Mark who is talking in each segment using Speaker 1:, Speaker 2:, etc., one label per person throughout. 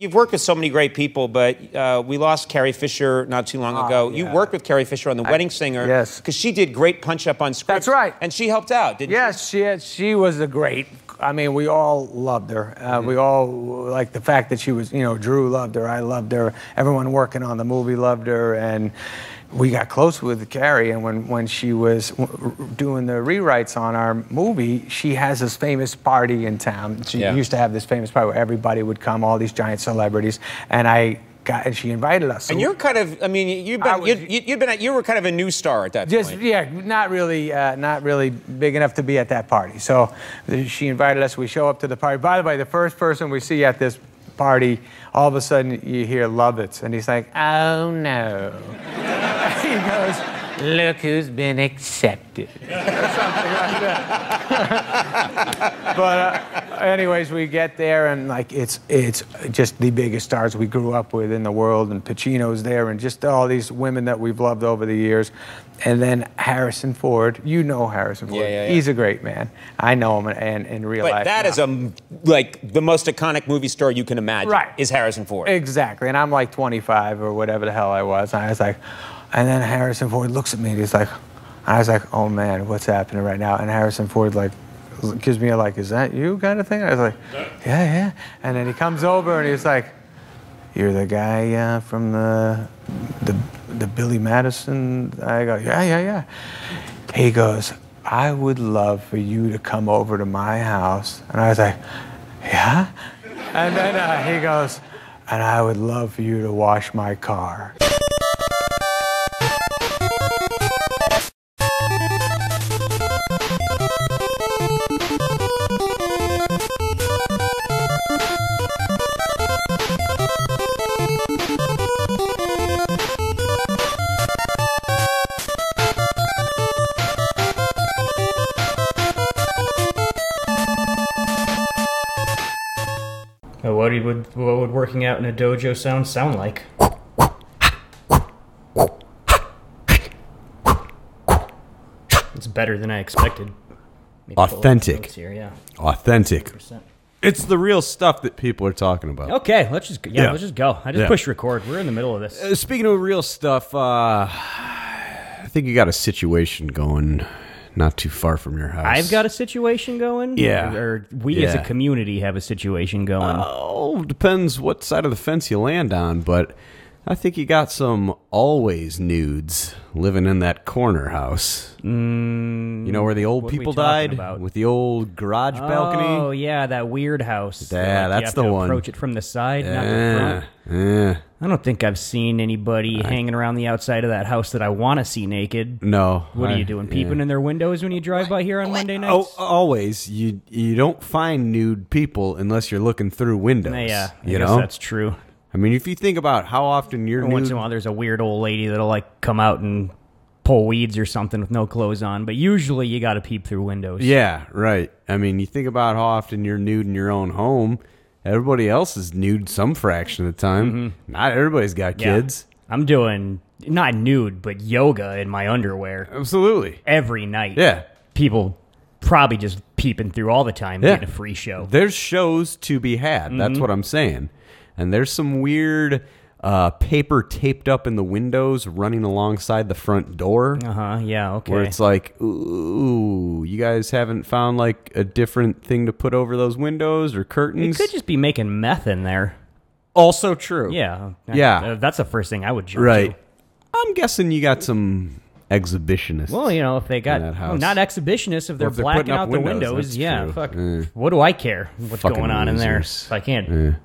Speaker 1: You've worked with so many great people, but uh, we lost Carrie Fisher not too long ago. You
Speaker 2: Ah, yeah.
Speaker 1: worked with Carrie Fisher on The Wedding Singer,
Speaker 2: yes.
Speaker 1: because she did great punch up on scripts.
Speaker 2: That's right.
Speaker 1: and she helped out, didn't
Speaker 2: Yes, she had, she was a great. I mean, we all loved her. Uh,
Speaker 1: Mm-hmm.
Speaker 2: We all like the fact that she was, you know, Drew loved her. I loved her. Everyone working on the movie loved her, and we got close with Carrie. And when when she was w- r- doing the rewrites on our movie, she has this famous party in town. She
Speaker 1: Yeah.
Speaker 2: used to have this famous party where everybody would come, all these giant celebrities, and I got and she invited us. So
Speaker 1: And you're kind of, I mean, you've
Speaker 2: I
Speaker 1: been,
Speaker 2: was-
Speaker 1: you you, you've been, at, you were kind of a new star at that
Speaker 2: just
Speaker 1: point.
Speaker 2: yeah not really uh, not really big enough to be at that party so uh, she invited us we show up to the party by the way the first person we see at this party all of a sudden you hear lovitz and he's like oh no he goes look who's been accepted or something like that but uh, anyways we get there and like it's it's just the biggest stars we grew up with in the world and pacino's there and just all these women that we've loved over the years and then harrison ford you know harrison ford
Speaker 1: yeah, yeah.
Speaker 2: he's a great man i know him and in real
Speaker 1: But
Speaker 2: life
Speaker 1: that is a like the most iconic movie star you can imagine.
Speaker 2: Right.
Speaker 1: Is Harrison Ford.
Speaker 2: Exactly. And I'm like 25 or whatever the hell I was. And I was like, and then Harrison Ford looks at me and he's like, I was like, oh man, what's happening right now? And Harrison Ford like gives me a like, is that you kind of thing? I was like, yeah, yeah. And then he comes over and he's like, you're the guy uh, from the, the the Billy Madison. I go, yeah, yeah, yeah. He goes, I would love for you to come over to my house. And I was like, yeah. And then uh, he goes, and I would love for you to wash my car.
Speaker 3: Uh, What he would what would working out in a dojo sound sound like? It's better than I expected. Maybe pull up some
Speaker 4: Authentic.
Speaker 3: notes Here, yeah.
Speaker 4: Authentic. It's the real stuff that people are talking about.
Speaker 3: Okay, let's just yeah,
Speaker 4: Yeah.
Speaker 3: let's just go. I just
Speaker 4: Yeah.
Speaker 3: pushed record. We're in the middle of this.
Speaker 4: Uh, Speaking of real stuff, uh, I think you got a situation going not too far from your house.
Speaker 3: I've got a situation going.
Speaker 4: Yeah.
Speaker 3: Or, or we as a
Speaker 4: Yeah.
Speaker 3: community have a situation going.
Speaker 4: Oh, depends what side of the fence you land on, but I think you got some always nudes living in that corner house. Mm, you know where the old
Speaker 3: what we
Speaker 4: people
Speaker 3: talking
Speaker 4: died
Speaker 3: about?
Speaker 4: with the old garage
Speaker 3: Oh
Speaker 4: balcony.
Speaker 3: yeah, that weird house.
Speaker 4: Yeah,
Speaker 3: Like, you
Speaker 4: that's
Speaker 3: have
Speaker 4: the
Speaker 3: to
Speaker 4: one.
Speaker 3: Approach it from the side, not the
Speaker 4: Eh,
Speaker 3: front.
Speaker 4: eh.
Speaker 3: I don't think I've seen anybody hanging around the outside of that house that I want to see naked.
Speaker 4: No.
Speaker 3: What
Speaker 4: I-
Speaker 3: are you doing? Peeping in their windows when you drive by here on Monday
Speaker 4: Oh,
Speaker 3: nights?
Speaker 4: always you you don't find nude people unless you're looking through windows.
Speaker 3: yeah, I
Speaker 4: you
Speaker 3: guess
Speaker 4: know.
Speaker 3: that's true.
Speaker 4: I mean, if you think about how often you're
Speaker 3: Every once
Speaker 4: nude,
Speaker 3: in a while, there's a weird old lady that'll like come out and pull weeds or something with no clothes on. But usually, you got to peep through windows.
Speaker 4: yeah, right. I mean, you think about how often you're nude in your own home. Everybody else is nude some fraction of the time. Not everybody's got
Speaker 3: Mm-hmm. Yeah.
Speaker 4: kids.
Speaker 3: I'm doing not nude, but yoga in my underwear
Speaker 4: Absolutely.
Speaker 3: every night.
Speaker 4: Yeah.
Speaker 3: people probably just peeping through all the time,
Speaker 4: Yeah.
Speaker 3: getting a free show.
Speaker 4: There's shows to be had.
Speaker 3: Mm-hmm.
Speaker 4: That's what I'm saying. And there's some weird uh, paper taped up in the windows running alongside the front door.
Speaker 3: uh huh. Yeah. Okay.
Speaker 4: where it's like, ooh, you guys haven't found like a different thing to put over those windows or
Speaker 3: it
Speaker 4: curtains.
Speaker 3: could just be making meth in there.
Speaker 4: also true.
Speaker 3: Yeah.
Speaker 4: Yeah.
Speaker 3: Uh, that's the first thing I would jump
Speaker 4: Right.
Speaker 3: to.
Speaker 4: I'm guessing you got some exhibitionists.
Speaker 3: Well, you know, if they got
Speaker 4: that
Speaker 3: well,
Speaker 4: house.
Speaker 3: not exhibitionists, if they're
Speaker 4: if they're
Speaker 3: blacking
Speaker 4: putting up
Speaker 3: out the
Speaker 4: windows,
Speaker 3: windows,
Speaker 4: that's
Speaker 3: yeah,
Speaker 4: true.
Speaker 3: fuck.
Speaker 4: Yeah.
Speaker 3: What do I care? What's
Speaker 4: Fucking
Speaker 3: going on in there?
Speaker 4: losers.
Speaker 3: If I can't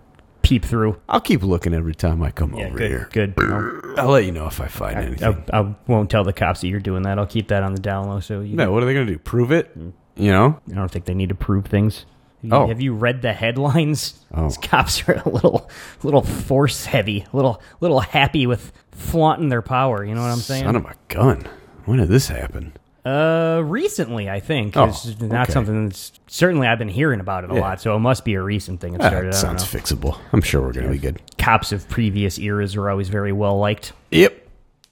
Speaker 3: peep through.
Speaker 4: I'll keep looking every time I come
Speaker 3: Yeah,
Speaker 4: over
Speaker 3: good,
Speaker 4: here.
Speaker 3: good. No,
Speaker 4: I'll let you know if I find
Speaker 3: I, oh.
Speaker 4: anything.
Speaker 3: I- I won't tell the cops that you're doing that. I'll keep that on the down low. So you,
Speaker 4: yeah, what are they gonna do? Prove it?
Speaker 3: Mm-hmm.
Speaker 4: You know?
Speaker 3: I don't think they need to prove things. You-
Speaker 4: Oh.
Speaker 3: Have you read the headlines?
Speaker 4: Oh.
Speaker 3: These cops are a little, little force heavy, little, little happy with flaunting their power. You know what I'm saying?
Speaker 4: Son of a gun. When did this happen?
Speaker 3: Uh, recently, I think.
Speaker 4: Oh,
Speaker 3: it's not
Speaker 4: okay.
Speaker 3: something that's certainly I've been hearing about it a lot, so it must be a recent thing. It
Speaker 4: Ah,
Speaker 3: started.
Speaker 4: it
Speaker 3: I don't
Speaker 4: sounds
Speaker 3: know.
Speaker 4: fixable. I'm sure we're gonna be good.
Speaker 3: Cops of previous eras are always very well liked.
Speaker 4: Yep.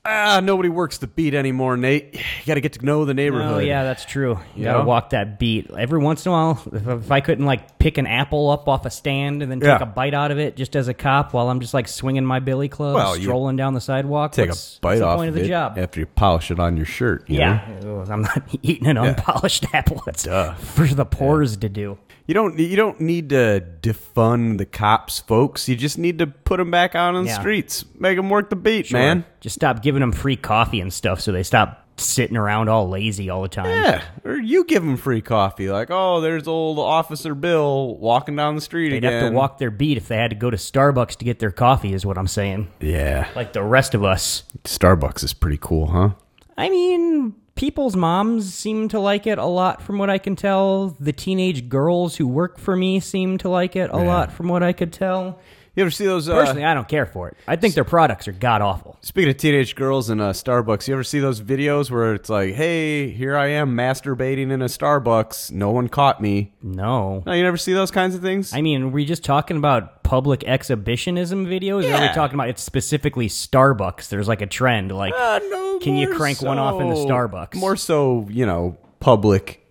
Speaker 4: ah, nobody works the beat anymore, Nate. You got to get to know the neighborhood.
Speaker 3: Oh yeah, that's true. You gotta
Speaker 4: know?
Speaker 3: walk that beat every once in a while. If, if I couldn't like pick an apple up off a stand and then take
Speaker 4: Yeah.
Speaker 3: a bite out of it, just as a cop, while I'm just like swinging my billy club,
Speaker 4: Well, you
Speaker 3: strolling down the sidewalk,
Speaker 4: Take
Speaker 3: what's-
Speaker 4: a bite
Speaker 3: what's the
Speaker 4: off
Speaker 3: point of the
Speaker 4: it
Speaker 3: job.
Speaker 4: after you polish it on your shirt. you know?
Speaker 3: yeah, Ugh, I'm not eating an unpolished apple. That's for the pores to do.
Speaker 4: You don't you don't need to defund the cops, folks. You just need to put them back out on the
Speaker 3: Yeah.
Speaker 4: streets. Make them work the beat, man.
Speaker 3: Just stop giving them free coffee and stuff, so they stop sitting around all lazy all the time.
Speaker 4: Yeah, or you give them free coffee. Like, oh, there's old Officer Bill walking down the street
Speaker 3: They'd
Speaker 4: again.
Speaker 3: have to walk their beat if they had to go to Starbucks to get their coffee, is what I'm saying.
Speaker 4: Yeah,
Speaker 3: Like the rest of us.
Speaker 4: Starbucks is pretty cool, huh?
Speaker 3: I mean, people's moms seem to like it a lot from what I can tell. The teenage girls who work for me seem to like it a lot from what I could tell.
Speaker 4: You ever see those? Uh,
Speaker 3: Personally, I don't care for it. I think their products are god awful.
Speaker 4: Speaking of teenage girls in uh, Starbucks, you ever see those videos where it's like, "Hey, here I am masturbating in a Starbucks. No one caught me."
Speaker 3: No.
Speaker 4: No, you never see those kinds of things.
Speaker 3: I mean, are we just talking about public exhibitionism videos? Or are
Speaker 4: Yeah.
Speaker 3: we talking about it's specifically Starbucks? There's like a trend, like
Speaker 4: Uh, no,
Speaker 3: can you
Speaker 4: more
Speaker 3: crank one off in the
Speaker 4: so-
Speaker 3: Starbucks? Oh.
Speaker 4: More so, you know, public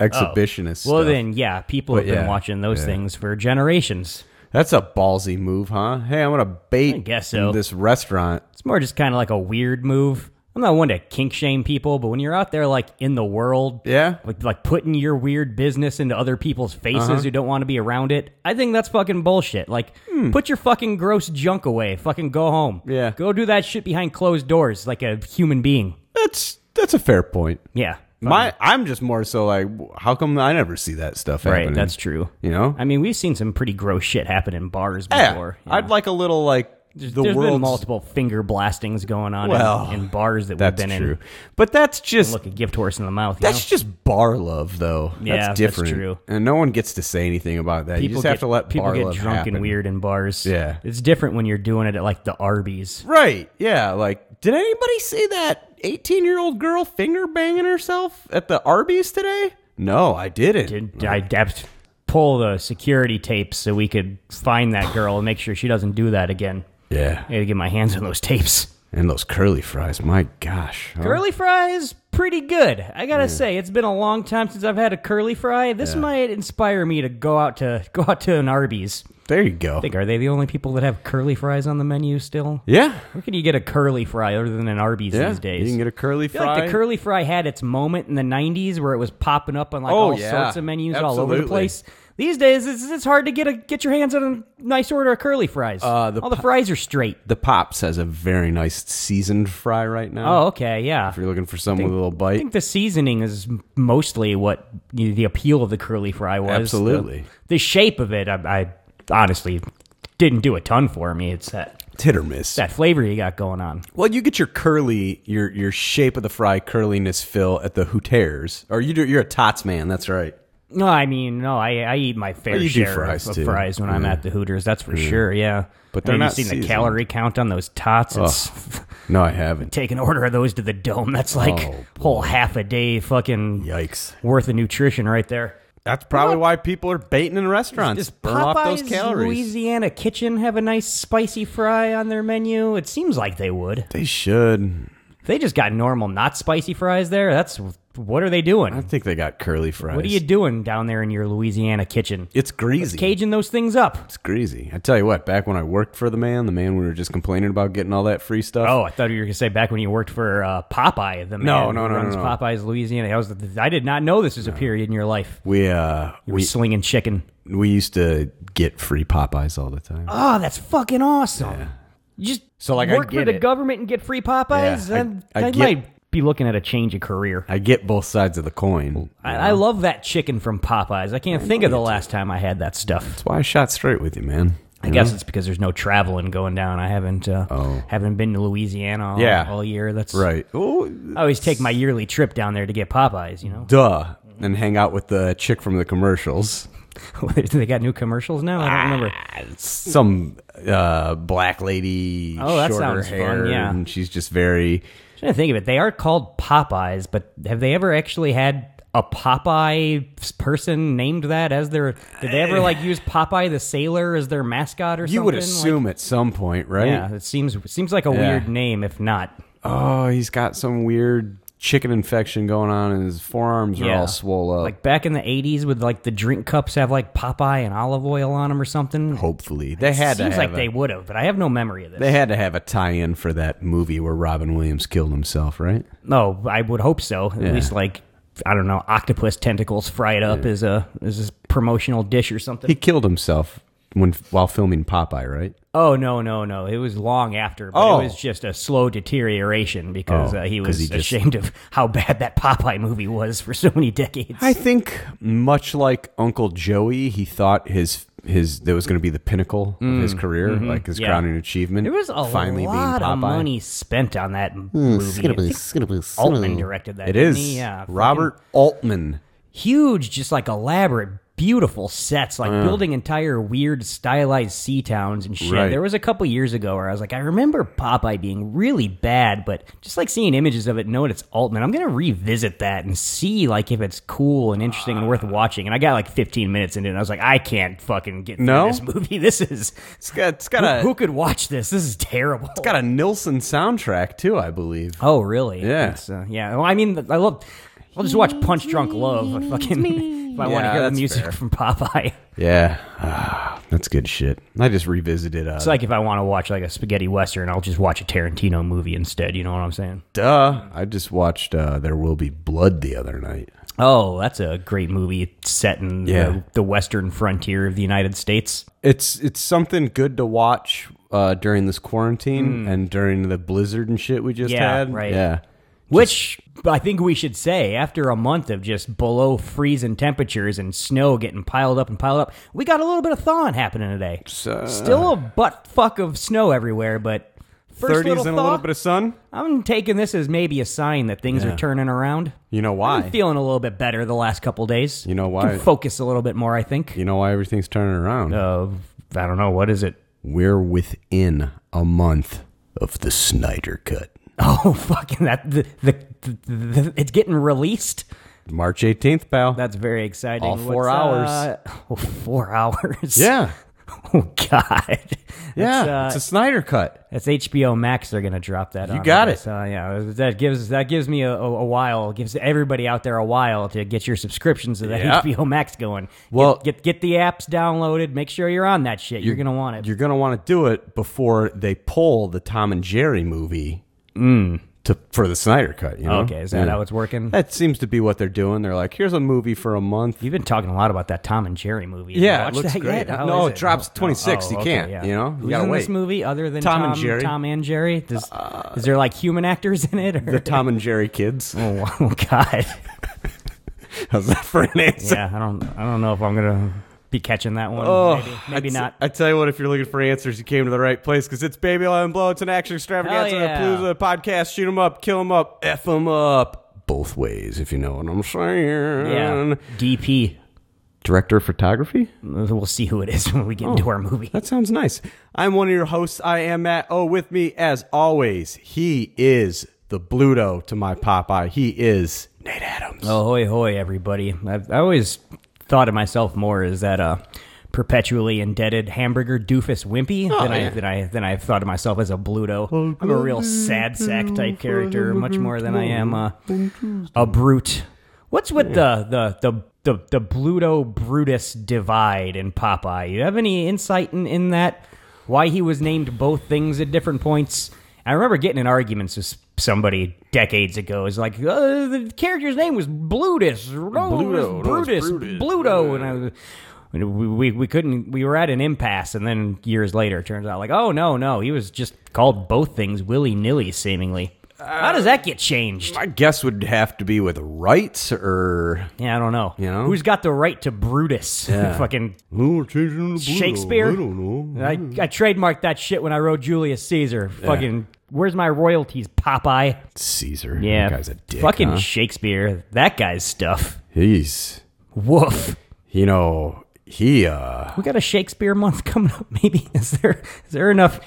Speaker 4: exhibitionist.
Speaker 3: well,
Speaker 4: stuff.
Speaker 3: then yeah, people have
Speaker 4: But
Speaker 3: been
Speaker 4: yeah,
Speaker 3: watching those
Speaker 4: yeah.
Speaker 3: things for generations.
Speaker 4: that's a ballsy move, huh? Hey, I'm gonna bait
Speaker 3: I guess so.
Speaker 4: this restaurant.
Speaker 3: It's more just kind of like a weird move. I'm not one to kink shame people, but when you're out there like in the world,
Speaker 4: Yeah.
Speaker 3: like, like putting your weird business into other people's faces
Speaker 4: Uh-huh.
Speaker 3: who don't want to be around it. I think that's fucking bullshit. Like, put your fucking gross junk away. Fucking go home.
Speaker 4: Hmm. Yeah.
Speaker 3: Go do that shit behind closed doors like a human being.
Speaker 4: That's that's a fair point.
Speaker 3: Yeah.
Speaker 4: My, I'm just more so like, how come I never see that stuff
Speaker 3: Right.
Speaker 4: happening?
Speaker 3: That's true.
Speaker 4: You know,
Speaker 3: I mean, we've seen some pretty gross shit happen in bars
Speaker 4: yeah,
Speaker 3: before. you
Speaker 4: I'd
Speaker 3: know.
Speaker 4: like a little like the
Speaker 3: There's been
Speaker 4: world's
Speaker 3: multiple finger blastings going on in-
Speaker 4: Well,
Speaker 3: in, bars that we've
Speaker 4: That's
Speaker 3: been
Speaker 4: true,
Speaker 3: in.
Speaker 4: but that's just
Speaker 3: Look a gift horse in the mouth. you know?
Speaker 4: that's just bar love, though.
Speaker 3: Yeah, that's
Speaker 4: that's different.
Speaker 3: true.
Speaker 4: And no one gets to say anything about that. you just have to let
Speaker 3: people
Speaker 4: bar
Speaker 3: get
Speaker 4: love
Speaker 3: drunk
Speaker 4: happen.
Speaker 3: and weird in bars.
Speaker 4: Yeah.
Speaker 3: it's different when you're doing it at like the Arby's.
Speaker 4: Right? Yeah. Like, did anybody see that 18 year old girl finger banging herself at the Arby's today? No, I didn't.
Speaker 3: Did I dapped pull the security tapes so we could find that girl and make sure she doesn't do that again?
Speaker 4: Yeah.
Speaker 3: I gotta get my hands on those tapes.
Speaker 4: And those curly fries, my gosh. huh?
Speaker 3: Curly fries, pretty good. I gotta say, it's been a long time since I've had a curly fry. This might inspire me to go out to go out to an Arby's.
Speaker 4: There you go.
Speaker 3: I think are they the only people that have curly fries on the menu still?
Speaker 4: Yeah.
Speaker 3: Where can you get a curly fry other than an Arby's
Speaker 4: Yeah.
Speaker 3: these days?
Speaker 4: You can get a curly
Speaker 3: I feel
Speaker 4: fry.
Speaker 3: like the curly fry had its moment in the 90s where it was popping up on like
Speaker 4: Oh,
Speaker 3: all
Speaker 4: yeah.
Speaker 3: sorts of menus all over the
Speaker 4: Absolutely.
Speaker 3: place. These days, it's, it's hard to get a get your hands on a nice order of curly fries.
Speaker 4: Uh, the
Speaker 3: all the fries are straight.
Speaker 4: the Pops has a very nice seasoned fry right now.
Speaker 3: Oh, okay, yeah.
Speaker 4: If you're looking for some with a little
Speaker 3: I
Speaker 4: bite.
Speaker 3: think the seasoning is mostly what you the appeal of the curly fry was.
Speaker 4: Absolutely.
Speaker 3: The, the shape of it, I, I honestly didn't do a ton for me. It's that,
Speaker 4: It's hit or miss.
Speaker 3: that flavor you got going on.
Speaker 4: Well, you get your curly, your your shape of the fry curliness fill at the Hooters. Or you do, you're a Tots man, that's right.
Speaker 3: No, I mean, no, I, I eat my fair
Speaker 4: Well, you do
Speaker 3: share of-
Speaker 4: fries,
Speaker 3: of
Speaker 4: too.
Speaker 3: fries when I'm
Speaker 4: Yeah.
Speaker 3: at the Hooters. That's for sure. Yeah, I
Speaker 4: But they're
Speaker 3: mean,
Speaker 4: not
Speaker 3: You've seen the
Speaker 4: seasoned.
Speaker 3: calorie count on those tots. It's
Speaker 4: No, I haven't.
Speaker 3: take an order of those to the dome. That's like
Speaker 4: Oh,
Speaker 3: whole half a day fucking
Speaker 4: Yikes.
Speaker 3: worth of nutrition right there.
Speaker 4: That's probably why people are baiting in restaurants.
Speaker 3: Does
Speaker 4: burn
Speaker 3: Popeyes
Speaker 4: off those calories.
Speaker 3: Louisiana Kitchen have a nice spicy fry on their menu? It seems like they would.
Speaker 4: They should.
Speaker 3: If they just got normal, not spicy fries there. That's what are they doing?
Speaker 4: I think they got curly fries.
Speaker 3: what are you doing down there in your Louisiana kitchen?
Speaker 4: It's greasy.
Speaker 3: Caging those things up.
Speaker 4: It's greasy. I tell you what, back when I worked for the man, the man we were just complaining about getting all that free stuff.
Speaker 3: Oh, I thought you were gonna say back when you worked for uh, Popeye, the man
Speaker 4: No,
Speaker 3: who
Speaker 4: no, no, no,
Speaker 3: runs
Speaker 4: no.
Speaker 3: Popeye's Louisiana. I was, I did not know this was a period in your life.
Speaker 4: We uh
Speaker 3: You were
Speaker 4: we
Speaker 3: slinging chicken.
Speaker 4: we used to get free Popeyes all the time.
Speaker 3: Oh, that's fucking awesome. You just
Speaker 4: So, like, I
Speaker 3: work for
Speaker 4: get
Speaker 3: the
Speaker 4: it.
Speaker 3: government and get free Popeyes.
Speaker 4: Yeah, I-
Speaker 3: then I,
Speaker 4: I get-
Speaker 3: might be looking at a change of career.
Speaker 4: I get both sides of the coin.
Speaker 3: I, I love that chicken from Popeyes. I can't think of the last time I had that stuff.
Speaker 4: That's why I shot straight with you, man.
Speaker 3: I guess it's because there's no traveling going down. I haven't uh,
Speaker 4: Oh.
Speaker 3: haven't been to Louisiana all,
Speaker 4: Yeah.
Speaker 3: all year. That's
Speaker 4: Right. Oh,
Speaker 3: I always take my yearly trip down there to get Popeyes. You know.
Speaker 4: duh. And hang out with the chick from the commercials.
Speaker 3: Do they got new commercials now? I don't remember.
Speaker 4: Ah. Some uh, black lady,
Speaker 3: Oh, that
Speaker 4: shorter
Speaker 3: sounds fun,
Speaker 4: hair,
Speaker 3: yeah.
Speaker 4: and she's just very.
Speaker 3: trying to think of it. They are called Popeyes, but have they ever actually had a Popeye person named that as their? Did they ever like use Popeye the sailor as their mascot or something?
Speaker 4: You would
Speaker 3: Like,
Speaker 4: assume at some point, right?
Speaker 3: yeah, it seems seems like a
Speaker 4: Yeah.
Speaker 3: weird name. If not,
Speaker 4: oh, he's got some weird chicken infection going on, and his forearms are all swole up.
Speaker 3: Like back in the '80s, with like the drink cups have like Popeye and olive oil on them or something.
Speaker 4: Hopefully, Oh, they had to
Speaker 3: Seems
Speaker 4: have
Speaker 3: like
Speaker 4: a,
Speaker 3: they would have, but I have no memory of this.
Speaker 4: they had to have a tie-in for that movie where Robin Williams killed himself, right?
Speaker 3: No, I would hope so. At
Speaker 4: Yeah.
Speaker 3: least like I don't know, octopus tentacles fried up as a as a promotional dish or something.
Speaker 4: He killed himself when while filming Popeye, right?
Speaker 3: oh no, no, no! It was long after. But
Speaker 4: Oh.
Speaker 3: it was just a slow deterioration because
Speaker 4: Oh,
Speaker 3: uh, he
Speaker 4: 'cause
Speaker 3: was
Speaker 4: he just-
Speaker 3: ashamed of how bad that Popeye movie was for so many decades.
Speaker 4: I think much like Uncle Joey, he thought his his that was going to be the pinnacle of his career, like his
Speaker 3: yeah.
Speaker 4: crowning achievement.
Speaker 3: there was a
Speaker 4: finally
Speaker 3: lot
Speaker 4: being Popeye. Hmm,
Speaker 3: of money spent on that movie. I think Altman directed that.
Speaker 4: It
Speaker 3: didn't
Speaker 4: is
Speaker 3: he? yeah,
Speaker 4: Robert Altman.
Speaker 3: huge, just like elaborate, beautiful sets, like building entire weird stylized sea towns and shit.
Speaker 4: Right.
Speaker 3: There was a couple years ago where I was like, I remember Popeye being really bad, but just like seeing images of it, knowing it's Altman, I'm gonna revisit that and see like if it's cool and interesting and worth watching. And I got like 15 minutes into it, and I was like, I can't fucking get through
Speaker 4: No?
Speaker 3: this movie. This is
Speaker 4: It's got it's got
Speaker 3: who,
Speaker 4: a
Speaker 3: who could watch this? This is terrible.
Speaker 4: it's got a Nilsson soundtrack too, I believe.
Speaker 3: Oh, really?
Speaker 4: Yeah.
Speaker 3: It's, uh, yeah. Well, I mean, I love. I'll just watch Punch Drunk Love. I fucking if I want to
Speaker 4: Yeah,
Speaker 3: hear the
Speaker 4: that's
Speaker 3: music
Speaker 4: fair.
Speaker 3: from Popeye.
Speaker 4: Yeah, Ah, that's good shit. I just revisited. Uh,
Speaker 3: It's like if I want to watch like a spaghetti western, I'll just watch a Tarantino movie instead. You know what I'm saying?
Speaker 4: duh, I just watched uh, There Will Be Blood the other night.
Speaker 3: Oh, that's a great movie set in
Speaker 4: Yeah.
Speaker 3: the, the western frontier of the United States.
Speaker 4: It's it's something good to watch uh, during this quarantine and during the blizzard and shit we just
Speaker 3: Yeah,
Speaker 4: had.
Speaker 3: right.
Speaker 4: Mm. Yeah,
Speaker 3: Which I think we should say after a month of just below freezing temperatures and snow getting piled up and piled up, we got a little bit of thawing happening today.
Speaker 4: uh,
Speaker 3: Still a butt fuck of snow everywhere, but first
Speaker 4: thirties
Speaker 3: little
Speaker 4: and a
Speaker 3: thaw,
Speaker 4: little bit of sun.
Speaker 3: I'm taking this as maybe a sign that things are turning around.
Speaker 4: You know
Speaker 3: I'm
Speaker 4: why?
Speaker 3: feeling a little bit better the last couple days.
Speaker 4: You know
Speaker 3: Can
Speaker 4: why?
Speaker 3: focus a little bit more, I think.
Speaker 4: You know why everything's turning around?
Speaker 3: Uh, I don't know. What is it?
Speaker 4: We're within a month of the Snyder Cut.
Speaker 3: Oh, fucking that. The, the, the, the- it's getting released.
Speaker 4: March 18th, pal.
Speaker 3: That's very exciting.
Speaker 4: All four
Speaker 3: Uh, oh, four hours.
Speaker 4: yeah.
Speaker 3: Oh, God.
Speaker 4: Yeah.
Speaker 3: That's, uh,
Speaker 4: it's a Snyder cut.
Speaker 3: That's HBO Max. They're going to drop that. You
Speaker 4: got it.
Speaker 3: So yeah, that gives that gives me a, a, a while. Gives everybody out there a while to get your subscriptions to that
Speaker 4: Yeah.
Speaker 3: HBO Max going.
Speaker 4: Well-
Speaker 3: get, get get the apps downloaded. Make sure you're on that shit. You're, gonna want it.
Speaker 4: You're going to want to do it before they pull the Tom and Jerry movie to for the Snyder cut. You know?
Speaker 3: Mm. Okay, is that
Speaker 4: Yeah.
Speaker 3: how it's working?
Speaker 4: That seems to be what they're doing. They're like, here's a movie for a month.
Speaker 3: You've been talking a lot about that Tom and Jerry movie. Have you
Speaker 4: Yeah, it
Speaker 3: watched
Speaker 4: looks
Speaker 3: that
Speaker 4: great.
Speaker 3: yet? How
Speaker 4: No,
Speaker 3: is Oh,
Speaker 4: it drops 26. You can't, you know? You
Speaker 3: Who's
Speaker 4: gotta
Speaker 3: in
Speaker 4: wait.
Speaker 3: this movie other than
Speaker 4: Tom
Speaker 3: Tom,
Speaker 4: and Jerry. Uh,
Speaker 3: Tom and Jerry. Does, is there like human actors in it? Or?
Speaker 4: The Tom and Jerry kids.
Speaker 3: oh, oh, God.
Speaker 4: How's that for an answer?
Speaker 3: yeah, I don't. I don't know if I'm gonna be catching that one.
Speaker 4: Oh,
Speaker 3: Mm, maybe maybe
Speaker 4: I t-
Speaker 3: not.
Speaker 4: I tell you what, if you're looking for answers, you came to the right place because it's Baby Oil and Blow. It's an action extravaganza,
Speaker 3: Hell yeah.
Speaker 4: palooza, podcast. Shoot 'em up, kill 'em up, F 'em up. Both ways, if you know what I'm saying.
Speaker 3: Yeah. DP.
Speaker 4: Director of photography?
Speaker 3: We'll see who it is when we
Speaker 4: oh.
Speaker 3: get into our movie.
Speaker 4: That sounds nice. I'm one of your hosts. I am Matt. Oh, with me, as always, he is the Bluto to my Popeye. He is Nate Adams.
Speaker 3: Ahoy, hoy, everybody. I've, I always thought of myself more as that uh, perpetually indebted hamburger doofus wimpy than, I,
Speaker 4: yeah.
Speaker 3: than, I, than I've thought of myself as a Bluto. I'm a real sad sack type character, much more than I am uh, a brute. What's with the, the, the, the, the Bluto Brutus divide in Popeye? You have any insight in, in that? Why he was named both things at different points? I remember getting in arguments with somebody decades ago. It's like, uh, the character's name was Blutus. Bluto,
Speaker 4: Bluto, no, it's
Speaker 3: Brutus,
Speaker 4: Brutus.
Speaker 3: Bluto. And I was, we, we, we couldn't, we were at an impasse. And then years later, it turns out, like, oh, no, no, he was just called both things willy nilly, seemingly. How does that get changed?
Speaker 4: My guess would have to be with rights or.
Speaker 3: Yeah, I don't know.
Speaker 4: You know?
Speaker 3: Who's got the right to Brutus? Fucking
Speaker 4: Oh, we're changing to Bluto.
Speaker 3: Shakespeare?
Speaker 4: I don't know.
Speaker 3: I, I trademarked that shit when I wrote Julius Caesar. Fucking, where's my royalties, Popeye?
Speaker 4: Caesar.
Speaker 3: Yeah.
Speaker 4: That guy's a dick.
Speaker 3: Fucking
Speaker 4: huh?
Speaker 3: Shakespeare. That guy's stuff.
Speaker 4: He's,
Speaker 3: Woof.
Speaker 4: you know, he, uh,
Speaker 3: We got a Shakespeare month coming up. Maybe is there is there enough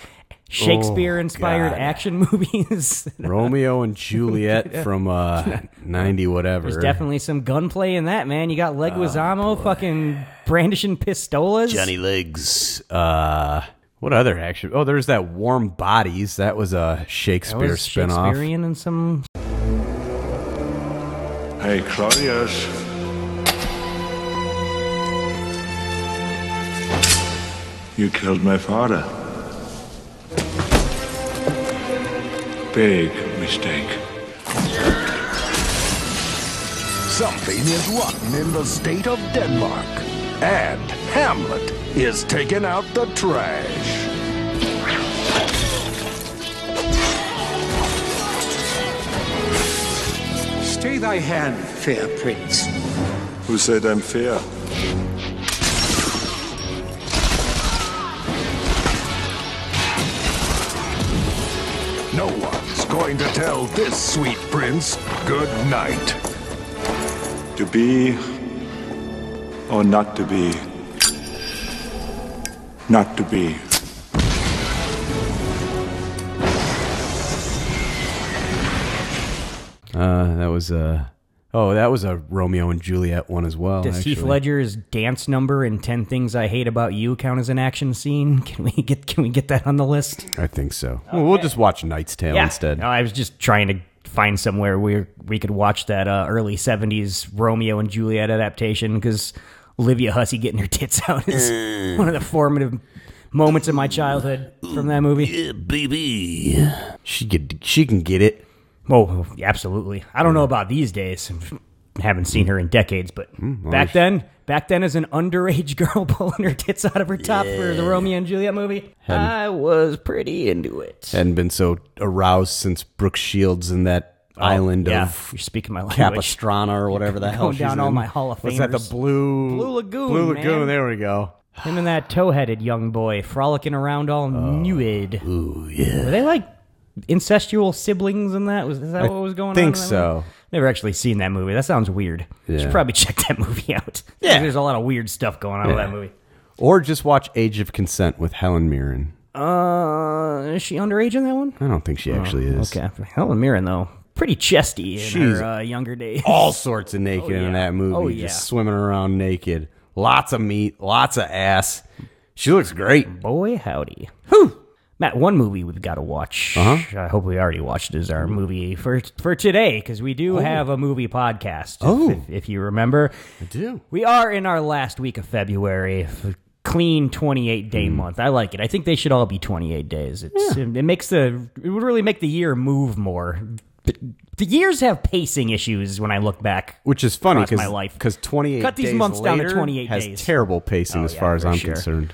Speaker 3: Shakespeare inspired
Speaker 4: Oh, God.
Speaker 3: action movies? There's
Speaker 4: Romeo and Juliet from, uh, 90 whatever.
Speaker 3: definitely some gunplay in that man. You got
Speaker 4: Ah,
Speaker 3: Leguizamo fucking brandishing pistolas.
Speaker 4: Johnny Legs. Uh, What other action? Oh, there's that Warm Bodies. That was a
Speaker 3: That
Speaker 4: Shakespeare
Speaker 3: was
Speaker 4: spinoff.
Speaker 3: Shakespearean and some.
Speaker 5: Hey, Claudius. You killed my father. Big mistake.
Speaker 6: Something is rotten in the state of Denmark. And Hamlet is taking out the trash.
Speaker 7: Stay thy hand, fair prince.
Speaker 5: Who said I'm fair?
Speaker 6: No one's going to tell this sweet prince good night.
Speaker 5: To be or not to be? Not to be.
Speaker 4: Uh, that was a. Oh, that was a Romeo and Juliet one as well.
Speaker 3: Does Heath
Speaker 4: actually.
Speaker 3: Ledger's dance number in Ten Things I Hate About You count as an action scene? Can we get Can we get that on the list?
Speaker 4: I think so. Well, we'll just watch Knight's Tale
Speaker 3: Yeah.
Speaker 4: instead.
Speaker 3: No, I was just trying to find somewhere where we could watch that uh, early '70s Romeo and Juliet adaptation because Olivia Hussey getting her tits out is one of the formative moments of my childhood from that movie.
Speaker 4: baby. She get she can get it.
Speaker 3: Oh, absolutely. I don't know about these days. Haven't seen her in decades, but
Speaker 4: Hmm,
Speaker 3: back then, back then, as an underage girl pulling her tits out of her top for the Romeo and Juliet movie, I was pretty into it.
Speaker 4: Hadn't been so aroused since Brooke Shields in that island
Speaker 3: Oh, yeah,
Speaker 4: of
Speaker 3: you're speaking my language.
Speaker 4: Capistrano or whatever the hell.
Speaker 3: Going down
Speaker 4: she's
Speaker 3: all
Speaker 4: in.
Speaker 3: my Hall of
Speaker 4: What's that? The
Speaker 3: Famers.
Speaker 4: blue
Speaker 3: Blue Lagoon,
Speaker 4: Blue Lagoon.
Speaker 3: man.
Speaker 4: There we go.
Speaker 3: Him and that tow-headed young boy frolicking around
Speaker 4: Oh,
Speaker 3: all nude. Ooh, yeah. Were they like incestual siblings and that? Was is that what was going on? in
Speaker 4: think
Speaker 3: that movie?
Speaker 4: so.
Speaker 3: Never actually seen that movie. That sounds weird.
Speaker 4: Yeah.
Speaker 3: Should probably check that movie out.
Speaker 4: Yeah.
Speaker 3: There's a lot of weird stuff going on with
Speaker 4: Yeah.
Speaker 3: that movie.
Speaker 4: Or just watch Age of Consent with Helen Mirren.
Speaker 3: Uh, is she underage in that one?
Speaker 4: I don't think she actually is.
Speaker 3: Oh, Okay. Helen Mirren though, pretty chesty in
Speaker 4: She's
Speaker 3: her uh, younger days.
Speaker 4: All sorts of naked
Speaker 3: yeah.
Speaker 4: in that movie.
Speaker 3: Oh, yeah.
Speaker 4: Just swimming around naked. Lots of meat. Lots of ass. She looks great.
Speaker 3: Boy howdy. Whew. Matt, one movie we've got to watch. Uh-huh. I hope we already watched is our movie for for today because we do have a movie podcast. if-
Speaker 4: Oh.
Speaker 3: if, if you remember,
Speaker 4: I do.
Speaker 3: we are in our last week of February. f- Clean 28 day month. I like it. I think they should all be 28 days. It's, it, makes the it would really make the year move more. But the years have pacing issues when I look back.
Speaker 4: Which is funny
Speaker 3: Across my life.
Speaker 4: because 28
Speaker 3: Cut these
Speaker 4: days
Speaker 3: months down to
Speaker 4: later
Speaker 3: 28
Speaker 4: has
Speaker 3: days. Oh,
Speaker 4: terrible pacing as
Speaker 3: yeah,
Speaker 4: far as
Speaker 3: for
Speaker 4: I'm
Speaker 3: sure.
Speaker 4: concerned.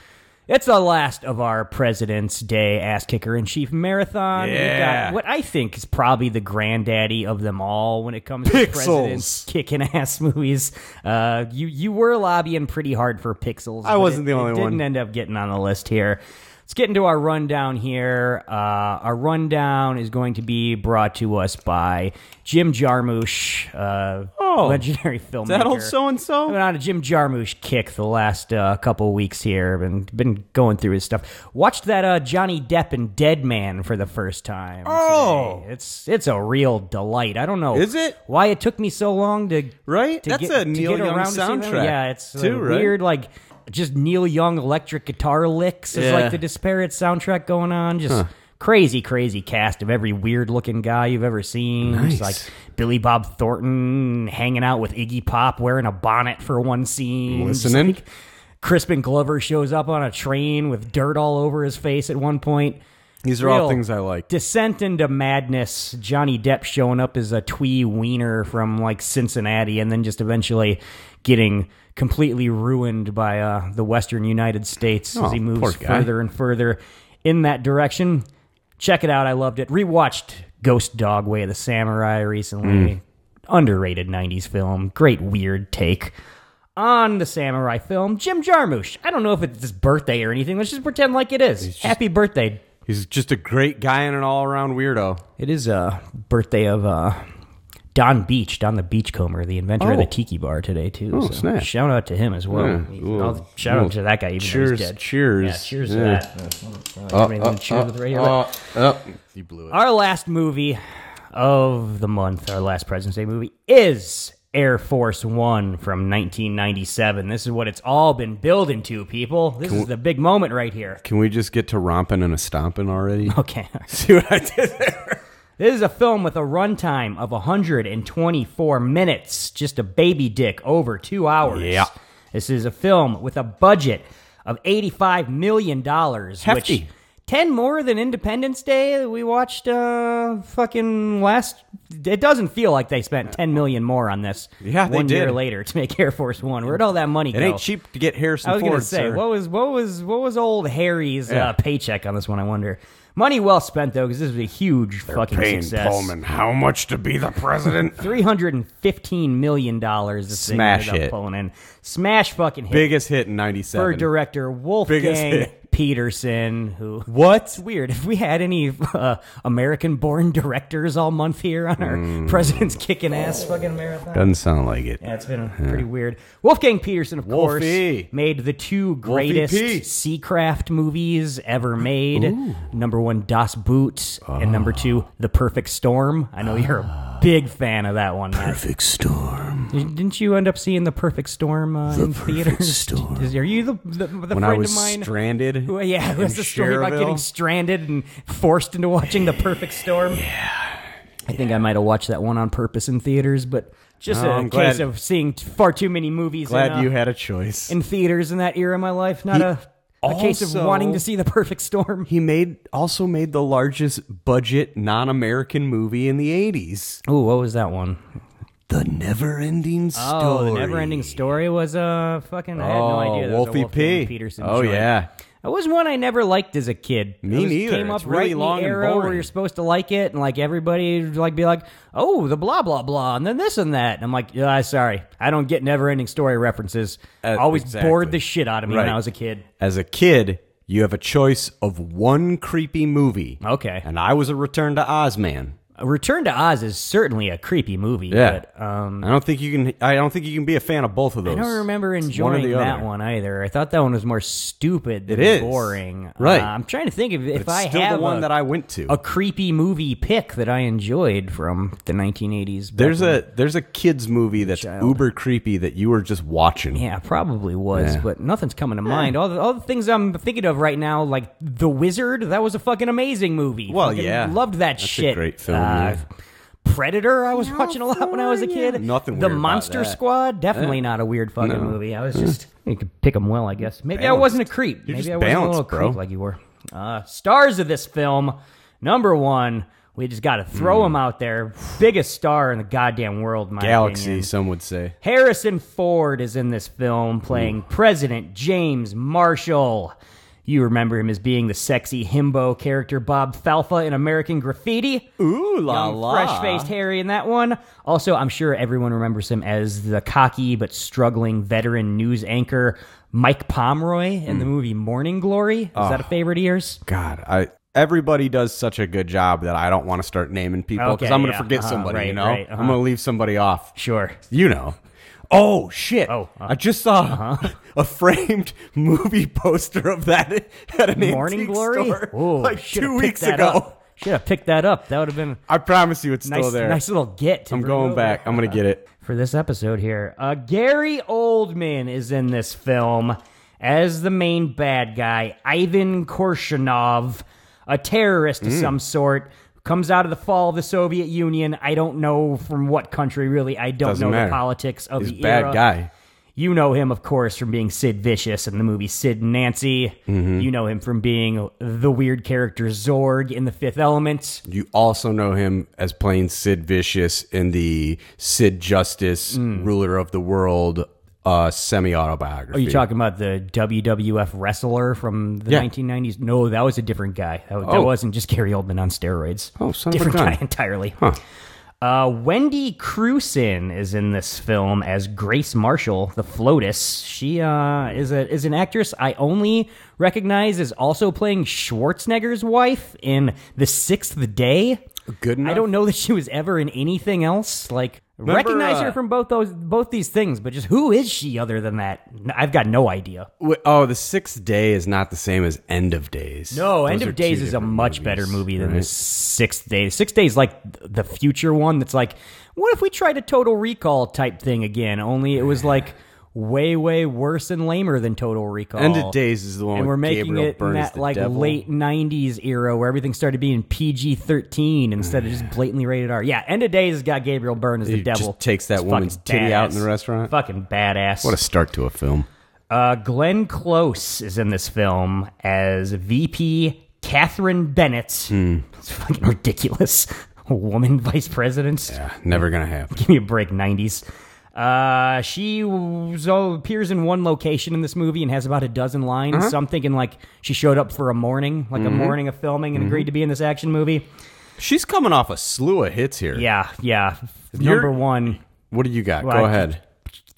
Speaker 3: It's the last of our President's Day ass kicker in chief marathon. We've got
Speaker 4: Yeah.
Speaker 3: what I think is probably the granddaddy of them all when it comes to
Speaker 4: Pixels.
Speaker 3: presidents kicking ass movies. Uh, you you were lobbying pretty hard for Pixels. but
Speaker 4: wasn't
Speaker 3: it-
Speaker 4: the only
Speaker 3: it Didn't
Speaker 4: one.
Speaker 3: end up getting on the list here. Let's get into our rundown here. Uh, our rundown is going to be brought to us by Jim Jarmusch, uh, legendary filmmaker.
Speaker 4: Oh. that old so-and-so?
Speaker 3: I've been on a Jim Jarmusch kick the last uh, couple weeks here. Been been going through his stuff. Watched that uh, Johnny Depp and Dead Man for the first time.
Speaker 4: Oh.
Speaker 3: today. it's it's a real delight. I don't know
Speaker 4: Is it?
Speaker 3: why it took me so long to
Speaker 4: Right?
Speaker 3: to
Speaker 4: That's
Speaker 3: get,
Speaker 4: a
Speaker 3: to
Speaker 4: Neil
Speaker 3: get
Speaker 4: Young
Speaker 3: around to seeing that.
Speaker 4: soundtrack,
Speaker 3: Yeah, it's uh,
Speaker 4: too, right?
Speaker 3: weird like. Just Neil Young electric guitar licks is
Speaker 4: Yeah.
Speaker 3: like the disparate soundtrack going on. Just crazy, crazy cast of every weird looking guy you've ever seen. It's
Speaker 4: Nice.
Speaker 3: like Billy Bob Thornton hanging out with Iggy Pop wearing a bonnet for one scene. Just
Speaker 4: Listening.
Speaker 3: like Crispin Glover shows up on a train with dirt all over his face at one point.
Speaker 4: These are all
Speaker 3: Real
Speaker 4: things I like.
Speaker 3: Descent into madness. Johnny Depp showing up as a twee wiener from like Cincinnati, and then just eventually getting completely ruined by uh, the Western United States as
Speaker 4: Oh,
Speaker 3: he
Speaker 4: poor
Speaker 3: moves
Speaker 4: guy.
Speaker 3: further and further in that direction. Check it out. I loved it. Rewatched Ghost Dog Way of the Samurai recently.
Speaker 4: Hmm.
Speaker 3: Underrated 90s film. Great weird take on the samurai film. Jim Jarmusch. I don't know if it's his birthday or anything. Let's just pretend like it is. Happy birthday,
Speaker 4: He's just a great guy and an all around weirdo.
Speaker 3: it is a birthday of uh, Don Beach, Don the Beachcomber, the inventor of the
Speaker 4: Oh.
Speaker 3: Tiki Bar today too.
Speaker 4: Oh,
Speaker 3: so
Speaker 4: snap.
Speaker 3: Shout out to him as well.
Speaker 4: Yeah.
Speaker 3: He-
Speaker 4: Ooh.
Speaker 3: I'll- shout
Speaker 4: Ooh.
Speaker 3: out to that guy. Even though he's
Speaker 4: Cheers,
Speaker 3: dead.
Speaker 4: cheers.
Speaker 3: Yeah, cheers
Speaker 4: Yeah. Uh,
Speaker 3: to that. I mean, cheers with right here.
Speaker 4: Oh, oh, you blew it.
Speaker 3: Our last movie of the month, our last President's Day movie, is Air Force One from 1997. This is what it's all been building to, people. This is the big moment right here.
Speaker 4: Can we just get to romping and a stomping already?
Speaker 3: Okay.
Speaker 4: See what I did there?
Speaker 3: This is a film with a runtime of 124 minutes, just a baby dick over two hours.
Speaker 4: Yeah.
Speaker 3: This is a film with a budget of $85 million. Which,
Speaker 4: Hefty.
Speaker 3: 10 more than Independence Day we watched uh, fucking last. It doesn't feel like they spent 10 million more on this
Speaker 4: Yeah, they
Speaker 3: one year
Speaker 4: did.
Speaker 3: later to make Air Force One. Where'd all that money
Speaker 4: It
Speaker 3: go?
Speaker 4: ain't cheap to get Harrison
Speaker 3: I was gonna
Speaker 4: Ford,
Speaker 3: say,
Speaker 4: sir.
Speaker 3: what was what was what was old Harry's
Speaker 4: Yeah.
Speaker 3: uh, paycheck on this one? I wonder. Money well spent though, because this was a huge fucking success.
Speaker 4: how much to be the president?
Speaker 3: Three hundred and fifteen million dollars. This
Speaker 4: Smash
Speaker 3: thing ended
Speaker 4: hit.
Speaker 3: up pulling in. Smash fucking hit
Speaker 4: Biggest hit in
Speaker 3: for
Speaker 4: '97.
Speaker 3: director Wolfgang
Speaker 4: hit.
Speaker 3: Peterson. Who It's
Speaker 4: what?
Speaker 3: weird. If we had any uh, American-born directors all month here on our
Speaker 4: Mm.
Speaker 3: president's kicking ass fucking marathon.
Speaker 4: Doesn't sound like it.
Speaker 3: Yeah, it's been pretty weird. Wolfgang Peterson, of
Speaker 4: Wolfie.
Speaker 3: course, made the two
Speaker 4: P.
Speaker 3: greatest Seacraft movies ever made. Number one, Das Boot, and number
Speaker 4: Ah.
Speaker 3: two, The Perfect Storm. I know you're a big fan of that one. Matt.
Speaker 4: Perfect storm.
Speaker 3: Didn't you end up seeing The Perfect Storm uh, in
Speaker 4: Perfect
Speaker 3: theaters?
Speaker 4: Storm.
Speaker 3: Is- are you the, the, the
Speaker 4: When
Speaker 3: friend
Speaker 4: I was
Speaker 3: of mine?
Speaker 4: stranded.
Speaker 3: who- yeah, who has
Speaker 4: in
Speaker 3: the story about
Speaker 4: Cherville.
Speaker 3: getting stranded and forced into watching The Perfect Storm? Yeah. I think I might have watched that one on purpose in theaters, but just
Speaker 4: No,
Speaker 3: a
Speaker 4: I'm
Speaker 3: case
Speaker 4: glad-
Speaker 3: of seeing t- far too many movies.
Speaker 4: Glad
Speaker 3: in, uh,
Speaker 4: you had a choice.
Speaker 3: in theaters in that era of my life. Not
Speaker 4: He
Speaker 3: a, a case of
Speaker 4: also-
Speaker 3: wanting to see the perfect storm.
Speaker 4: he made also made the largest budget non-American movie in the '80s.
Speaker 3: Ooh, what was that one?
Speaker 4: The Never-Ending Story.
Speaker 3: Oh, the never-ending story was uh, fucking. I had no idea. That was a
Speaker 4: Oh, Wolfie P.
Speaker 3: Peterson.
Speaker 4: oh
Speaker 3: joint.
Speaker 4: yeah,
Speaker 3: that was one I never liked as a kid.
Speaker 4: Me
Speaker 3: It was-
Speaker 4: neither.
Speaker 3: Came up
Speaker 4: It's really
Speaker 3: right
Speaker 4: long
Speaker 3: in
Speaker 4: and
Speaker 3: the era where
Speaker 4: boring.
Speaker 3: you're supposed to like it, and like everybody would, like be like, "Oh, the blah blah blah," and then this and that. And I'm like, "Yeah, sorry, I don't get never-ending story references.
Speaker 4: Uh,
Speaker 3: Always
Speaker 4: exactly.
Speaker 3: bored the shit out of me when
Speaker 4: Right.
Speaker 3: I was a kid."
Speaker 4: as a kid, you have a choice of one creepy movie.
Speaker 3: Okay.
Speaker 4: And I was a Return to Oz man.
Speaker 3: Return to Oz is certainly a creepy movie.
Speaker 4: Yeah.
Speaker 3: But, um,
Speaker 4: I don't think you can. I don't think you can be a fan of both of those.
Speaker 3: I don't remember
Speaker 4: It's
Speaker 3: enjoying
Speaker 4: one or the
Speaker 3: that
Speaker 4: other.
Speaker 3: one either. I thought that one was more stupid than
Speaker 4: It is.
Speaker 3: boring.
Speaker 4: Right.
Speaker 3: Uh, I'm trying to think if, if
Speaker 4: It's
Speaker 3: I
Speaker 4: still
Speaker 3: have
Speaker 4: the one
Speaker 3: a,
Speaker 4: that I went to.
Speaker 3: a creepy movie pick that I enjoyed from the 1980s. back
Speaker 4: there's
Speaker 3: when-
Speaker 4: a there's a kids movie that's uber creepy that you were just watching.
Speaker 3: yeah, probably was,
Speaker 4: Yeah.
Speaker 3: but nothing's coming to mind. All the, all the things I'm thinking of right now, like The Wizard, that was a fucking amazing movie.
Speaker 4: Well,
Speaker 3: Fucking
Speaker 4: yeah.
Speaker 3: loved that
Speaker 4: That's a
Speaker 3: shit.
Speaker 4: great film,
Speaker 3: Uh,
Speaker 4: yeah.
Speaker 3: Predator, I was watching a lot when I was a kid.
Speaker 4: Nothing
Speaker 3: The
Speaker 4: weird about
Speaker 3: Monster
Speaker 4: that. Mm.
Speaker 3: Squad, definitely not a weird fucking movie. I was just you could pick them well, I guess. Maybe I wasn't a creep.
Speaker 4: You're
Speaker 3: Maybe
Speaker 4: just
Speaker 3: I wasn't a
Speaker 4: balanced,
Speaker 3: little
Speaker 4: bro.
Speaker 3: creep like you were. Uh, stars of this film, number one, we just got to
Speaker 4: Mm.
Speaker 3: throw him out there. Biggest star in the goddamn world, in my
Speaker 4: Galaxy,
Speaker 3: opinion.
Speaker 4: some would say.
Speaker 3: Harrison Ford is in this film playing President James Marshall. You remember him as being the sexy himbo character Bob Falfa in American Graffiti.
Speaker 4: Ooh la
Speaker 3: Young, fresh-faced Harry in that one. Also, I'm sure everyone remembers him as the cocky but struggling veteran news anchor Mike Pomeroy in the
Speaker 4: Hmm.
Speaker 3: movie Morning Glory. Is that a favorite of yours?
Speaker 4: God, I everybody does such a good job that I don't want to start naming people because
Speaker 3: Okay,
Speaker 4: I'm going to
Speaker 3: yeah.
Speaker 4: forget
Speaker 3: Uh-huh,
Speaker 4: somebody.
Speaker 3: right,
Speaker 4: you know,
Speaker 3: right, uh-huh.
Speaker 4: I'm going to leave somebody off.
Speaker 3: Sure.
Speaker 4: You know. Oh shit!
Speaker 3: Oh, uh,
Speaker 4: I just saw a framed movie poster of that at an
Speaker 3: Morning
Speaker 4: antique
Speaker 3: Glory.
Speaker 4: store
Speaker 3: Ooh,
Speaker 4: like
Speaker 3: should've
Speaker 4: two
Speaker 3: picked
Speaker 4: weeks
Speaker 3: that
Speaker 4: ago.
Speaker 3: up. Should have picked that up. That would have been
Speaker 4: I promise you, it's
Speaker 3: nice,
Speaker 4: still there.
Speaker 3: nice little get. to
Speaker 4: I'm
Speaker 3: bring
Speaker 4: going
Speaker 3: over.
Speaker 4: back. I'm gonna get it.
Speaker 3: for this episode here. Uh, Gary Oldman is in this film as the main bad guy, Ivan Korshinov, a terrorist
Speaker 4: Hmm.
Speaker 3: of some sort. Comes out of the fall of the Soviet Union. I don't know from what country, really. I don't
Speaker 4: Doesn't
Speaker 3: know
Speaker 4: matter.
Speaker 3: the politics of
Speaker 4: He's
Speaker 3: the
Speaker 4: a bad
Speaker 3: era.
Speaker 4: guy.
Speaker 3: You know him, of course, from being Sid Vicious in the movie Sid and Nancy.
Speaker 4: Mm-hmm.
Speaker 3: You know him from being the weird character Zorg in The Fifth Element.
Speaker 4: You also know him as playing Sid Vicious in the Sid Justice
Speaker 3: Mm.
Speaker 4: Ruler of the World uh, semi autobiography.
Speaker 3: Are you talking about the WWF wrestler from the
Speaker 4: Yeah.
Speaker 3: 1990s? No, that was a different guy. That, that
Speaker 4: Oh.
Speaker 3: wasn't just Gary Oldman on steroids.
Speaker 4: Oh, son of a
Speaker 3: different
Speaker 4: gun.
Speaker 3: guy entirely. Uh, Wendy Crewson is in this film as Grace Marshall, the Floatus. She uh, is a is an actress I only recognize as also playing Schwarzenegger's wife in The Sixth Day.
Speaker 4: Good enough.
Speaker 3: I don't know that she was ever in anything else. Like Recognize her
Speaker 4: uh,
Speaker 3: from both those both these things, but just who is she other than that? N- I've got no idea.
Speaker 4: Wait, oh, the sixth day is not the same as End of Days.
Speaker 3: No,
Speaker 4: Those
Speaker 3: End
Speaker 4: are
Speaker 3: of
Speaker 4: two
Speaker 3: Days is a
Speaker 4: different
Speaker 3: much
Speaker 4: movies,
Speaker 3: better movie than the
Speaker 4: right?
Speaker 3: Sixth Day. Sixth Day is like th- the future one that's like, what if we tried a Total Recall type thing again? Only it was like way, way worse and lamer than Total Recall.
Speaker 4: End of Days is the one
Speaker 3: and
Speaker 4: with
Speaker 3: we're making
Speaker 4: Gabriel
Speaker 3: it in
Speaker 4: Byrne as
Speaker 3: that
Speaker 4: the
Speaker 3: like
Speaker 4: devil.
Speaker 3: late '90s era where everything started being PG-13 instead of just blatantly rated R. Yeah, End of Days has got Gabriel Byrne as the
Speaker 4: He just
Speaker 3: devil.
Speaker 4: takes that
Speaker 3: It's fucking
Speaker 4: woman's titty out in
Speaker 3: badass.
Speaker 4: the restaurant.
Speaker 3: Fucking badass.
Speaker 4: What a start to a film.
Speaker 3: Uh, Glenn Close is in this film as VP Catherine Bennett.
Speaker 4: Hmm.
Speaker 3: It's fucking ridiculous. A woman vice president.
Speaker 4: Yeah, never gonna happen.
Speaker 3: Give me a break, 90s. Uh, she was, oh, appears in one location in this movie and has about a dozen lines.
Speaker 4: Uh-huh.
Speaker 3: So I'm thinking like she showed up for a morning, like
Speaker 4: Mm-hmm.
Speaker 3: a morning of filming, and agreed to be in this action movie.
Speaker 4: She's coming off a slew of hits here.
Speaker 3: Yeah, yeah.
Speaker 4: you're-
Speaker 3: Number one.
Speaker 4: What do you got?
Speaker 3: Well,
Speaker 4: Go
Speaker 3: I-
Speaker 4: ahead.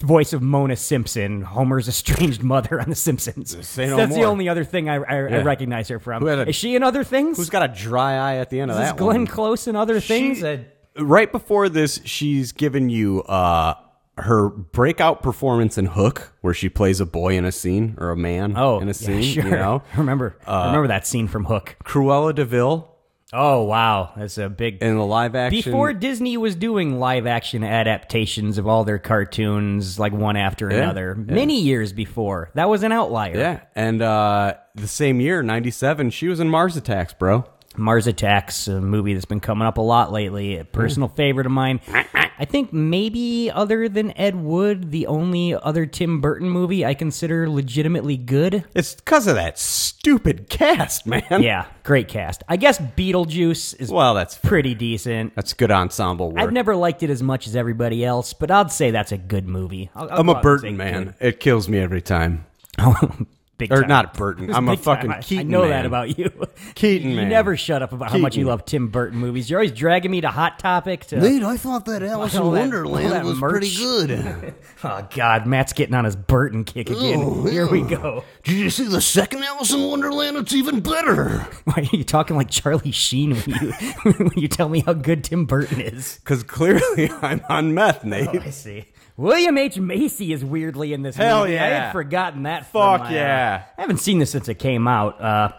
Speaker 3: voice of Mona Simpson, Homer's estranged mother on The Simpsons.
Speaker 4: Say no
Speaker 3: That's the
Speaker 4: more.
Speaker 3: only other thing I, I, I recognize her from.
Speaker 4: Who had a-
Speaker 3: Is she in other things?
Speaker 4: Who's got a dry eye at the end of
Speaker 3: Is this
Speaker 4: that
Speaker 3: Glenn
Speaker 4: one?
Speaker 3: Close in other things? Uh,
Speaker 4: right before this, she's given you uh, her breakout performance in Hook, where she plays a boy in a scene or a man
Speaker 3: oh,
Speaker 4: in
Speaker 3: yeah,
Speaker 4: a scene.
Speaker 3: sure.
Speaker 4: You know, Uh,
Speaker 3: I remember, I remember that scene from Hook.
Speaker 4: Cruella Deville
Speaker 3: Oh wow, that's a big.
Speaker 4: in the live action.
Speaker 3: Before Disney was doing live action adaptations of all their cartoons, like one after another, many years before, that was an outlier.
Speaker 4: yeah, and uh, the same year, '97, she was in Mars Attacks, bro.
Speaker 3: Mars Attacks, a movie that's been coming up a lot lately,
Speaker 4: Mm.
Speaker 3: a personal favorite of mine. I think maybe other than Ed Wood, the only other Tim Burton movie I consider legitimately good.
Speaker 4: It's because of that stupid cast, man.
Speaker 3: Yeah, great cast. I guess Beetlejuice is
Speaker 4: Well, that's
Speaker 3: pretty decent.
Speaker 4: that's good ensemble work.
Speaker 3: I've never liked it as much as everybody else, but I'd say that's a good movie. I'll, I'll
Speaker 4: I'm
Speaker 3: go
Speaker 4: a
Speaker 3: out and
Speaker 4: Burton
Speaker 3: say
Speaker 4: man. It kills me every time.
Speaker 3: good. Big
Speaker 4: Or
Speaker 3: time.
Speaker 4: not Burton. I'm a
Speaker 3: Big time.
Speaker 4: fucking
Speaker 3: I- I
Speaker 4: Keaton
Speaker 3: know that
Speaker 4: man.
Speaker 3: about you.
Speaker 4: Keaton
Speaker 3: You
Speaker 4: man.
Speaker 3: never shut up about how much you
Speaker 4: Keaton.
Speaker 3: love Tim Burton movies. You're always dragging me to Hot Topic to
Speaker 4: I thought that Alice
Speaker 3: in all that- Wonderland all that was merch. pretty
Speaker 4: good.
Speaker 3: Oh God, Matt's getting on his Burton kick again. Here we go.
Speaker 4: Did you see the second Alice in Wonderland? It's even better.
Speaker 3: Why are you talking like Charlie Sheen when you when you tell me how good Tim Burton is?
Speaker 4: Because clearly I'm on meth, Nate.
Speaker 3: I see. William H Macy is weirdly in this
Speaker 4: Hell
Speaker 3: movie. I
Speaker 4: yeah.
Speaker 3: had forgotten that.
Speaker 4: Fuck
Speaker 3: from my, uh,
Speaker 4: yeah.
Speaker 3: I haven't seen this since it came out. Uh,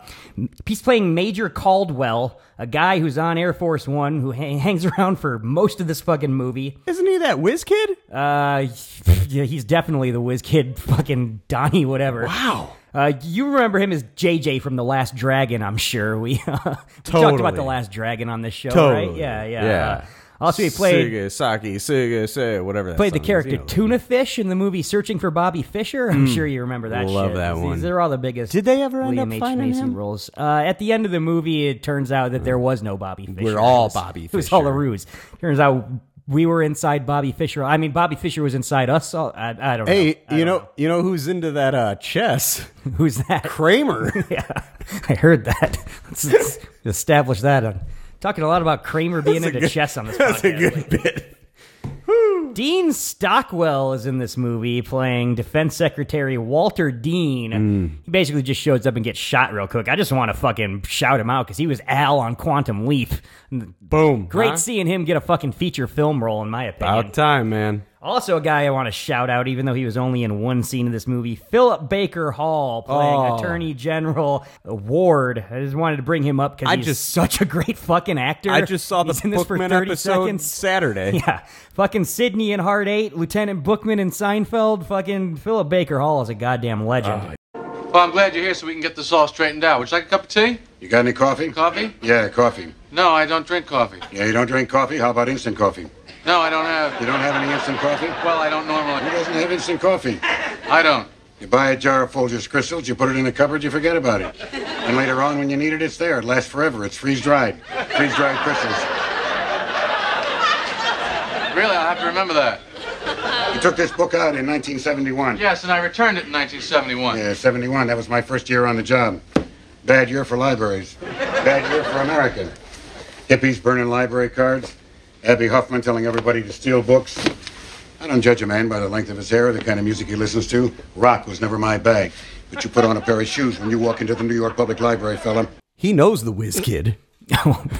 Speaker 3: he's playing Major Caldwell, a guy who's on Air Force One who ha- hangs around for most of this fucking movie.
Speaker 4: Isn't he that whiz kid?
Speaker 3: Uh, yeah, he's definitely the whiz kid, fucking Donnie, whatever.
Speaker 4: Wow.
Speaker 3: Uh, you remember him as JJ from The Last Dragon, I'm sure. We, uh, we talked about
Speaker 4: Totally.
Speaker 3: The Last Dragon on this show, right?
Speaker 4: Totally.
Speaker 3: Yeah, yeah.
Speaker 4: Yeah.
Speaker 3: Uh, also, he played
Speaker 4: Suga, Saki, Suga, Suga, whatever that
Speaker 3: played the
Speaker 4: song is,
Speaker 3: character
Speaker 4: you know.
Speaker 3: Tuna Fish in the movie Searching for Bobby Fisher. I'm sure you remember that.
Speaker 4: Hmm. Love
Speaker 3: shit.
Speaker 4: that
Speaker 3: These-
Speaker 4: one.
Speaker 3: These are all the biggest.
Speaker 4: Did they ever end
Speaker 3: William
Speaker 4: up
Speaker 3: H.
Speaker 4: finding
Speaker 3: Macy
Speaker 4: him?
Speaker 3: roles? Uh, at the end of the movie, it turns out that there was no Bobby Fisher.
Speaker 4: We're all
Speaker 3: It was-
Speaker 4: Bobby
Speaker 3: It was all a
Speaker 4: Fischer.
Speaker 3: ruse. Turns out we were inside Bobby Fisher. I mean, Bobby Fisher was inside us. All, I, I don't know.
Speaker 4: Hey,
Speaker 3: I
Speaker 4: you
Speaker 3: don't
Speaker 4: know, you know who's into that uh, chess?
Speaker 3: know. who's that?
Speaker 4: Kramer.
Speaker 3: Yeah, I heard that. Let's, let's establish that. I'm talking a lot about Kramer being into chess on this
Speaker 4: That's a
Speaker 3: podcast.
Speaker 4: good bit.
Speaker 3: Dean Stockwell is in this movie playing Defense Secretary Walter Dean.
Speaker 4: Hmm.
Speaker 3: He basically just shows up and gets shot real quick. I just want to fucking shout him out because he was Al on Quantum Leap.
Speaker 4: Boom.
Speaker 3: Great
Speaker 4: Huh?
Speaker 3: seeing him get a fucking feature film role, in my opinion.
Speaker 4: About time, man.
Speaker 3: Also, a guy I want to shout out, even though he was only in one scene of this movie, Philip Baker Hall playing
Speaker 4: Oh.
Speaker 3: Attorney General Ward. I just wanted to bring him up because
Speaker 4: I
Speaker 3: he's
Speaker 4: just-
Speaker 3: such a great fucking actor.
Speaker 4: I just saw the
Speaker 3: He's in this for
Speaker 4: Bookman
Speaker 3: 30
Speaker 4: episode
Speaker 3: seconds.
Speaker 4: Saturday.
Speaker 3: Yeah, fucking Sydney in Hard Eight, Lieutenant Bookman in Seinfeld, fucking Philip Baker Hall is a goddamn legend.
Speaker 8: Well, I'm glad you're here so we can get this all straightened out. Would you like a cup of tea?
Speaker 9: You got any coffee?
Speaker 8: Coffee?
Speaker 9: Yeah, coffee.
Speaker 8: No, I don't drink coffee.
Speaker 9: Yeah, you don't drink coffee? How about instant coffee?
Speaker 8: No, I don't have.
Speaker 9: You don't have any instant coffee?
Speaker 8: Well, I don't
Speaker 9: Who
Speaker 8: normally.
Speaker 9: doesn't have instant coffee?
Speaker 8: I don't.
Speaker 9: You buy a jar of Folgers Crystals, you put it in a cupboard, you forget about it. And later on, when you need it, it's there. It lasts forever. It's freeze dried. Freeze dried crystals.
Speaker 8: Really, I'll have to remember that.
Speaker 9: You took this book out in 1971.
Speaker 8: Yes, and I returned it in 1971.
Speaker 9: Yeah, 71. That was my first year on the job. Bad year for libraries. Bad year for America. Hippies burning library cards. Abby Hoffman telling everybody to steal books. I don't judge a man by the length of his hair or the kind of music he listens to. Rock was never my bag. But you put on a pair of shoes when you walk into the New York Public Library, fella.
Speaker 4: He knows the whiz kid.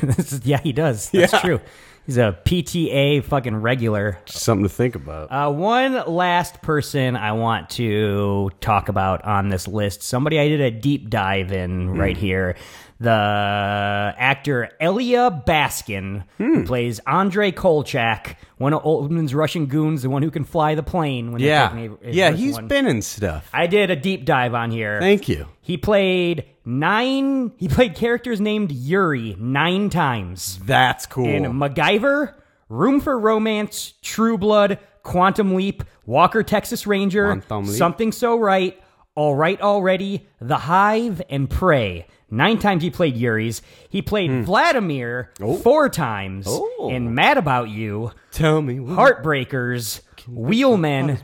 Speaker 3: This is- yeah, he does. That's
Speaker 4: Uh, Yeah.
Speaker 3: true. He's a PTA fucking regular.
Speaker 4: Something to think about.
Speaker 3: Uh, one last person I want to talk about on this list. Somebody I did a deep dive in
Speaker 4: Hmm.
Speaker 3: right here. The actor Elia Baskin,
Speaker 4: Hmm.
Speaker 3: who plays Andre Kolchak, one of Oldman's Russian goons, the one who can fly the plane. When
Speaker 4: yeah,
Speaker 3: they take
Speaker 4: yeah,
Speaker 3: he's
Speaker 4: he's been in stuff.
Speaker 3: I did a deep dive on here.
Speaker 4: Thank you.
Speaker 3: He played nine. He played characters named Yuri nine times
Speaker 4: That's cool.
Speaker 3: in MacGyver, Room for Romance, True Blood, Quantum Leap, Walker Texas Ranger,
Speaker 4: Quantum Leap.
Speaker 3: Something So Right, All Right Already, The Hive, and Prey. Nine times he played Yuri's. He played
Speaker 4: Hmm.
Speaker 3: Vladimir
Speaker 4: Oh.
Speaker 3: four times in Mad About You,
Speaker 4: Tell me. What
Speaker 3: Heartbreakers, Wheelmen,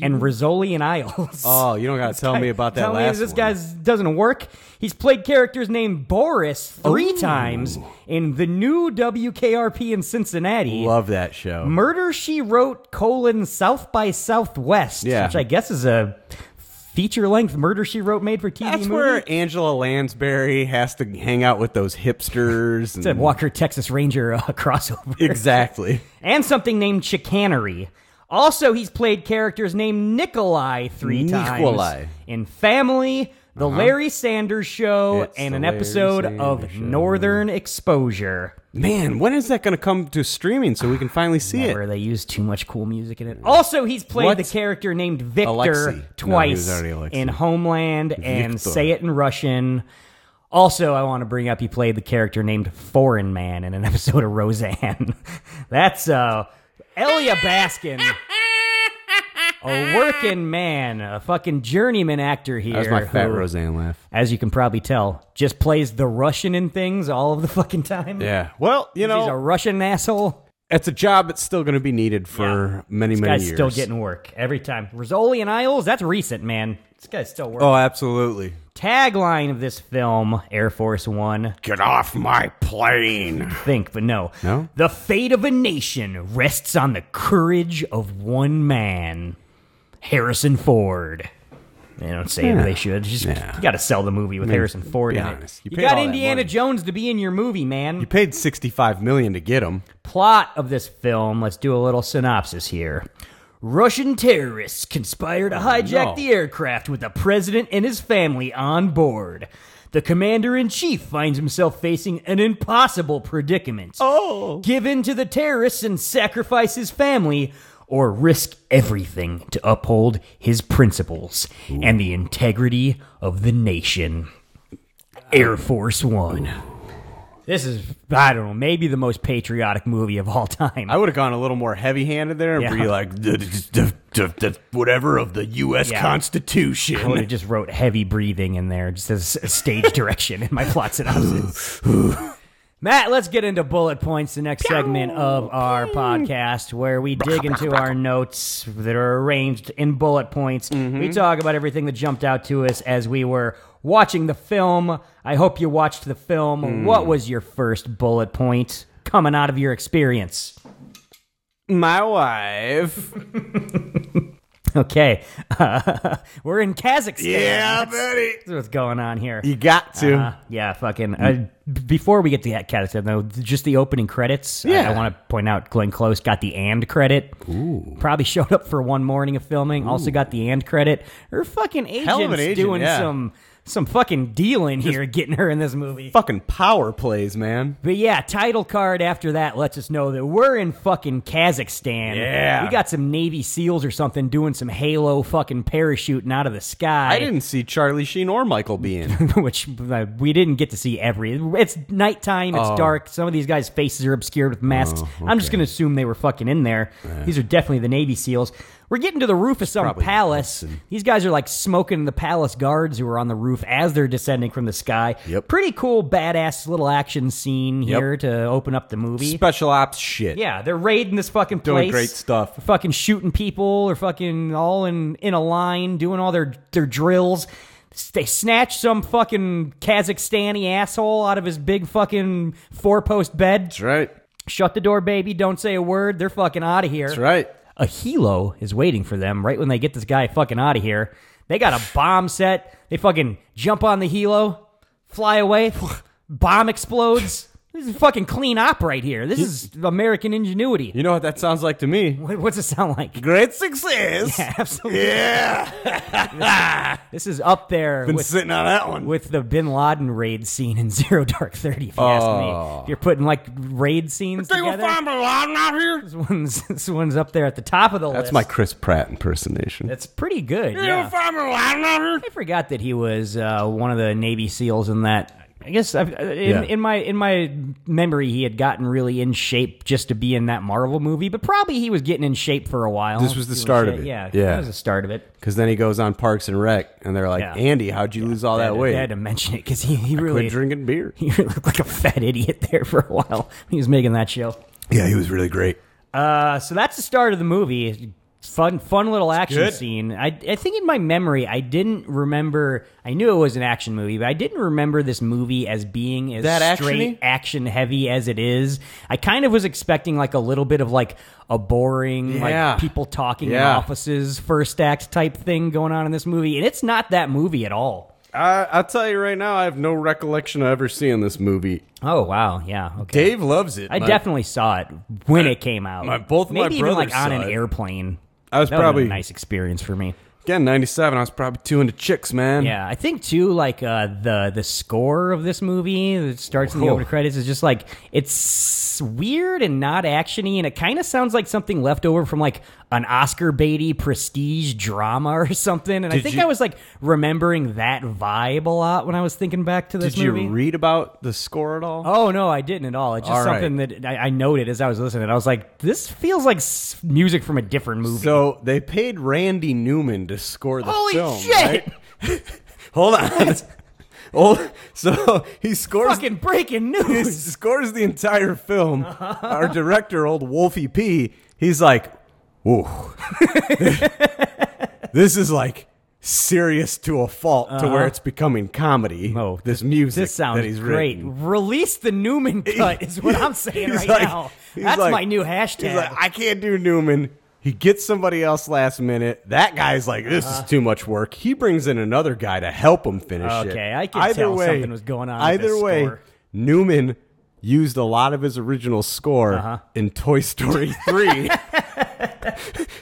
Speaker 3: and Rizzoli and Isles.
Speaker 4: Oh, you don't gotta tell me about that
Speaker 3: Tell me
Speaker 4: last
Speaker 3: this
Speaker 4: one.
Speaker 3: guy's doesn't work. He's played characters named Boris three times in the new WKRP in Cincinnati.
Speaker 4: Love that show.
Speaker 3: Murder She Wrote colon South by Southwest,
Speaker 4: Yeah.
Speaker 3: which I guess is a feature length Murder She Wrote made for TV
Speaker 4: That's
Speaker 3: movie.
Speaker 4: where Angela Lansbury has to hang out with those hipsters.
Speaker 3: it's a Walker Texas Ranger uh, crossover.
Speaker 4: Exactly.
Speaker 3: and something named Chicanery. Also, he's played characters named Nikolai three
Speaker 4: Nikolai. Uh-huh.
Speaker 3: times in Family, The Larry Sanders Show,
Speaker 4: It's
Speaker 3: and
Speaker 4: The
Speaker 3: an
Speaker 4: Larry
Speaker 3: episode
Speaker 4: Sanders
Speaker 3: of
Speaker 4: Show.
Speaker 3: Northern Exposure,
Speaker 4: Man, when is that going to come to streaming so we can finally see
Speaker 3: where
Speaker 4: it?
Speaker 3: they use too much cool music in it. Mm. Also, he's played
Speaker 4: What?
Speaker 3: the character named Victor
Speaker 4: Alexei. No, he
Speaker 3: twice
Speaker 4: was already Alexei.
Speaker 3: in Homeland and
Speaker 4: Victor.
Speaker 3: Say It in Russian. Also, I want to bring up he played the character named Foreign Man in an episode of Roseanne. That's uh, Elia Baskin. a working man, a fucking journeyman actor here.
Speaker 4: That was my fat
Speaker 3: who,
Speaker 4: Roseanne laugh.
Speaker 3: As you can probably tell, just plays the Russian in things all of the fucking time.
Speaker 4: Yeah. Well, you
Speaker 3: He's a
Speaker 4: know,
Speaker 3: Russian asshole.
Speaker 4: it's a job that's still going to be needed for many,
Speaker 3: This
Speaker 4: many
Speaker 3: guy's
Speaker 4: years.
Speaker 3: still getting work every time. Rizzoli and Isles, that's recent, man. This guy's still working.
Speaker 4: Oh, absolutely.
Speaker 3: Tagline of this film, Air Force One.
Speaker 4: Get off my plane.
Speaker 3: Think, but no.
Speaker 4: No?
Speaker 3: The fate of a nation rests on the courage of one man, Harrison Ford. They don't say it, but they should. Just, You got to sell the movie with Harrison Ford
Speaker 4: be
Speaker 3: in
Speaker 4: honest.
Speaker 3: it.
Speaker 4: You
Speaker 3: You,
Speaker 4: paid all
Speaker 3: got
Speaker 4: that
Speaker 3: Indiana
Speaker 4: money.
Speaker 3: Jones to be in your movie, man.
Speaker 4: You paid 65 million to get him.
Speaker 3: plot of this film, let's do a little synopsis here. Russian terrorists conspire to hijack
Speaker 4: no.
Speaker 3: the aircraft with the president and his family on board. The commander in chief finds himself facing an impossible predicament. Oh! Give in to the terrorists and sacrifice his family, or risk everything to uphold his principles and the integrity of the nation. Air Force One. This is, I don't know, maybe the most patriotic movie of all time.
Speaker 4: I would have gone a little more heavy handed there and
Speaker 3: Yeah.
Speaker 4: be like, "Duh, duh, duh, duh, duh, duh, whatever of the U.S.
Speaker 3: Yeah. I would
Speaker 4: Constitution.
Speaker 3: have just wrote heavy breathing in there, just as a stage direction in my plot synopsis. Matt, let's get into bullet points, the next segment of our podcast, where we dig into our notes that are arranged in bullet points.
Speaker 4: Mm-hmm.
Speaker 3: We talk about everything that jumped out to us as we were watching the film. I hope you watched the film.
Speaker 4: Mm.
Speaker 3: What was your first bullet point coming out of your experience?
Speaker 4: My wife.
Speaker 3: Okay. we're in Kazakhstan.
Speaker 4: Yeah,
Speaker 3: That's-
Speaker 4: buddy.
Speaker 3: That's what's going on here.
Speaker 4: You got to.
Speaker 3: Uh, yeah, fucking.
Speaker 4: Mm.
Speaker 3: Uh, b- before we get to that Kazakhstan, though, th- just the opening credits. I- I,
Speaker 4: Yeah.
Speaker 3: want to point out Glenn Close got the and credit. Probably showed up for one morning of filming. Also got the and credit. Her fucking agent's
Speaker 4: Hell of an agent,
Speaker 3: doing
Speaker 4: yeah.
Speaker 3: some some fucking dealing here, getting her in this movie.
Speaker 4: Fucking power plays, man.
Speaker 3: But yeah, title card after that lets us know that we're in fucking Kazakhstan.
Speaker 4: Yeah.
Speaker 3: We got some Navy SEALs or something doing some Halo fucking parachuting out of the sky.
Speaker 4: I didn't see Charlie Sheen or Michael Bean.
Speaker 3: Which uh, we didn't get to see every. It's nighttime, it's
Speaker 4: Oh.
Speaker 3: dark. Some of these guys' faces are obscured with masks. I'm just going to assume they were fucking in there. These are definitely the Navy SEALs. We're getting to the roof of some palace. These guys are like smoking the palace guards who are on the roof as they're descending from the sky.
Speaker 4: Yep.
Speaker 3: Pretty cool, badass little action scene
Speaker 4: Yep.
Speaker 3: here to open up the movie.
Speaker 4: Special ops shit.
Speaker 3: Yeah, they're raiding this fucking place.
Speaker 4: Doing great stuff.
Speaker 3: They're fucking shooting people or fucking all in in a line, doing all their their drills. S- They snatch some fucking Kazakhstani asshole out of his big fucking four post bed.
Speaker 4: That's right.
Speaker 3: Shut the door, baby. Don't say a word. They're fucking out of here.
Speaker 4: That's right.
Speaker 3: A helo is waiting for them right when they get this guy fucking out of here. They got a bomb set. They fucking jump on the helo, fly away, bomb explodes. This is fucking clean op right here. This is American ingenuity.
Speaker 4: You know what that sounds like to me?
Speaker 3: What- What's it sound like?
Speaker 4: Great success.
Speaker 3: Yeah, absolutely.
Speaker 4: Yeah.
Speaker 3: This is up there
Speaker 4: Been
Speaker 3: with,
Speaker 4: sitting on that one.
Speaker 3: with the Bin Laden raid scene in Zero Dark Thirty. If you
Speaker 4: Oh.
Speaker 3: ask me, If you're putting like raid scenes together.
Speaker 4: out here.
Speaker 3: this one's this one's up there at the top of the list.
Speaker 4: That's my Chris Pratt impersonation.
Speaker 3: That's pretty good. yeah.
Speaker 4: find out
Speaker 3: I forgot that he was uh, one of the Navy SEALs in that. I guess I've, uh, in,
Speaker 4: Yeah.
Speaker 3: in my in my memory, he had gotten really in shape just to be in that Marvel movie, but probably he was getting in shape for a while.
Speaker 4: This was the
Speaker 3: Doing
Speaker 4: start of
Speaker 3: shit.
Speaker 4: it.
Speaker 3: Yeah,
Speaker 4: Yeah.
Speaker 3: that was the start of it.
Speaker 4: Because then he goes on Parks and Rec, and they're like,
Speaker 3: Yeah.
Speaker 4: Andy, how'd you lose all
Speaker 3: They
Speaker 4: that
Speaker 3: had to-
Speaker 4: weight?
Speaker 3: they had to mention it because he, he really
Speaker 4: Uh, Quit drinking beer.
Speaker 3: he really looked like a fat idiot there for a while. He was making that show.
Speaker 4: Yeah, he was really great.
Speaker 3: Uh, so that's the start of the movie. Fun, fun little action
Speaker 1: good.
Speaker 3: scene. I, I think in my memory, I didn't remember. I knew it was an action movie, but I didn't remember this movie as being as
Speaker 4: That actiony?
Speaker 3: straight action heavy as it is. I kind of was expecting like a little bit of like a boring,
Speaker 4: Yeah.
Speaker 3: like people talking in
Speaker 4: Yeah.
Speaker 3: offices, first act type thing going on in this movie, and it's not that movie at all.
Speaker 4: I, I'll tell you right now, I have no recollection of ever seeing this movie.
Speaker 3: Oh wow, yeah, okay.
Speaker 4: Dave loves it.
Speaker 3: I
Speaker 4: My-
Speaker 3: definitely saw it when it came out.
Speaker 4: my- both of my
Speaker 3: maybe even like
Speaker 4: brothers
Speaker 3: on
Speaker 4: saw
Speaker 3: an
Speaker 4: it.
Speaker 3: airplane.
Speaker 4: I was
Speaker 3: That would've been
Speaker 4: probably-
Speaker 3: a nice experience for me.
Speaker 4: Again, 97, I was probably two into chicks, man.
Speaker 3: Yeah, I think too. Like uh, the the score of this movie that starts in the
Speaker 4: Whoa.
Speaker 3: opening credits is just like it's weird and not actiony, and it kind of sounds like something left over from like an Oscar Beatty prestige drama or something. And I
Speaker 4: Did
Speaker 3: think
Speaker 4: you-
Speaker 3: I was like remembering that vibe a lot when I was thinking back to this
Speaker 4: Did you
Speaker 3: movie.
Speaker 4: read about the score at all?
Speaker 3: Oh no, I didn't at all. It's just
Speaker 4: All right.
Speaker 3: something that I, I noted as I was listening. I was like, "This feels like s- music from a different movie."
Speaker 4: So they paid Randy Newman to score the
Speaker 3: Holy
Speaker 4: film.
Speaker 3: shit!
Speaker 4: right? Hold on. oh, so he scores
Speaker 3: Fucking breaking
Speaker 4: he
Speaker 3: news.
Speaker 4: scores the entire film. Our director, old Wolfie P, he's like, "Ooh, this is like serious to a fault to where it's becoming comedy."
Speaker 3: No,
Speaker 4: this music
Speaker 3: Uh-huh. Oh, This sounds
Speaker 4: that he's
Speaker 3: great.
Speaker 4: written.
Speaker 3: Release the Newman cut is what I'm saying
Speaker 4: He's
Speaker 3: right
Speaker 4: like-
Speaker 3: now.
Speaker 4: he's
Speaker 3: That's
Speaker 4: like-
Speaker 3: my new hashtag.
Speaker 4: He's like, I can't do Newman. He gets somebody else last minute. That guy's like, this
Speaker 3: Uh-huh.
Speaker 4: is too much work. He brings in another guy to help him finish it.
Speaker 3: Okay, I could tell something was going on with
Speaker 4: Either
Speaker 3: this
Speaker 4: way,
Speaker 3: score.
Speaker 4: Newman used a lot of his original score
Speaker 3: Uh-huh.
Speaker 4: in Toy Story 3.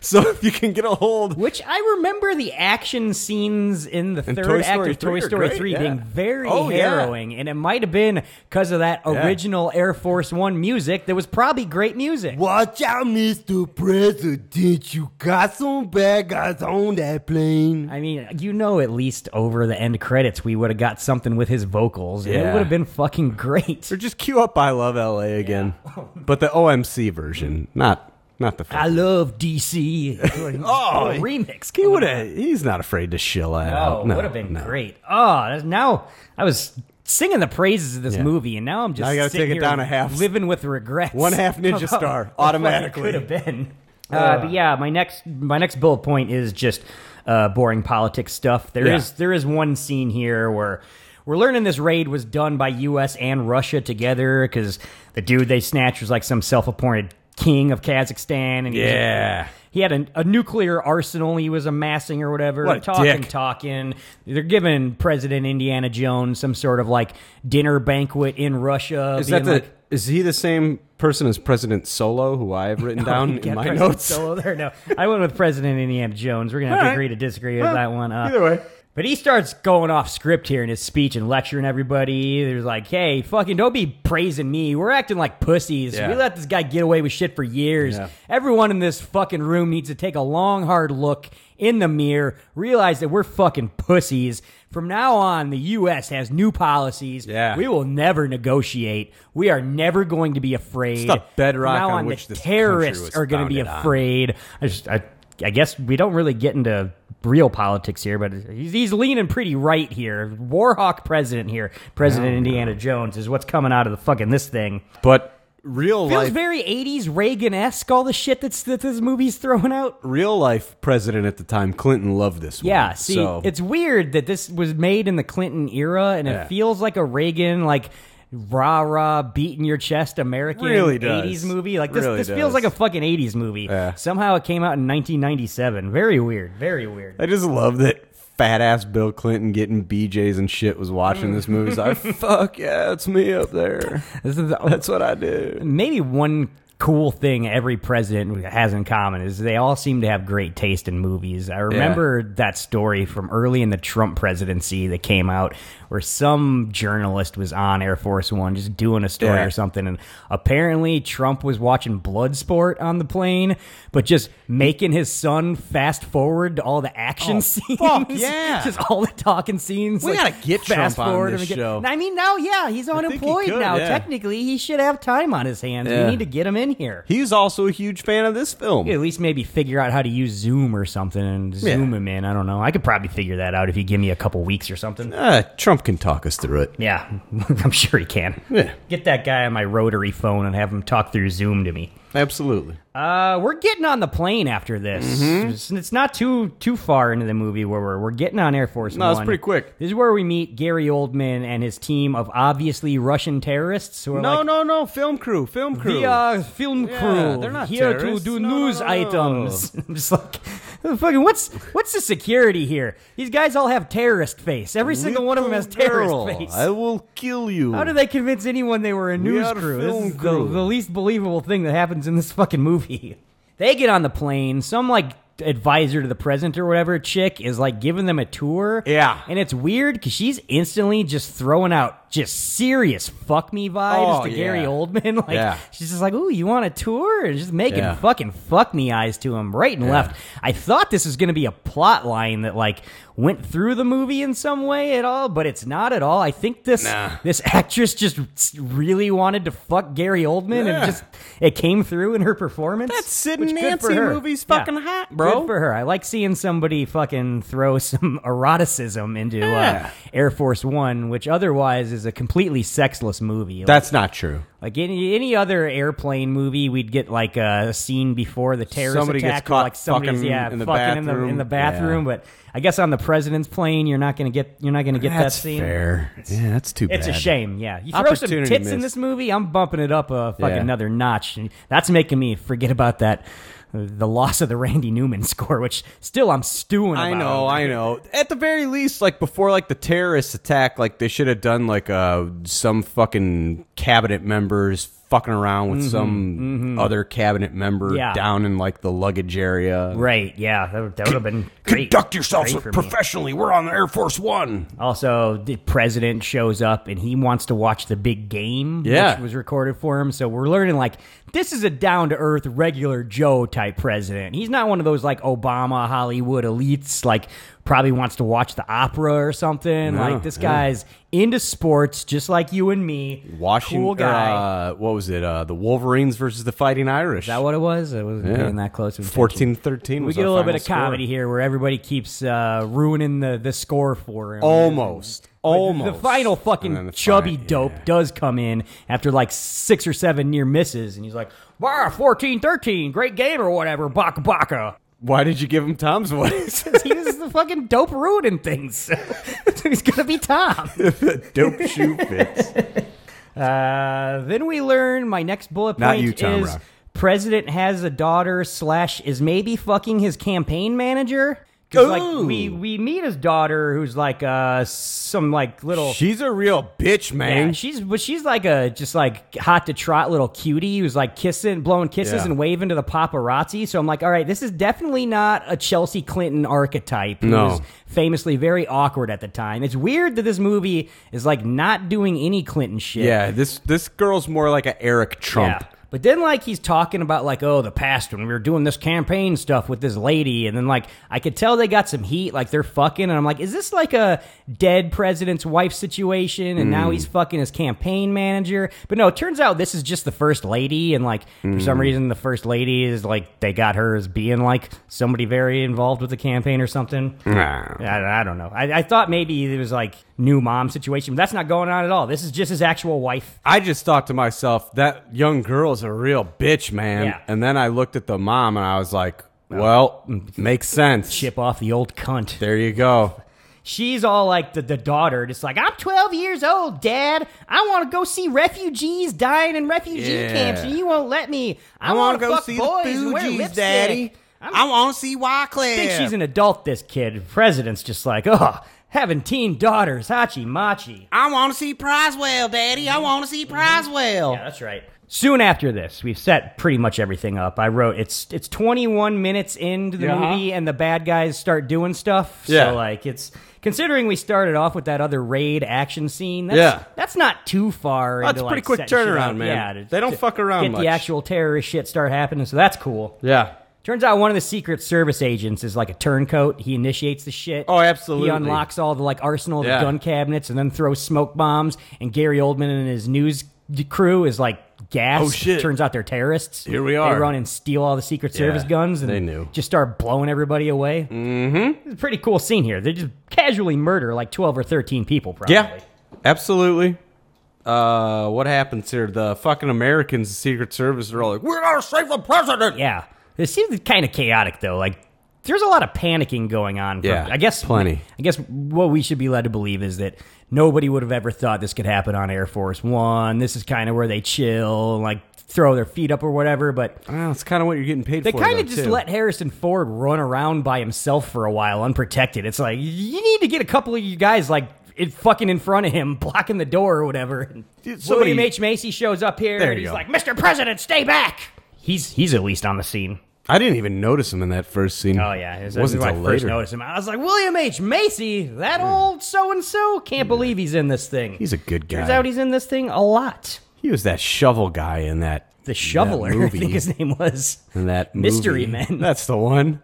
Speaker 4: so if you can get a hold.
Speaker 3: Which I remember the action scenes in the
Speaker 4: And
Speaker 3: third
Speaker 4: Toy
Speaker 3: act
Speaker 4: Story
Speaker 3: of
Speaker 4: 3
Speaker 3: Toy
Speaker 4: are
Speaker 3: Story
Speaker 4: great,
Speaker 3: 3
Speaker 4: yeah.
Speaker 3: being very
Speaker 4: Oh, yeah.
Speaker 3: harrowing, and it might have been because of that
Speaker 4: Yeah.
Speaker 3: original Air Force One music that was probably great music.
Speaker 4: Watch out, Mr. President. You got some bad guys on that plane.
Speaker 3: I mean, you know, at least over the end credits, we would have got something with his vocals, and it
Speaker 4: Yeah.
Speaker 3: would have been fucking great.
Speaker 4: Or just cue up I Love LA again.
Speaker 3: Oh,
Speaker 4: but the OMC version, not not the
Speaker 3: I
Speaker 4: full.
Speaker 3: love DC. oh, remix.
Speaker 4: He
Speaker 3: coming
Speaker 4: would
Speaker 3: up.
Speaker 4: have he's not afraid to shill that
Speaker 3: Oh,
Speaker 4: out. No,
Speaker 3: would have been
Speaker 4: no.
Speaker 3: great. Oh, that's- now I was singing the praises of this
Speaker 4: Yeah.
Speaker 3: movie, and now I'm just
Speaker 4: Now you gotta
Speaker 3: sitting
Speaker 4: take it
Speaker 3: here
Speaker 4: down a half-
Speaker 3: living with regrets.
Speaker 4: One half Ninja
Speaker 3: about
Speaker 4: Star,
Speaker 3: what
Speaker 4: automatically.
Speaker 3: it could have been. Uh, but yeah, my next my next bullet point is just uh, boring politics stuff. There is
Speaker 4: Yeah.
Speaker 3: there is one scene here where. We're learning this raid was done by U.S. and Russia together because the dude they snatched was like some self-appointed king of Kazakhstan, and he was-
Speaker 4: Yeah.
Speaker 3: he had a, a nuclear arsenal he was amassing or whatever.
Speaker 4: What a
Speaker 3: talking,
Speaker 4: dick.
Speaker 3: talking. They're giving President Indiana Jones some sort of like dinner banquet in Russia.
Speaker 4: Is
Speaker 3: being
Speaker 4: that the
Speaker 3: like,
Speaker 4: is he the same person as President Solo who I have written down
Speaker 3: Oh, Yeah,
Speaker 4: in my
Speaker 3: President
Speaker 4: notes?
Speaker 3: Solo there. No, I went with President Indiana Jones. We're gonna have to
Speaker 4: All right.
Speaker 3: agree to disagree with
Speaker 4: Well,
Speaker 3: that one. Uh,
Speaker 4: either way.
Speaker 3: But he starts going off script here in his speech and lecturing everybody. There's like, hey, fucking don't be praising me. We're acting like pussies.
Speaker 4: Yeah.
Speaker 3: We let this guy get away with shit for years.
Speaker 4: Yeah.
Speaker 3: Everyone in this fucking room needs to take a long, hard look in the mirror, realize that we're fucking pussies. From now on, the U.S. has new policies.
Speaker 4: Yeah.
Speaker 3: We will never negotiate. We are never going to be afraid.
Speaker 4: It's the bedrock
Speaker 3: From now
Speaker 4: on
Speaker 3: on,
Speaker 4: which
Speaker 3: the
Speaker 4: this country was
Speaker 3: terrorists are going to be
Speaker 4: founded on.
Speaker 3: afraid. I just, I, I guess we don't really get into real politics here, but he's, he's leaning pretty right here. Warhawk president here,
Speaker 4: Oh,
Speaker 3: President Indiana Jones is what's coming out of the fucking this thing.
Speaker 4: But real
Speaker 3: Feels
Speaker 4: life
Speaker 3: very '80s Reagan esque. All the shit that's that this movie's throwing out.
Speaker 4: real life president at the time, Clinton loved this one.
Speaker 3: Yeah, see,
Speaker 4: so-
Speaker 3: it's weird that this was made in the Clinton era, and
Speaker 4: Yeah.
Speaker 3: it feels like a Reagan like rah rah beating your chest American
Speaker 4: Really does.
Speaker 3: 80s movie. Like this,
Speaker 4: Really
Speaker 3: this
Speaker 4: does.
Speaker 3: feels like a fucking 80s movie.
Speaker 4: Yeah.
Speaker 3: Somehow it came out in 1997. Very weird. Very weird.
Speaker 4: I just love that fat ass Bill Clinton getting BJ's and shit was watching this movie. He's like, fuck yeah, it's me up there.
Speaker 3: This is
Speaker 4: That's what I do.
Speaker 3: maybe one cool thing every president has in common is they all seem to have great taste in movies. I remember that story from early in the Trump presidency that came out where some journalist was on Air Force One just doing a story
Speaker 4: Yeah.
Speaker 3: or something, and apparently Trump was watching Bloodsport on the plane, but just making his son fast forward to all the action scenes.
Speaker 4: Oh, fuck, yeah.
Speaker 3: just all the talking scenes.
Speaker 4: We gotta get
Speaker 3: fast
Speaker 4: Trump on
Speaker 3: forward
Speaker 4: this
Speaker 3: and get-
Speaker 4: show.
Speaker 3: I mean, now, yeah, he's
Speaker 4: think he
Speaker 3: unemployed
Speaker 4: could,
Speaker 3: now.
Speaker 4: yeah.
Speaker 3: Technically, he should have time on his hands.
Speaker 4: Yeah.
Speaker 3: We need to get him in here.
Speaker 4: He's also a huge fan of this film.
Speaker 3: At least maybe figure out how to use Zoom or something and Zoom him in. I don't know. I could probably figure that out if you give me a couple weeks or something.
Speaker 4: Uh, Trump can talk us through it.
Speaker 3: Yeah, I'm sure he can.
Speaker 4: Yeah.
Speaker 3: Get that guy on my rotary phone and have him talk through Zoom to me.
Speaker 4: Absolutely.
Speaker 3: Uh, we're getting on the plane after this.
Speaker 4: Mm-hmm.
Speaker 3: It's, it's not too too far into the movie where we're we're getting on Air Force
Speaker 4: No,
Speaker 3: One.
Speaker 4: it's pretty quick.
Speaker 3: This is where we meet Gary Oldman and his team of obviously Russian terrorists. Who are
Speaker 4: No,
Speaker 3: like,
Speaker 4: no, no. Film crew. Film crew.
Speaker 3: The uh, film
Speaker 4: Yeah,
Speaker 3: crew.
Speaker 4: they're not
Speaker 3: here
Speaker 4: terrorists.
Speaker 3: to do
Speaker 4: No, no,
Speaker 3: news
Speaker 4: no, no.
Speaker 3: items. I'm just like, fucking, what's what's the security here? These guys all have terrorist face. Every single one of them has terrorist
Speaker 4: Girl,
Speaker 3: face.
Speaker 4: I will kill you.
Speaker 3: How did they convince anyone they were a news
Speaker 4: are
Speaker 3: crew?
Speaker 4: film
Speaker 3: This is
Speaker 4: crew.
Speaker 3: The, the least believable thing that happens in this fucking movie. They get on the plane. Some like advisor to the president or whatever chick is like giving them a tour.
Speaker 4: Yeah.
Speaker 3: and it's weird because she's instantly just throwing out just serious fuck me vibes
Speaker 4: Oh,
Speaker 3: to
Speaker 4: yeah.
Speaker 3: Gary Oldman. Like
Speaker 4: Yeah.
Speaker 3: she's just like, "Ooh, you want a tour?" and just making
Speaker 4: Yeah.
Speaker 3: fucking fuck me eyes to him right and left. I thought this was going to be a plot line that like went through the movie in some way at all, but it's not at all. I think this this actress just really wanted to fuck Gary Oldman, and
Speaker 4: Yeah.
Speaker 3: it just it came through in her performance.
Speaker 4: That Sid
Speaker 3: which
Speaker 4: and
Speaker 3: good for
Speaker 4: Nancy
Speaker 3: her.
Speaker 4: movie's fucking hot, bro.
Speaker 3: Good for her. I like seeing somebody fucking throw some eroticism into
Speaker 4: Yeah.
Speaker 3: uh, Air Force One, which otherwise is a completely sexless movie.
Speaker 4: That's not true.
Speaker 3: Like any any other airplane movie, we'd get like a scene before the terrorist
Speaker 4: Somebody
Speaker 3: attack,
Speaker 4: gets
Speaker 3: or,
Speaker 4: caught
Speaker 3: like somebody's
Speaker 4: fucking
Speaker 3: yeah
Speaker 4: in the
Speaker 3: fucking in the in
Speaker 4: bathroom.
Speaker 3: the bathroom. But I guess on the president's plane, you're not gonna get you're not gonna get
Speaker 4: that's
Speaker 3: that scene.
Speaker 4: fair. Yeah, that's too bad.
Speaker 3: It's a shame. Yeah, you throw some
Speaker 4: Opportunity
Speaker 3: tits in
Speaker 4: missed.
Speaker 3: this movie, I'm bumping it up a fucking
Speaker 4: Yeah.
Speaker 3: another notch. And That's making me forget about that the loss of the Randy Newman score, which still I'm stewing.
Speaker 4: I
Speaker 3: about.
Speaker 4: know, I know. At the very least, like before, like the terrorist attack, like they should have done like uh some fucking cabinet members fucking around with some other cabinet member
Speaker 3: Yeah.
Speaker 4: down in like the luggage area.
Speaker 3: Right? Yeah, that, would- that would have been great.
Speaker 4: Conduct yourselves
Speaker 3: Great for me.
Speaker 4: professionally. We're on the Air Force One.
Speaker 3: Also, the president shows up and he wants to watch the big game,
Speaker 4: Yeah.
Speaker 3: which was recorded for him. So we're learning like this is a down to earth, regular Joe type president. He's not one of those like Obama Hollywood elites. Like probably wants to watch the opera or something. like this guy's into sports, just like you and me.
Speaker 4: Washington.
Speaker 3: cool guy.
Speaker 4: Uh, what was it? Uh, the Wolverines versus the Fighting Irish.
Speaker 3: Is that what it was? I wasn't getting that close. to attention.
Speaker 4: 14-13
Speaker 3: We
Speaker 4: was
Speaker 3: get
Speaker 4: our
Speaker 3: a little bit
Speaker 4: final
Speaker 3: of comedy
Speaker 4: score.
Speaker 3: here, where everybody keeps uh, ruining the the score for him.
Speaker 4: Almost.
Speaker 3: But
Speaker 4: Almost.
Speaker 3: The final
Speaker 4: And then
Speaker 3: fucking
Speaker 4: the
Speaker 3: chubby
Speaker 4: fi-
Speaker 3: dope
Speaker 4: yeah.
Speaker 3: does come in after like six or seven near misses, and he's like, wow, 14 13, great game or whatever, baka baka.
Speaker 4: Why did you give him Tom's voice?
Speaker 3: He is the fucking dope ruining things. he's gonna be Tom.
Speaker 4: Dope shoe fits.
Speaker 3: Uh, then we learn my next bullet
Speaker 4: Not
Speaker 3: point
Speaker 4: you, Tom
Speaker 3: is
Speaker 4: Rock.
Speaker 3: president has a daughter slash is maybe fucking his campaign manager. Cause like
Speaker 4: Ooh.
Speaker 3: we we meet his daughter who's like uh some like little
Speaker 4: She's a real bitch, man.
Speaker 3: Yeah, she's but she's like a just like hot to trot little cutie who's like kissing, blowing kisses
Speaker 4: Yeah.
Speaker 3: and waving to the paparazzi. So I'm like, all right, this is definitely not a Chelsea Clinton archetype. who
Speaker 4: No.
Speaker 3: was famously very awkward at the time. It's weird that this movie is like not doing any Clinton shit.
Speaker 4: yeah, this this girl's more like a Eric Trump.
Speaker 3: Yeah. But then, like, he's talking about, like, oh, the past when we were doing this campaign stuff with this lady. And then, like, I could tell they got some heat, like, they're fucking. And I'm like, is this like a dead president's wife situation? And now he's fucking his campaign manager. But no, it turns out this is just the first lady. And, like, for some reason, the first lady is, like, they got her as being, like, somebody very involved with the campaign or something.
Speaker 4: Mm.
Speaker 3: I, I don't know. I, I thought maybe it was, like, new mom situation. But that's not going on at all. This is just his actual wife.
Speaker 4: I just thought to myself, that young girl's a real bitch, man.
Speaker 3: Yeah. Oh.
Speaker 4: And then I looked at the mom and I was like, well, makes sense.
Speaker 3: Chip off the old cunt.
Speaker 4: There you go.
Speaker 3: she's all like the, the daughter, just like, I'm 12 years old, Dad. I want to go see refugees dying in refugee
Speaker 4: Yeah.
Speaker 3: camps, and you won't let me. I,
Speaker 4: I wanna
Speaker 3: want to
Speaker 4: go
Speaker 3: fuck
Speaker 4: see the
Speaker 3: boys and wear
Speaker 4: Fugees,
Speaker 3: lipstick.
Speaker 4: Daddy.
Speaker 10: I'm on C. Wycliffe.
Speaker 3: I think she's an adult, this kid. President's just like, oh, having teen daughters, hachi machi.
Speaker 10: I want to see Prizewell, Daddy. I want to see Prizewell.
Speaker 3: Yeah, that's right. Soon after this, we've set pretty much everything up. I wrote it's it's 21 minutes into the
Speaker 10: Yeah.
Speaker 3: movie, and the bad guys start doing stuff.
Speaker 4: Yeah.
Speaker 3: So like it's considering we started off with that other raid action scene. That's,
Speaker 4: Yeah.
Speaker 3: that's not too far.
Speaker 4: That's
Speaker 3: into,
Speaker 4: pretty
Speaker 3: like,
Speaker 4: quick
Speaker 3: setting shit
Speaker 4: turnaround,
Speaker 3: up.
Speaker 4: man.
Speaker 3: Yeah, to-
Speaker 4: They don't
Speaker 3: to
Speaker 4: fuck around
Speaker 3: Get
Speaker 4: much.
Speaker 3: the actual terrorist shit start happening, so that's cool.
Speaker 4: Yeah.
Speaker 3: Turns out one of the Secret Service agents is like a turncoat. He initiates the shit.
Speaker 4: Oh, absolutely.
Speaker 3: He unlocks all the like arsenal of the
Speaker 4: Yeah.
Speaker 3: gun cabinets and then throws smoke bombs. And Gary Oldman and his news d- crew is like gas.
Speaker 4: Oh, shit.
Speaker 3: Turns out they're terrorists.
Speaker 4: Here we
Speaker 3: They
Speaker 4: are.
Speaker 3: run and steal all the Secret Service
Speaker 4: Yeah,
Speaker 3: guns and
Speaker 4: they knew.
Speaker 3: just start blowing everybody away. Mm-hmm. It's a pretty cool scene here. They just casually murder like twelve or thirteen people. Probably.
Speaker 4: Yeah, absolutely. Uh, what happens here? The fucking Americans, the Secret Service, are all like, "We're gonna save the president."
Speaker 3: Yeah. It seems kind of chaotic though. Like there's a lot of panicking going on. from-
Speaker 4: Yeah,
Speaker 3: I guess
Speaker 4: plenty.
Speaker 3: I guess what we should be led to believe is that nobody would have ever thought this could happen on Air Force One. This is kind of where they chill, like throw their feet up or whatever. But
Speaker 4: Well, it's kind of what you're getting paid
Speaker 3: they
Speaker 4: for.
Speaker 3: kind
Speaker 4: though,
Speaker 3: of just
Speaker 4: too.
Speaker 3: let Harrison Ford run around by himself for a while, unprotected. It's like you need to get a couple of you guys like. It fucking in front of him, blocking the door or whatever.
Speaker 4: Dude, somebody-
Speaker 3: William H Macy shows up here,
Speaker 4: There
Speaker 3: and
Speaker 4: you
Speaker 3: he's
Speaker 4: go.
Speaker 3: like, "Mr. President, stay back." He's he's at least on the scene.
Speaker 4: I didn't even notice him in that first scene.
Speaker 3: Oh yeah, it was,
Speaker 4: wasn't
Speaker 3: my
Speaker 4: till
Speaker 3: first
Speaker 4: later.
Speaker 3: notice him. I was like, William H Macy, that old so and so, can't believe he's in this thing.
Speaker 4: He's a good guy.
Speaker 3: Turns out he's in this thing a lot.
Speaker 4: he was that shovel guy in that
Speaker 3: The shoveler,
Speaker 4: that
Speaker 3: I
Speaker 4: movie.
Speaker 3: think his name was.
Speaker 4: in that
Speaker 3: Mystery
Speaker 4: movie.
Speaker 3: Man.
Speaker 4: That's the one.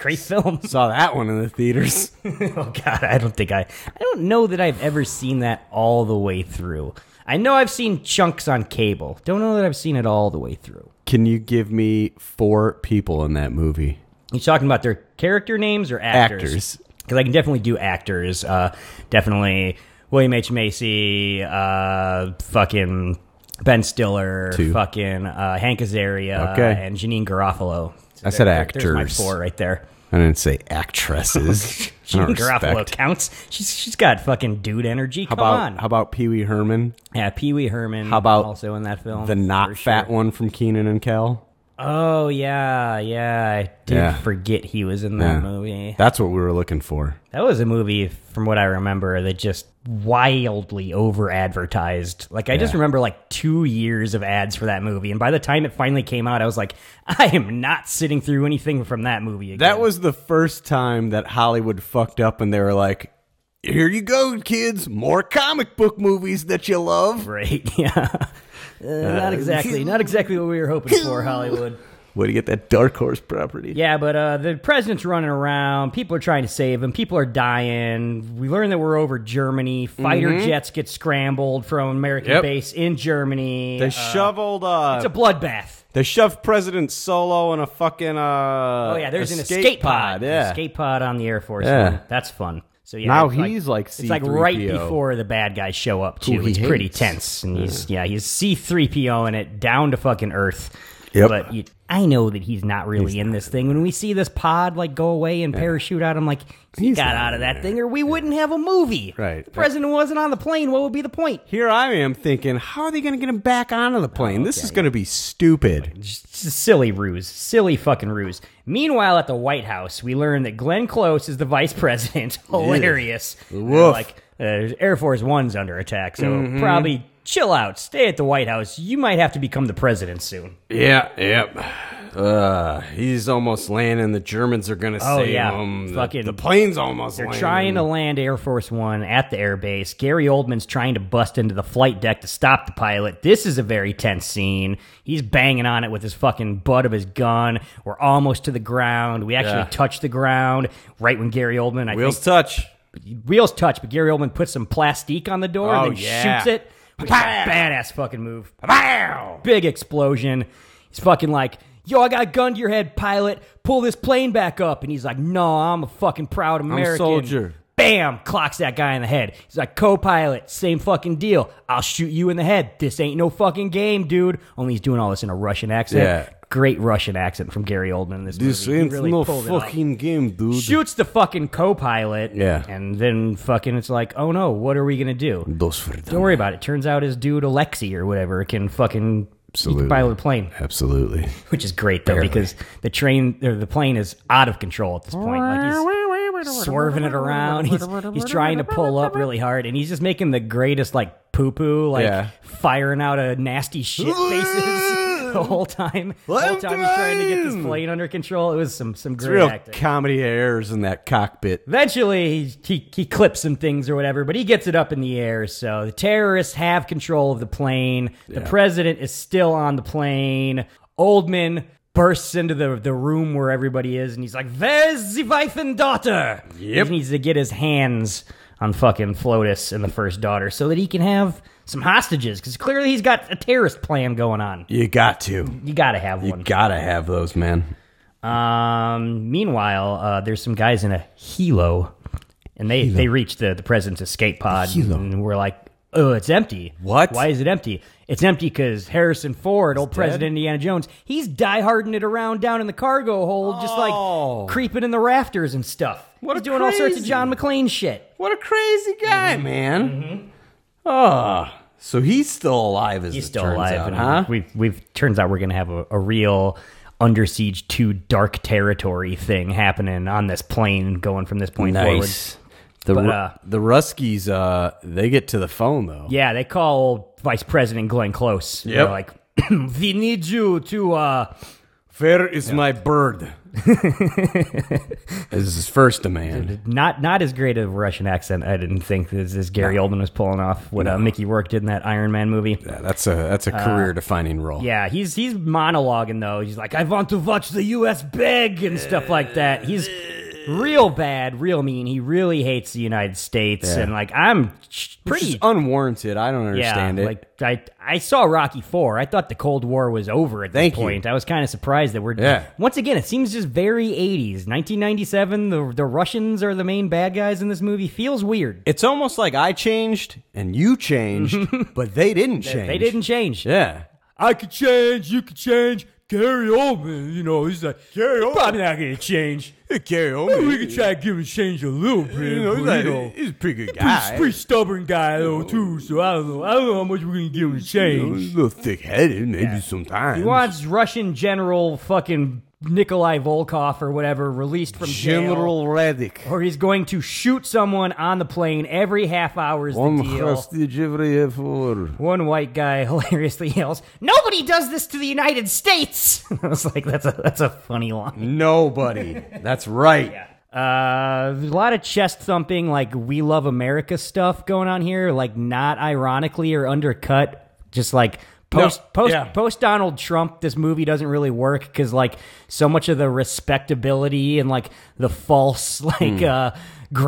Speaker 3: Great film.
Speaker 4: Saw that one in the theaters.
Speaker 3: oh God, I don't think I. I don't know that I've ever seen that all the way through. I know I've seen chunks on cable. Don't know that I've seen it all the way through.
Speaker 4: Can you give me four people in that movie?
Speaker 3: You talking about their character names or actors?
Speaker 4: Actors.
Speaker 3: Because I can definitely do actors. Uh, definitely William H Macy. Uh, fucking Ben Stiller.
Speaker 4: Two.
Speaker 3: Fucking uh, Hank Azaria.
Speaker 4: Okay.
Speaker 3: And Janine Garofalo. So
Speaker 4: I said
Speaker 3: there- There's my
Speaker 4: actors.
Speaker 3: four right there.
Speaker 4: I didn't say actresses. I don't
Speaker 3: Janine Garofalo
Speaker 4: respect.
Speaker 3: counts. She's she's got fucking dude energy.
Speaker 4: How
Speaker 3: Come
Speaker 4: about
Speaker 3: on.
Speaker 4: how about Pee Wee Herman,
Speaker 3: yeah, Pee Wee Herman.
Speaker 4: how about
Speaker 3: also in that film?
Speaker 4: the not
Speaker 3: for
Speaker 4: fat
Speaker 3: sure.
Speaker 4: one from Keenan and Cal?
Speaker 3: Oh yeah, yeah. I did
Speaker 4: Yeah.
Speaker 3: forget he was in that
Speaker 4: Yeah.
Speaker 3: movie.
Speaker 4: That's what we were looking for.
Speaker 3: That was a movie, from what I remember, that just wildly over advertised. Like, I just remember like two years of ads for that movie. And by the time it finally came out, I was like, I am not sitting through anything from that movie again.
Speaker 4: That was the first time that Hollywood fucked up and they were like, here you go, kids, more comic book movies that you love.
Speaker 3: great. Yeah. Uh, not exactly, not exactly what we were hoping for, Hollywood.
Speaker 4: Way to get that Dark Horse property.
Speaker 3: Yeah, but uh, the president's running around. People are trying to save him. People are dying. We learn that we're over Germany. Fighter jets get scrambled from American
Speaker 4: Mm-hmm. Yep.
Speaker 3: base in Germany.
Speaker 4: They
Speaker 3: Uh,
Speaker 4: shoveled, uh,
Speaker 3: it's a bloodbath.
Speaker 4: they shoved President Solo in a fucking, uh,
Speaker 3: Oh yeah, there's an escape pod. An
Speaker 4: Yeah.
Speaker 3: escape pod on the Air Force.
Speaker 4: Yeah.
Speaker 3: One. That's fun. So yeah,
Speaker 4: Now
Speaker 3: it's
Speaker 4: he's like
Speaker 3: it's like right
Speaker 4: C-3PO.
Speaker 3: before the bad guys show up too.
Speaker 4: Who he
Speaker 3: it's pretty
Speaker 4: hates.
Speaker 3: tense, and he's yeah, he's C three PO in it down to fucking earth.
Speaker 4: Yep.
Speaker 3: But you, I know that he's not really in this thing. When we see this pod like go away and parachute out, I'm like, he
Speaker 4: He's
Speaker 3: got
Speaker 4: not
Speaker 3: out of
Speaker 4: in
Speaker 3: that
Speaker 4: there.
Speaker 3: thing, or we wouldn't have a movie.
Speaker 4: Right.
Speaker 3: If The president wasn't on the plane. What would be the point?
Speaker 4: Here I am thinking, how are they going to get him back onto the
Speaker 3: Oh,
Speaker 4: plane? this is going to be stupid.
Speaker 3: It's a silly ruse. Silly fucking ruse. Meanwhile, at the White House, we learn that Glenn Close is the vice president. Hilarious. And they're
Speaker 4: Woof.
Speaker 3: Like, uh, Air Force One's under attack, so probably chill out. Stay at the White House. You might have to become the president soon.
Speaker 4: Yeah, yep. Uh, he's almost landing. The Germans are gonna
Speaker 3: Oh,
Speaker 4: save
Speaker 3: yeah.
Speaker 4: him. The-
Speaker 3: Fucking-
Speaker 4: the plane's almost.
Speaker 3: They're
Speaker 4: landing.
Speaker 3: trying to land Air Force One at the airbase. Gary Oldman's trying to bust into the flight deck to stop the pilot. This is a very tense scene. He's banging on it with his fucking butt of his gun. We're almost to the ground. We actually
Speaker 4: Yeah.
Speaker 3: touch the ground right when Gary Oldman, I
Speaker 4: Wheels
Speaker 3: think,
Speaker 4: touch.
Speaker 3: wheels touch, but Gary Oldman puts some plastique on the door
Speaker 4: Oh,
Speaker 3: and then
Speaker 4: yeah.
Speaker 3: shoots it. Which is a badass fucking move. Big explosion. He's fucking like, yo, I got a gun to your head, pilot. Pull this plane back up. And he's like, no, I'm a fucking proud American.
Speaker 4: soldier.
Speaker 3: Bam! Clocks that guy in the head. He's like, co pilot, same fucking deal. I'll shoot you in the head. This ain't no fucking game, dude. Only he's doing all this in a Russian accent.
Speaker 4: Yeah.
Speaker 3: Great Russian accent from Gary Oldman in this, movie. He really pulled it off
Speaker 4: game, dude.
Speaker 3: shoots the fucking co-pilot.
Speaker 4: Yeah.
Speaker 3: And then fucking it's like, oh no, what are we gonna do?
Speaker 4: Those for
Speaker 3: Don't worry about it. Turns out his dude Alexi or whatever can fucking
Speaker 4: Absolutely.
Speaker 3: buy a plane.
Speaker 4: Absolutely.
Speaker 3: which is great though
Speaker 4: Barely.
Speaker 3: because the train or the plane is out of control at this point. Like he's swerving it around. He's he's trying to pull up really hard, and he's just making the greatest like poo poo, like
Speaker 4: Yeah.
Speaker 3: firing out a nasty shit faces the whole time. The whole
Speaker 4: I'm
Speaker 3: time he's trying to get this
Speaker 4: trying.
Speaker 3: plane under control. It was some some
Speaker 4: It's
Speaker 3: great
Speaker 4: real
Speaker 3: acting.
Speaker 4: comedy errors in that cockpit.
Speaker 3: Eventually, he, he, he clips some things or whatever, but he gets it up in the air. So the terrorists have control of the plane. The president is still on the plane. Oldman bursts into the, the room where everybody is and he's like, There's the wife and daughter. He needs to get his hands on fucking Flotus and the first daughter so that he can have some hostages because clearly he's got a terrorist plan going on.
Speaker 4: You got to.
Speaker 3: You got to have
Speaker 4: You
Speaker 3: one.
Speaker 4: gotta have those, man.
Speaker 3: Um, meanwhile, uh, there's some guys in a helo, and they they reach the the president's escape pod, and we're like, "Oh, it's empty.
Speaker 4: What?
Speaker 3: Why is it empty? It's empty because Harrison Ford, old President Indiana Jones, he's dieharding it around down in the cargo hold, just like creeping in the rafters and stuff.
Speaker 4: Oh. What
Speaker 3: he's
Speaker 4: a
Speaker 3: doing all sorts of
Speaker 4: crazy.
Speaker 3: John McClane shit.
Speaker 4: What a crazy guy,
Speaker 3: Mm-hmm.
Speaker 4: man. Oh, so he's still alive as
Speaker 3: He's
Speaker 4: it
Speaker 3: still
Speaker 4: turns
Speaker 3: alive,
Speaker 4: out,
Speaker 3: and
Speaker 4: huh?
Speaker 3: we've we've turns out we're gonna have a, a real under siege two dark territory thing happening on this plane going from this point forward.
Speaker 4: The
Speaker 3: But,
Speaker 4: Ru-
Speaker 3: uh,
Speaker 4: the Ruskies, uh, they get to the phone though.
Speaker 3: Yeah, they call Vice President Glenn Close. They're
Speaker 4: Yep.
Speaker 3: like, we need you to. uh
Speaker 4: Where is my bird? this is his first demand.
Speaker 3: Not not as great of a Russian accent. I didn't think as, as Gary Oldman was pulling off what uh, Mickey Rourke did in that Iron Man movie.
Speaker 4: Yeah, that's a that's a career defining role.
Speaker 3: Yeah, he's he's monologuing though. He's like, I want to watch the U.S. beg and stuff like that. He's real bad, real mean. He really hates the United States, and like I'm ch-
Speaker 4: Which is
Speaker 3: pretty
Speaker 4: unwarranted. I don't understand
Speaker 3: yeah,
Speaker 4: it.
Speaker 3: Like I, I saw Rocky Four. I thought the Cold War was over at
Speaker 4: Thank
Speaker 3: this
Speaker 4: you.
Speaker 3: point. I was kind of surprised that we're
Speaker 4: Yeah.
Speaker 3: once again. It seems just very eighties, nineteen ninety seven. The the Russians are the main bad guys in this movie. Feels weird.
Speaker 4: it's almost like I changed and you changed, but they didn't change.
Speaker 3: They didn't change.
Speaker 4: Yeah.
Speaker 3: I could change. You could change. Gary Oldman, you know, he's like Gary Oldman. Probably not gonna change.
Speaker 4: Carry
Speaker 3: try to give him change a little bit,
Speaker 4: he's a pretty good
Speaker 3: stubborn guy though too. So I don't know. I don't know how much we're gonna give him change.
Speaker 4: little thick headed, maybe sometimes.
Speaker 3: He wants Russian General fucking Nikolai Volkov or whatever released from jail,
Speaker 4: General Reddick.
Speaker 3: or he's going to shoot someone on the plane every half hour is the deal.
Speaker 4: every effort.
Speaker 3: One white guy hilariously yells, "Nobody does this to the United States." I was like, "That's a that's a funny line."
Speaker 4: Nobody. That's right.
Speaker 3: Uh, there's a lot of chest thumping, like "We Love America" stuff going on here, like not ironically or undercut, just like post post
Speaker 4: yeah.
Speaker 3: post Donald Trump. This movie doesn't really work because like so much of the respectability and like the false like
Speaker 4: Hmm.
Speaker 3: uh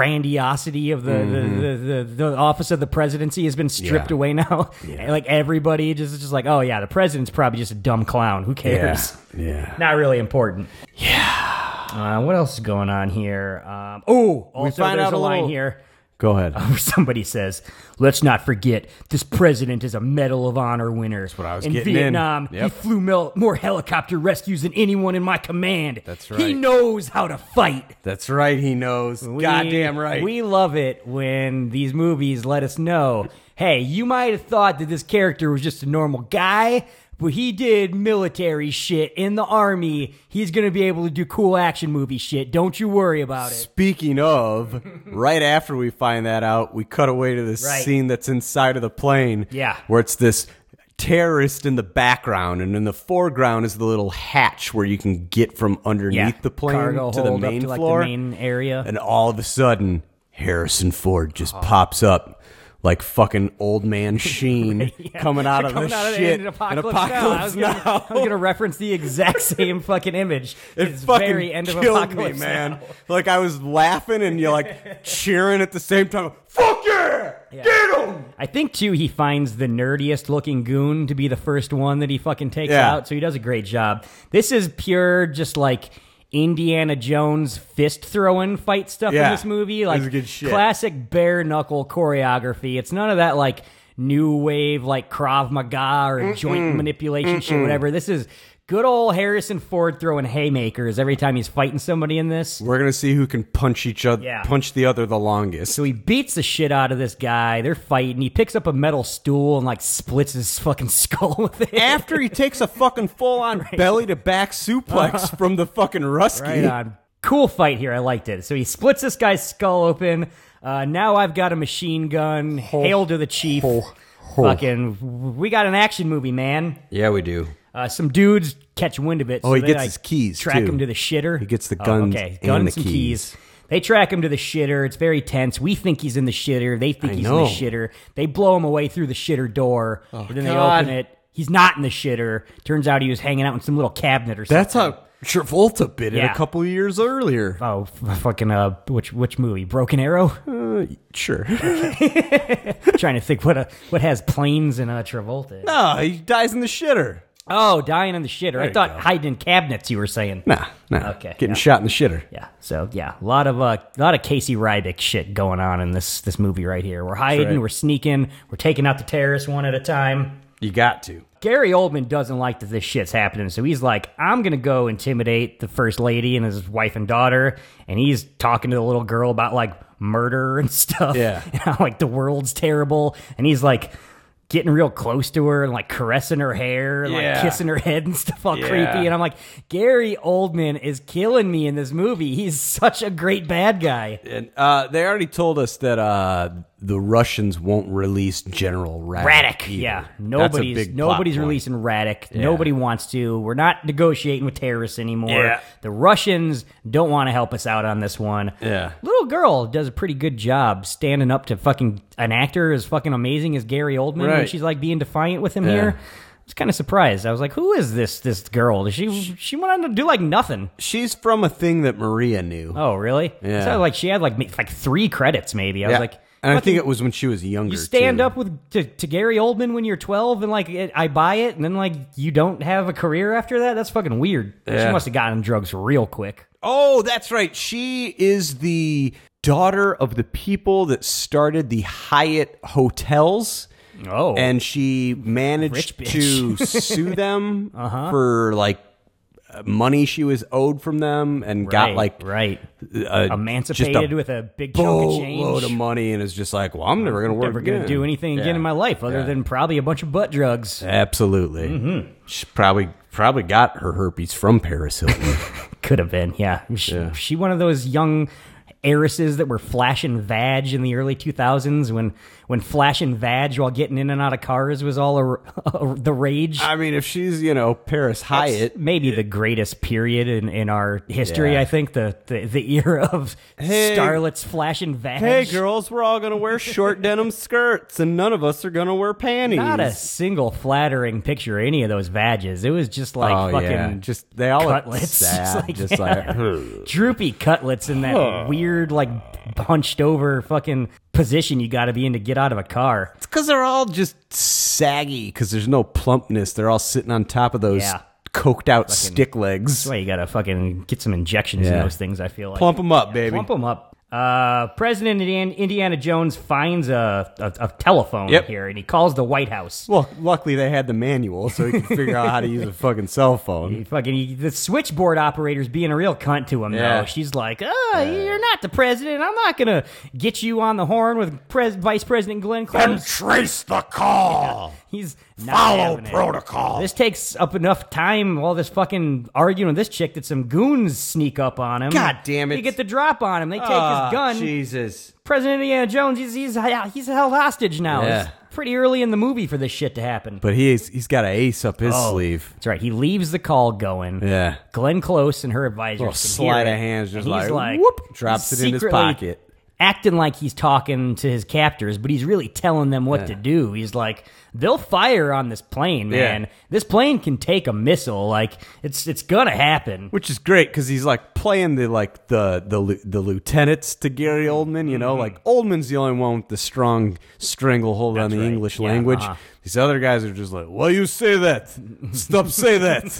Speaker 3: grandiosity of the, the, the, the the office of the presidency has been stripped
Speaker 4: Mm-hmm. Yeah.
Speaker 3: away now. And, like everybody just is just like, oh yeah, the president's probably just a dumb clown. Who cares?
Speaker 4: Yeah.
Speaker 3: not really important. Yeah. Uh, what else is going on here? Um, oh, also
Speaker 4: find
Speaker 3: there's
Speaker 4: out
Speaker 3: a,
Speaker 4: a
Speaker 3: line
Speaker 4: little-
Speaker 3: here
Speaker 4: Go ahead.
Speaker 3: where somebody says, "Let's not forget this president is a Medal of Honor winner." That's
Speaker 4: what I was
Speaker 3: in
Speaker 4: getting in.
Speaker 3: Vietnam. He
Speaker 4: Yep.
Speaker 3: flew mel- more helicopter rescues than anyone in my command.
Speaker 4: That's
Speaker 3: He
Speaker 4: right.
Speaker 3: knows how to fight.
Speaker 4: That's right. He knows.
Speaker 3: We-
Speaker 4: Goddamn right.
Speaker 3: We love it when these movies let us know, hey, you might have thought that this character was just a normal guy, but he did military shit in the army. He's going to be able to do cool action movie shit. Don't you worry about it.
Speaker 4: Speaking of, right after we find that out, we cut away to this
Speaker 3: Right.
Speaker 4: scene that's inside of the plane.
Speaker 3: Yeah.
Speaker 4: Where it's this terrorist in the background, and in the foreground is the little hatch where you can get from underneath the plane
Speaker 3: Cargo
Speaker 4: to the
Speaker 3: hold up
Speaker 4: main
Speaker 3: to, like, the
Speaker 4: floor.
Speaker 3: main area.
Speaker 4: And all of a sudden, Harrison
Speaker 3: Oh.
Speaker 4: Ford just pops up like fucking old man Sheen coming out of
Speaker 3: Coming
Speaker 4: the
Speaker 3: out of
Speaker 4: shit.
Speaker 3: in
Speaker 4: in
Speaker 3: apocalypse, now. I
Speaker 4: apocalypse
Speaker 3: was gonna-
Speaker 4: now.
Speaker 3: I was going to reference the exact same fucking image.
Speaker 4: It
Speaker 3: It's
Speaker 4: fucking
Speaker 3: very end of
Speaker 4: killed
Speaker 3: apocalypse
Speaker 4: me, man.
Speaker 3: Now.
Speaker 4: Like I was laughing and you're like cheering at the same time. Fuck yeah! Get him!
Speaker 3: I think too he finds the nerdiest looking goon to be the first one that he fucking takes
Speaker 4: Yeah.
Speaker 3: out, so he does a great job. This is pure just like Indiana Jones fist throwing fight stuff in
Speaker 4: Yeah.
Speaker 3: this movie.
Speaker 4: This
Speaker 3: Like
Speaker 4: is good shit.
Speaker 3: classic bare knuckle choreography. It's none of that like new wave like Krav Maga or joint manipulation shit,
Speaker 11: Mm-mm.
Speaker 3: whatever. This is good old Harrison Ford throwing haymakers every time he's fighting somebody in this.
Speaker 4: We're gonna see who can punch each other,
Speaker 3: Yeah.
Speaker 4: punch the other the longest.
Speaker 3: So he beats the shit out of this guy. They're fighting. He picks up a metal stool and like splits his fucking skull with it.
Speaker 4: After he takes a fucking full on belly to back suplex from the fucking Rusky.
Speaker 3: Uh-huh. Right on. Cool fight here. I liked it. So he splits this guy's skull open. Uh, now I've got a machine gun. Hail to the chief. Fucking, we got an action movie, man.
Speaker 4: Yeah, we do.
Speaker 3: Uh, some dudes catch wind of it.
Speaker 4: Oh, he
Speaker 3: so
Speaker 4: gets
Speaker 3: they,
Speaker 4: his
Speaker 3: like,
Speaker 4: keys,
Speaker 3: Track
Speaker 4: too.
Speaker 3: him to the shitter.
Speaker 4: He gets the
Speaker 3: Oh,
Speaker 4: guns
Speaker 3: okay,
Speaker 4: and
Speaker 3: guns
Speaker 4: the
Speaker 3: and keys. They track him to the shitter. It's very tense. We think he's in the shitter. They think
Speaker 4: I
Speaker 3: he's
Speaker 4: know.
Speaker 3: in
Speaker 4: Oh,
Speaker 3: the shitter. They blow him away through the shitter door. and then
Speaker 4: God.
Speaker 3: they open it. He's not in the shitter. Turns out he was hanging out in some little cabinet or something.
Speaker 4: That's how Travolta bit it
Speaker 3: Yeah.
Speaker 4: a couple years earlier.
Speaker 3: Oh, f- fucking uh, which which movie? Broken Arrow.
Speaker 4: Uh, sure.
Speaker 3: Trying to think what a, what has planes and uh, Travolta.
Speaker 4: No, he dies in the shitter.
Speaker 3: Oh, dying in the shitter.
Speaker 4: There
Speaker 3: I
Speaker 4: you
Speaker 3: thought
Speaker 4: go.
Speaker 3: hiding in cabinets. You were saying.
Speaker 4: Nah, nah.
Speaker 3: Okay,
Speaker 4: Getting
Speaker 3: yeah.
Speaker 4: shot in the shitter.
Speaker 3: Yeah. So yeah, a lot of uh, a lot of Casey Ryback shit going on in this this movie right here. We're hiding.
Speaker 4: right.
Speaker 3: We're sneaking. We're taking out the terrorists one at a time.
Speaker 4: You got to.
Speaker 3: Gary Oldman doesn't like that this shit's happening, so he's like, I'm gonna go intimidate the first lady and his wife and daughter, and he's talking to the little girl about like murder and stuff.
Speaker 4: Yeah.
Speaker 3: And how like the world's terrible. And he's like getting real close to her and like caressing her hair and
Speaker 4: Yeah.
Speaker 3: like kissing her head and stuff all
Speaker 4: Yeah.
Speaker 3: creepy. And I'm like, Gary Oldman is killing me in this movie. He's such a great bad guy.
Speaker 4: And uh, they already told us that uh, the Russians won't release General Radek.
Speaker 3: Radek,
Speaker 4: either.
Speaker 3: yeah.
Speaker 4: That's a
Speaker 3: Nobody's
Speaker 4: big plot
Speaker 3: nobody's
Speaker 4: point.
Speaker 3: releasing Radek.
Speaker 4: Yeah.
Speaker 3: Nobody wants to. We're not negotiating with terrorists anymore.
Speaker 4: Yeah.
Speaker 3: The Russians don't want to help us out on this one.
Speaker 4: Yeah.
Speaker 3: Little girl does a pretty good job standing up to fucking an actor as fucking amazing as Gary Oldman,
Speaker 4: Right.
Speaker 3: and she's like being defiant with him
Speaker 4: Yeah.
Speaker 3: here. I was kind of surprised. I was like, "Who is this this girl? Does she she went on to do like nothing?"
Speaker 4: She's from a thing that Maria knew.
Speaker 3: Oh, really?
Speaker 4: Yeah.
Speaker 3: So, like she had like ma- like three credits maybe. I was
Speaker 4: Yeah.
Speaker 3: like,
Speaker 4: and I
Speaker 3: "What the
Speaker 4: think it was when she was younger.
Speaker 3: you stand
Speaker 4: too.
Speaker 3: up with to, to Gary Oldman when you're 12, and like it, I buy it, and then like you don't have a career after that. That's fucking weird. She
Speaker 4: Yeah.
Speaker 3: must have gotten drugs real quick.
Speaker 4: Oh, that's right. She is the daughter of the people that started the Hyatt hotels.
Speaker 3: Oh,
Speaker 4: And she managed
Speaker 3: Rich bitch. Uh-huh.
Speaker 4: to sue them for like uh, money she was owed from them and got
Speaker 3: Right,
Speaker 4: like
Speaker 3: right
Speaker 4: uh,
Speaker 3: emancipated
Speaker 4: just
Speaker 3: with a big chunk of
Speaker 4: boatload
Speaker 3: change.
Speaker 4: of money and is just like, well, I'm never gonna work.
Speaker 3: Never gonna
Speaker 4: again.
Speaker 3: do anything again
Speaker 4: Yeah.
Speaker 3: in my life other
Speaker 4: Yeah.
Speaker 3: than probably a bunch of butt drugs.
Speaker 4: Absolutely. She probably probably got her herpes from Paris Hilton.
Speaker 3: Could have been, yeah. She, she one of those young heiresses that were flashing vag in the early 2000s when when flashing vag while getting in and out of cars was all a, the rage.
Speaker 4: I mean, if she's you know Paris
Speaker 3: That's
Speaker 4: Hyatt,
Speaker 3: maybe the greatest period in, in our history.
Speaker 4: Yeah.
Speaker 3: I think the, the the era of
Speaker 4: Hey.
Speaker 3: starlets flashing vag.
Speaker 4: Hey, girls, we're all going to wear short denim skirts, and none of us are going to wear panties.
Speaker 3: Not a single flattering picture of any of those vages. It was just like
Speaker 4: oh,
Speaker 3: fucking
Speaker 4: yeah. Just, they all look
Speaker 3: cutlets. It's
Speaker 4: sad.
Speaker 3: like,
Speaker 4: just
Speaker 3: yeah.
Speaker 4: like,
Speaker 3: droopy cutlets in that weird, like hunched over fucking position you got to be in to get out of a car.
Speaker 4: it's because they're all just saggy because there's no plumpness. They're all sitting on top of those
Speaker 3: Yeah.
Speaker 4: coked out stick legs.
Speaker 3: That's why you got to fucking get some injections in
Speaker 4: Yeah.
Speaker 3: those things. I feel like
Speaker 4: Plump 'em up, baby.
Speaker 3: Plump them up. Uh, President Indian- Indiana Jones finds a, a, a telephone
Speaker 4: Yep.
Speaker 3: here, and he calls the White House.
Speaker 4: Well, luckily they had the manual so he could figure out how to use a fucking cell phone.
Speaker 3: He fucking he, the switchboard operator's being a real cunt to him
Speaker 4: Yeah.
Speaker 3: though. She's like, "Uh, you're not the president. I'm not gonna get you on the horn with pres- Vice President Glenn Close."
Speaker 6: trace the call.
Speaker 3: He's not
Speaker 6: Follow
Speaker 3: having it.
Speaker 6: protocol.
Speaker 3: This takes up enough time. All this fucking arguing with this chick that some goons sneak up on him.
Speaker 4: God damn it. Ah,
Speaker 3: They get the drop on him. They take his gun.
Speaker 4: Jesus.
Speaker 3: President Indiana Jones, he's he's he's held hostage now.
Speaker 4: Yeah.
Speaker 3: It's pretty early in the movie for this shit to happen.
Speaker 4: But he's, he's got an ace up his
Speaker 3: Oh,
Speaker 4: sleeve.
Speaker 3: That's right. He leaves the call going.
Speaker 4: Yeah.
Speaker 3: Glenn Close and her advisors.
Speaker 4: Little
Speaker 3: can hear
Speaker 4: sleight
Speaker 3: it.
Speaker 4: of hand, just
Speaker 3: And
Speaker 4: like,
Speaker 3: he's like
Speaker 4: whoop, drops it in his
Speaker 3: secretly
Speaker 4: pocket.
Speaker 3: Acting like he's talking to his captors, but he's really telling them what to do. He's like, "They'll fire on this plane,
Speaker 4: Yeah.
Speaker 3: man. This plane can take a missile. Like it's it's gonna happen."
Speaker 4: which is great because he's like playing the like the the lu- the lieutenants to Gary Oldman. You know,
Speaker 3: Mm-hmm.
Speaker 4: like Oldman's the only one with the strong stranglehold on the
Speaker 3: right.
Speaker 4: English
Speaker 3: Yeah,
Speaker 4: language.
Speaker 3: uh-huh.
Speaker 4: These other guys are just like, "Why you say that? Stop say that."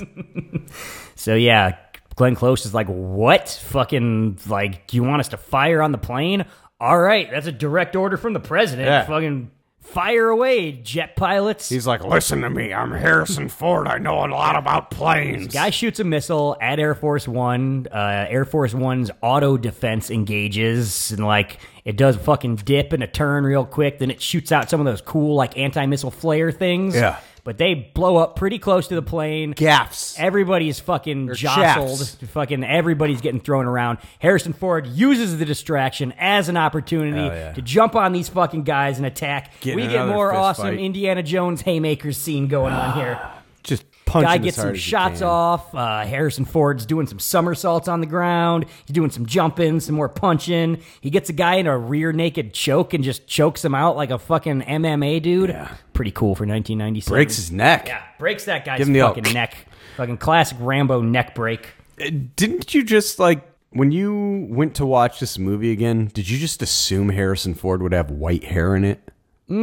Speaker 3: So yeah, Glenn Close is like, "What fucking like? Do you want us to fire on the plane? All right, that's a direct order from the president.
Speaker 4: Yeah.
Speaker 3: Fucking Fire away, jet pilots.
Speaker 4: He's like, listen to me. I'm Harrison Ford. I know a lot about planes.
Speaker 3: Guy shoots a missile at Air Force One. Uh, Air Force One's auto defense engages, and like it does a fucking dip and a turn real quick. Then it shoots out some of those cool like anti missile flare things.
Speaker 4: Yeah.
Speaker 3: But they blow up pretty close to the plane.
Speaker 4: Gaffs.
Speaker 3: Everybody's fucking jostled.
Speaker 4: shafts.
Speaker 3: Fucking everybody's getting thrown around. Harrison Ford uses the distraction as an opportunity
Speaker 4: Hell yeah.
Speaker 3: to jump on these fucking guys and attack.
Speaker 4: Getting
Speaker 3: we get
Speaker 4: another
Speaker 3: more
Speaker 4: fist
Speaker 3: awesome
Speaker 4: fight.
Speaker 3: Indiana Jones haymakers scene going on here.
Speaker 4: Just punching
Speaker 3: Guy
Speaker 4: as
Speaker 3: gets some
Speaker 4: hard as he
Speaker 3: shots
Speaker 4: can.
Speaker 3: off. Uh, Harrison Ford's doing some somersaults on the ground. He's doing some jumping, some more punching. He gets a guy in a rear naked choke and just chokes him out like a fucking MMA dude.
Speaker 4: Yeah.
Speaker 3: Pretty cool for 1997.
Speaker 4: Breaks his neck.
Speaker 3: Yeah, breaks that guy's
Speaker 4: Give him the old
Speaker 3: fucking neck. Fucking classic Rambo neck break.
Speaker 4: Uh, Didn't you just like when you went to watch this movie again? Did you just assume Harrison Ford would have white hair in it?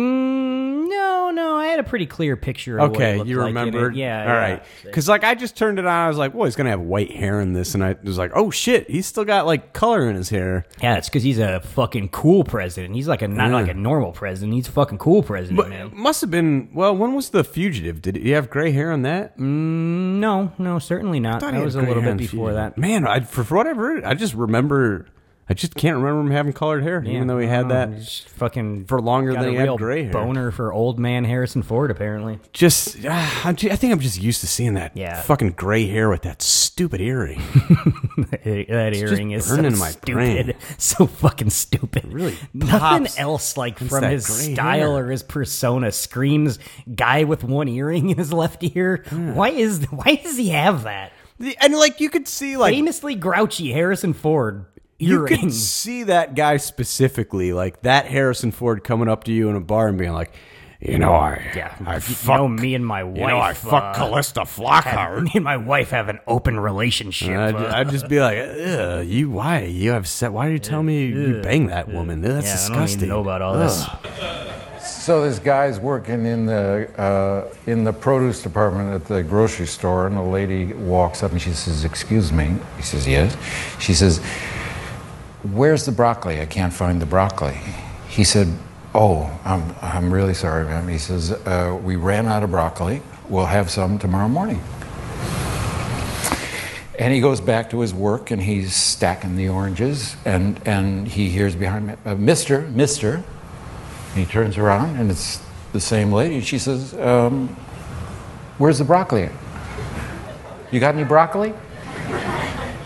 Speaker 3: Mm, no, no, I had a pretty clear picture. Of what he
Speaker 4: Okay,
Speaker 3: looked
Speaker 4: you
Speaker 3: like in it.
Speaker 4: remembered.
Speaker 3: Yeah.
Speaker 4: All right. Because like I just turned it on, I was like, "Well, he's gonna have white hair in this," and I was like, "Oh shit, he's still got like color in his hair."
Speaker 3: Yeah, it's because he's a fucking cool president. He's like a not
Speaker 4: Yeah.
Speaker 3: like a normal president. He's a fucking cool president,
Speaker 4: But
Speaker 3: man.
Speaker 4: it must have been well. When was the fugitive? Did he have gray hair in that?
Speaker 3: No, no, certainly not.
Speaker 4: thought he
Speaker 3: That
Speaker 4: had
Speaker 3: was a
Speaker 4: gray
Speaker 3: little
Speaker 4: hair
Speaker 3: bit
Speaker 4: in
Speaker 3: before
Speaker 4: Fugitive.
Speaker 3: that.
Speaker 4: Man, I, for for whatever, I just remember. I just can't remember him having colored hair,
Speaker 3: Yeah,
Speaker 4: even though he
Speaker 3: I
Speaker 4: had
Speaker 3: don't know,
Speaker 4: that.
Speaker 3: he's fucking
Speaker 4: for longer
Speaker 3: got
Speaker 4: than
Speaker 3: a
Speaker 4: he had
Speaker 3: real
Speaker 4: gray hair.
Speaker 3: Boner for old man Harrison Ford, apparently.
Speaker 4: Just, ah, I'm ju- I think I'm just used to seeing that
Speaker 3: Yeah.
Speaker 4: fucking gray hair with that stupid earring.
Speaker 3: that earring is so
Speaker 4: burned into my
Speaker 3: stupid,
Speaker 4: brain.
Speaker 3: so fucking stupid.
Speaker 4: really
Speaker 3: nothing
Speaker 4: pops
Speaker 3: else like
Speaker 4: against
Speaker 3: from
Speaker 4: that
Speaker 3: his
Speaker 4: gray
Speaker 3: style
Speaker 4: hair.
Speaker 3: or his persona screams guy with one earring in his left ear. Why is why does he have that?
Speaker 4: The- and like you could see, like
Speaker 3: Famously grouchy Harrison Ford
Speaker 4: you could
Speaker 3: earring.
Speaker 4: see that guy specifically, like that Harrison Ford coming up to you in a bar and being like, you know, I,
Speaker 3: Yeah,
Speaker 4: I
Speaker 3: you
Speaker 4: fuck,
Speaker 3: know me and my wife.
Speaker 4: you know, I fuck
Speaker 3: uh,
Speaker 4: Callista
Speaker 3: have-
Speaker 4: Flockhart.
Speaker 3: Me and my wife have an open relationship.
Speaker 4: And I'd,
Speaker 3: Uh,
Speaker 4: I'd just be like, Ugh, you why you have set? Why are you telling me you bang that woman? That's
Speaker 3: yeah,
Speaker 4: disgusting.
Speaker 3: I don't even know about all
Speaker 4: Ugh.
Speaker 3: this.
Speaker 11: So this guy's working in the uh, in the produce department at the grocery store, and a lady walks up and she says, "Excuse me." He says, "Yes." She says, "Where's the broccoli? I can't find the broccoli." He said, "Oh, I'm I'm really sorry, ma'am." He says, uh, "We ran out of broccoli. We'll have some tomorrow morning." And he goes back to his work and he's stacking the oranges, and and he hears behind me, uh, "Mister, Mister." And he turns around, and it's the same lady. She says, um, Where's the broccoli? You got any broccoli?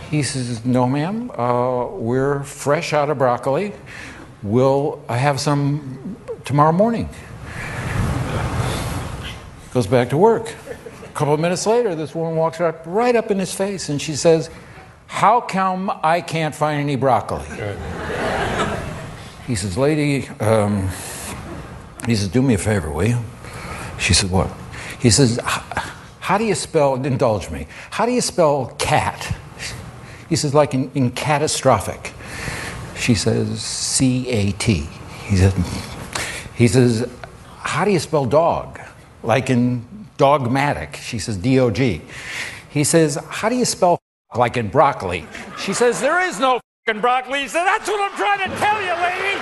Speaker 11: He says, No, ma'am. Uh, we're fresh out of broccoli. We'll have some tomorrow morning. Goes back to work. A couple of minutes later, this woman walks up, right up in his face and she says, How come I can't find any broccoli? He says, Lady, um, he says, Do me a favor, will you? She said, What? He says, "H- How do you spell, indulge me, how do you spell cat? He says, Like in, in catastrophic. She says, C A T. He said, he says, How do you spell dog? Like in dogmatic. She says, D O G. He says, How do you spell f- like in broccoli? She says, There is no f***ing broccoli. He said, That's what I'm trying to tell you, lady.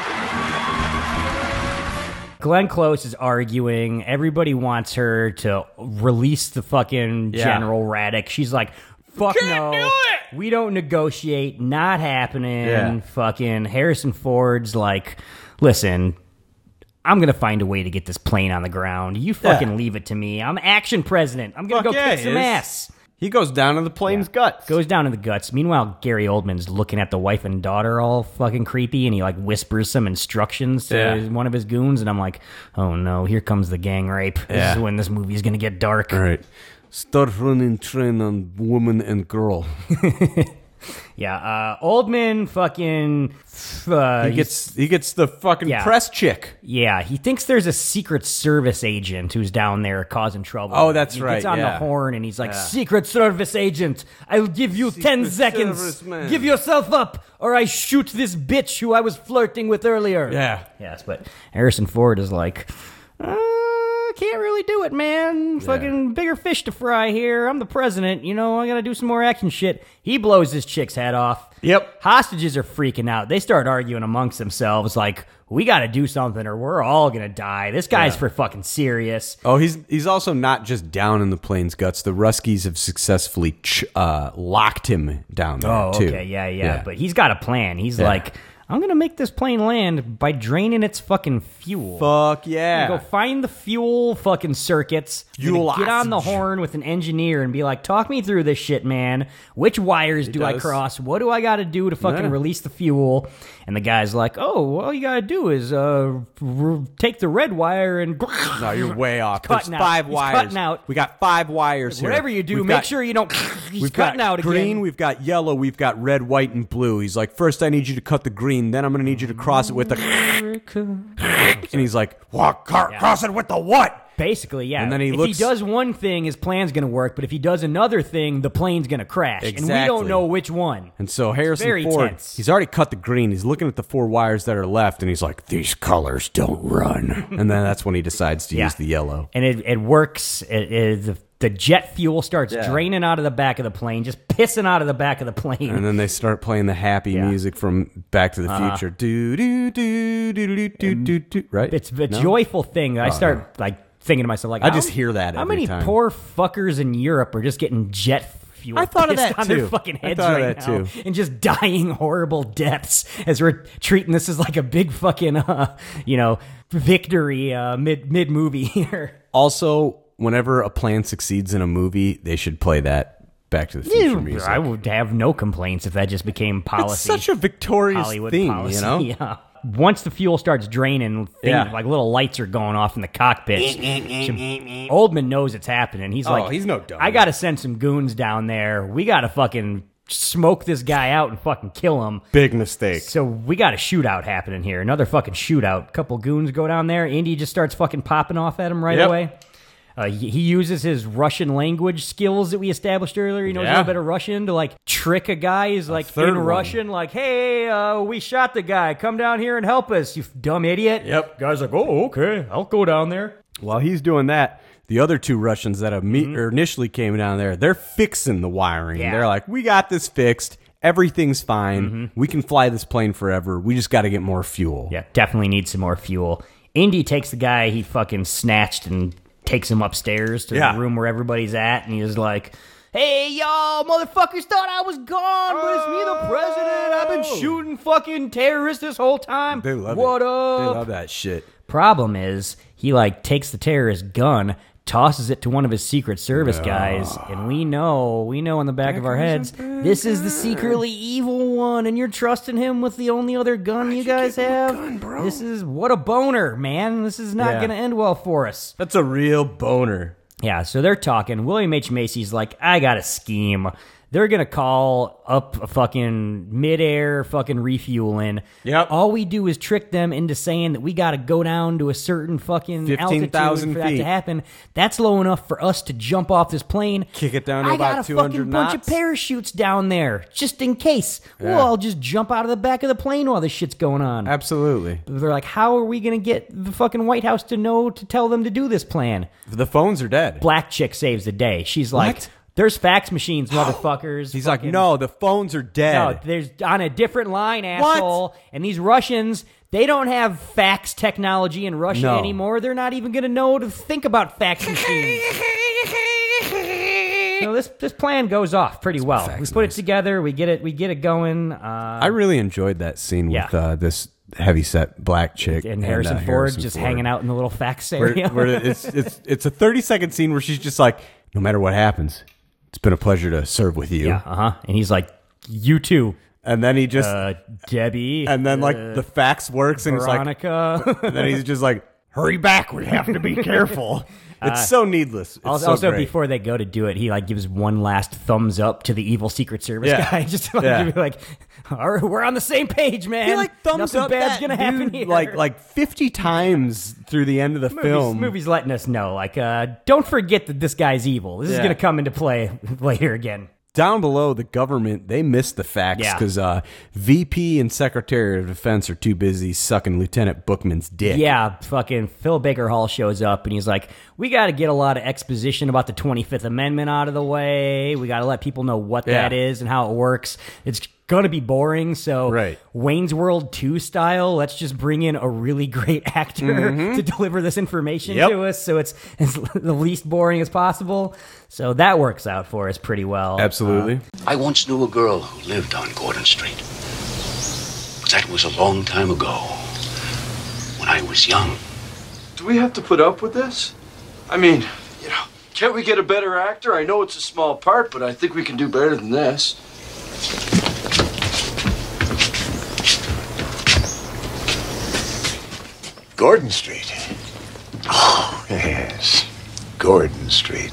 Speaker 3: Glenn Close is arguing. Everybody wants her to release the fucking
Speaker 4: Yeah.
Speaker 3: General Raddick. She's like, fuck no. We don't negotiate. Not happening.
Speaker 4: Yeah.
Speaker 3: Fucking Harrison Ford's like, listen. I'm gonna find a way to get this plane on the ground. You fucking leave it to me. I'm action president. I'm gonna
Speaker 4: Fuck
Speaker 3: go
Speaker 4: yeah,
Speaker 3: kick
Speaker 4: he
Speaker 3: some
Speaker 4: is.
Speaker 3: ass.
Speaker 4: He goes down to the plane's guts.
Speaker 3: Goes down in the guts. Meanwhile, Gary Oldman's looking at the wife and daughter all fucking creepy, and he like whispers some instructions to
Speaker 4: Yeah.
Speaker 3: his- one of his goons, and I'm like, oh no, here comes the gang rape. This
Speaker 4: Yeah.
Speaker 3: is when this movie's gonna get dark.
Speaker 4: All right. Start running train on woman and girl.
Speaker 3: Yeah, uh, Oldman fucking. Uh,
Speaker 4: He gets he gets the fucking
Speaker 3: Yeah.
Speaker 4: press chick.
Speaker 3: yeah, he thinks there's a Secret Service agent who's down there causing trouble.
Speaker 4: Oh, that's
Speaker 3: he
Speaker 4: right,
Speaker 3: Gets on the
Speaker 4: yeah.
Speaker 3: horn and he's like, "Secret Service agent, I'll give you ten
Speaker 4: Secret
Speaker 3: seconds.
Speaker 4: Service man."
Speaker 3: Give yourself up, or I shoot this bitch who I was flirting with earlier."
Speaker 4: Yeah.
Speaker 3: Yes, but Harrison Ford is like, uh, can't really do it, man. Fucking bigger fish to fry here. I'm the president. You know, I gotta do some more action shit. He blows this chick's head off. Yep. Hostages are freaking out. They start arguing amongst themselves, like, we gotta do something or we're all gonna die. This guy's for fucking serious.
Speaker 4: Oh, he's he's also not just down in the plane's guts. The Ruskies have successfully ch- uh, locked him down there
Speaker 3: Oh,
Speaker 4: too.
Speaker 3: okay, yeah, yeah, But he's got a plan. He's
Speaker 4: Yeah.
Speaker 3: like, I'm gonna make this plane land by draining its fucking fuel.
Speaker 4: Fuck yeah.
Speaker 3: I'm gonna Go find the fuel fucking circuits. I'm gonna
Speaker 4: Fuel
Speaker 3: Get on the
Speaker 4: oxygen.
Speaker 3: horn with an engineer and be like, talk me through this shit, man. Which wires do I
Speaker 4: does.
Speaker 3: cross? What do I got to do to fucking
Speaker 4: Yeah.
Speaker 3: release the fuel? And the guy's like, oh, all you gotta do is uh, r- take the red wire and.
Speaker 4: no, you're way off. There's
Speaker 3: cutting out.
Speaker 4: five
Speaker 3: He's
Speaker 4: wires.
Speaker 3: cutting out.
Speaker 4: We got five wires here.
Speaker 3: Whatever you do,
Speaker 4: We've
Speaker 3: make
Speaker 4: got-
Speaker 3: sure you don't. He's
Speaker 4: We've
Speaker 3: cutting
Speaker 4: got
Speaker 3: out again.
Speaker 4: green, we've got yellow, we've got red, white, and blue. He's like, first I need you to cut the green, then I'm gonna need you to cross it with the. and he's like, what? Car- Cross it with the what?
Speaker 3: Basically, yeah.
Speaker 4: And then he
Speaker 3: if
Speaker 4: looks-
Speaker 3: he does one thing, his plan's going to work. But if he does another thing, the plane's going to crash, and we don't
Speaker 4: Exactly.
Speaker 3: know which one.
Speaker 4: And so Harrison
Speaker 3: very
Speaker 4: Ford,
Speaker 3: tense.
Speaker 4: he's already cut the green. He's looking at the four wires that are left, and he's like, "These colors don't run." and then that's when he decides to
Speaker 3: Yeah.
Speaker 4: use the yellow.
Speaker 3: And it, it works. It, it- the, the jet fuel starts draining out of the back of the plane, just pissing out of the back of the plane.
Speaker 4: And then they start playing the happy music from Back to the
Speaker 3: Uh-huh.
Speaker 4: Future. Do do do do do do do do. Right?
Speaker 3: it's a
Speaker 4: No?
Speaker 3: joyful thing. that I
Speaker 4: Oh,
Speaker 3: start like thinking to myself, like,
Speaker 4: I
Speaker 3: how-
Speaker 4: just hear that
Speaker 3: How
Speaker 4: every
Speaker 3: many
Speaker 4: time.
Speaker 3: poor fuckers in Europe are just getting jet fuel?
Speaker 4: I thought of
Speaker 3: pissed
Speaker 4: that
Speaker 3: on
Speaker 4: too.
Speaker 3: Their fucking
Speaker 4: I
Speaker 3: heads
Speaker 4: thought of
Speaker 3: right
Speaker 4: that
Speaker 3: now,
Speaker 4: too.
Speaker 3: and just dying horrible deaths as we're treating this as like a big fucking, uh, you know, victory uh, mid mid movie here.
Speaker 4: Also, whenever a plan succeeds in a movie, they should play that Back to the Future music.
Speaker 3: I would have no complaints if that just became policy.
Speaker 4: such a victorious
Speaker 3: Hollywood
Speaker 4: theme, you
Speaker 3: policy.
Speaker 4: know?
Speaker 3: Yeah. Once the fuel starts draining, things,
Speaker 4: Yeah.
Speaker 3: like little lights are going off in the cockpit. Oldman knows it's happening. He's
Speaker 4: Oh,
Speaker 3: like,
Speaker 4: he's no dummy.
Speaker 3: I gotta send some goons down there. We gotta fucking smoke this guy out and fucking kill him.
Speaker 12: Big mistake.
Speaker 3: So we got a shootout happening here. Another fucking shootout. Couple goons go down there. Indy just starts fucking popping off at him right
Speaker 12: Yep.
Speaker 3: away. Uh, he he uses his Russian language skills that we established earlier. He knows a
Speaker 12: Yeah.
Speaker 3: little bit of Russian to like trick a guy. He's like
Speaker 12: third
Speaker 3: in
Speaker 12: one.
Speaker 3: Russian, like, "Hey, uh, we shot the guy. Come down here and help us, you f- dumb idiot." Yep. Guy's like, "Oh, okay, I'll go down there." Mm-hmm.
Speaker 4: While he's doing that, the other two Russians that imme- or initially came down there, they're fixing the wiring.
Speaker 3: Yeah.
Speaker 4: They're like, "We got this fixed. Everything's fine. We can fly this plane forever. We just got to get more fuel."
Speaker 3: Mm-hmm. Yeah, definitely needs some more fuel. Indy takes the guy he fucking snatched and takes him upstairs to
Speaker 4: Yeah.
Speaker 3: the room where everybody's at, and he's like, Hey, y'all, motherfuckers thought I was gone, but it's me, the president. I've been shooting fucking terrorists this whole time.
Speaker 4: Oh. They love
Speaker 3: what
Speaker 4: it.
Speaker 3: up?
Speaker 4: They love that shit.
Speaker 3: Problem is, he like takes the terrorist gun, tosses it to one of his Secret Service guys, and we know, we know in the back of our heads, this is the secretly evil one, and you're trusting him with the only other gun you guys have. This is what a boner, man. This is not
Speaker 4: Yeah.
Speaker 3: gonna end well for us.
Speaker 4: That's a real boner.
Speaker 3: Yeah, so they're talking. William H. Macy's like, I got a scheme. They're gonna call up a fucking midair fucking refueling. Yep. All we do is trick them into saying that we gotta go down to a certain fucking altitude
Speaker 4: 15,000
Speaker 3: for that to
Speaker 4: feet.
Speaker 3: happen. That's low enough for us to jump off this plane.
Speaker 4: Kick it down to
Speaker 3: I got a
Speaker 4: about two hundred
Speaker 3: fucking bunch
Speaker 4: knots.
Speaker 3: of parachutes down there just in case. We'll
Speaker 4: Yeah.
Speaker 3: all just jump out of the back of the plane while this shit's going on.
Speaker 4: Absolutely.
Speaker 3: They're like, how are we gonna get the fucking White House to know to tell them to do this plan?
Speaker 4: The phones are dead.
Speaker 3: black chick saves the day. She's like,
Speaker 4: What?
Speaker 3: "There's fax machines, motherfuckers."
Speaker 4: He's like, "No, the phones are
Speaker 3: no,
Speaker 4: dead."
Speaker 3: there's on a different line,
Speaker 4: What?
Speaker 3: asshole. And these Russians, they don't have fax technology in Russia
Speaker 4: No.
Speaker 3: anymore. They're not even gonna know to think about fax machines. No, this this plan goes off pretty well. We put it together. We get it. We get it going. Uh,
Speaker 4: I really enjoyed that scene
Speaker 3: Yeah.
Speaker 4: with uh, this heavy set black chick
Speaker 3: and Harrison
Speaker 4: uh,
Speaker 3: Ford
Speaker 4: Harrison
Speaker 3: just
Speaker 4: Ford.
Speaker 3: hanging out in the little fax
Speaker 4: where,
Speaker 3: area.
Speaker 4: where it's, it's it's a 30 second scene where she's just like no matter what happens it's been a pleasure to serve with you
Speaker 3: yeah, uh huh. And he's like, "You too."
Speaker 4: and then he just
Speaker 3: Uh, Debbie.
Speaker 4: and then like
Speaker 3: uh,
Speaker 4: the fax works and
Speaker 3: Veronica.
Speaker 4: he's like and then he's just like hurry back we have to be careful it's
Speaker 3: Uh,
Speaker 4: so needless it's
Speaker 3: also,
Speaker 4: so
Speaker 3: also
Speaker 4: great.
Speaker 3: before they go to do it, he like gives one last thumbs up to the evil Secret Service
Speaker 4: Yeah.
Speaker 3: guy, just to like,
Speaker 4: Yeah.
Speaker 3: give you, like, all right, we're on the same page, man.
Speaker 4: he like thumbs
Speaker 3: Nothing
Speaker 4: up
Speaker 3: bad's
Speaker 4: that
Speaker 3: gonna happen
Speaker 4: dude,
Speaker 3: here.
Speaker 4: like like 50 times through the end of the
Speaker 3: movies,
Speaker 4: film
Speaker 3: movies letting us know, like, uh, don't forget that this guy's evil. This is
Speaker 4: Yeah.
Speaker 3: gonna come into play later again.
Speaker 4: down below the government they missed the facts
Speaker 3: Yeah.
Speaker 4: because uh, VP and Secretary of Defense are too busy sucking Lieutenant Bookman's dick.
Speaker 3: Yeah, fucking Phil Baker Hall shows up and he's like, "We got to get a lot of exposition about the 25th Amendment out of the way. We got to let people know what
Speaker 4: Yeah.
Speaker 3: that is and how it works. It's going to be boring, so Wayne's World 2 style, let's just bring in a really great actor
Speaker 4: Mhm.
Speaker 3: to deliver this information
Speaker 4: Yep.
Speaker 3: to us so it's, it's the least boring as possible." So that works out for us pretty
Speaker 4: Uh,
Speaker 3: well.
Speaker 4: Absolutely.
Speaker 12: I once knew a girl who lived on Gordon Street. But that was a long time ago, when I was young.
Speaker 13: Do we have to put up with this? I mean, you know, can't we get a better actor? I know it's a small part, but I think we can do better than this.
Speaker 14: Gordon Street. Oh, yes. Gordon Street.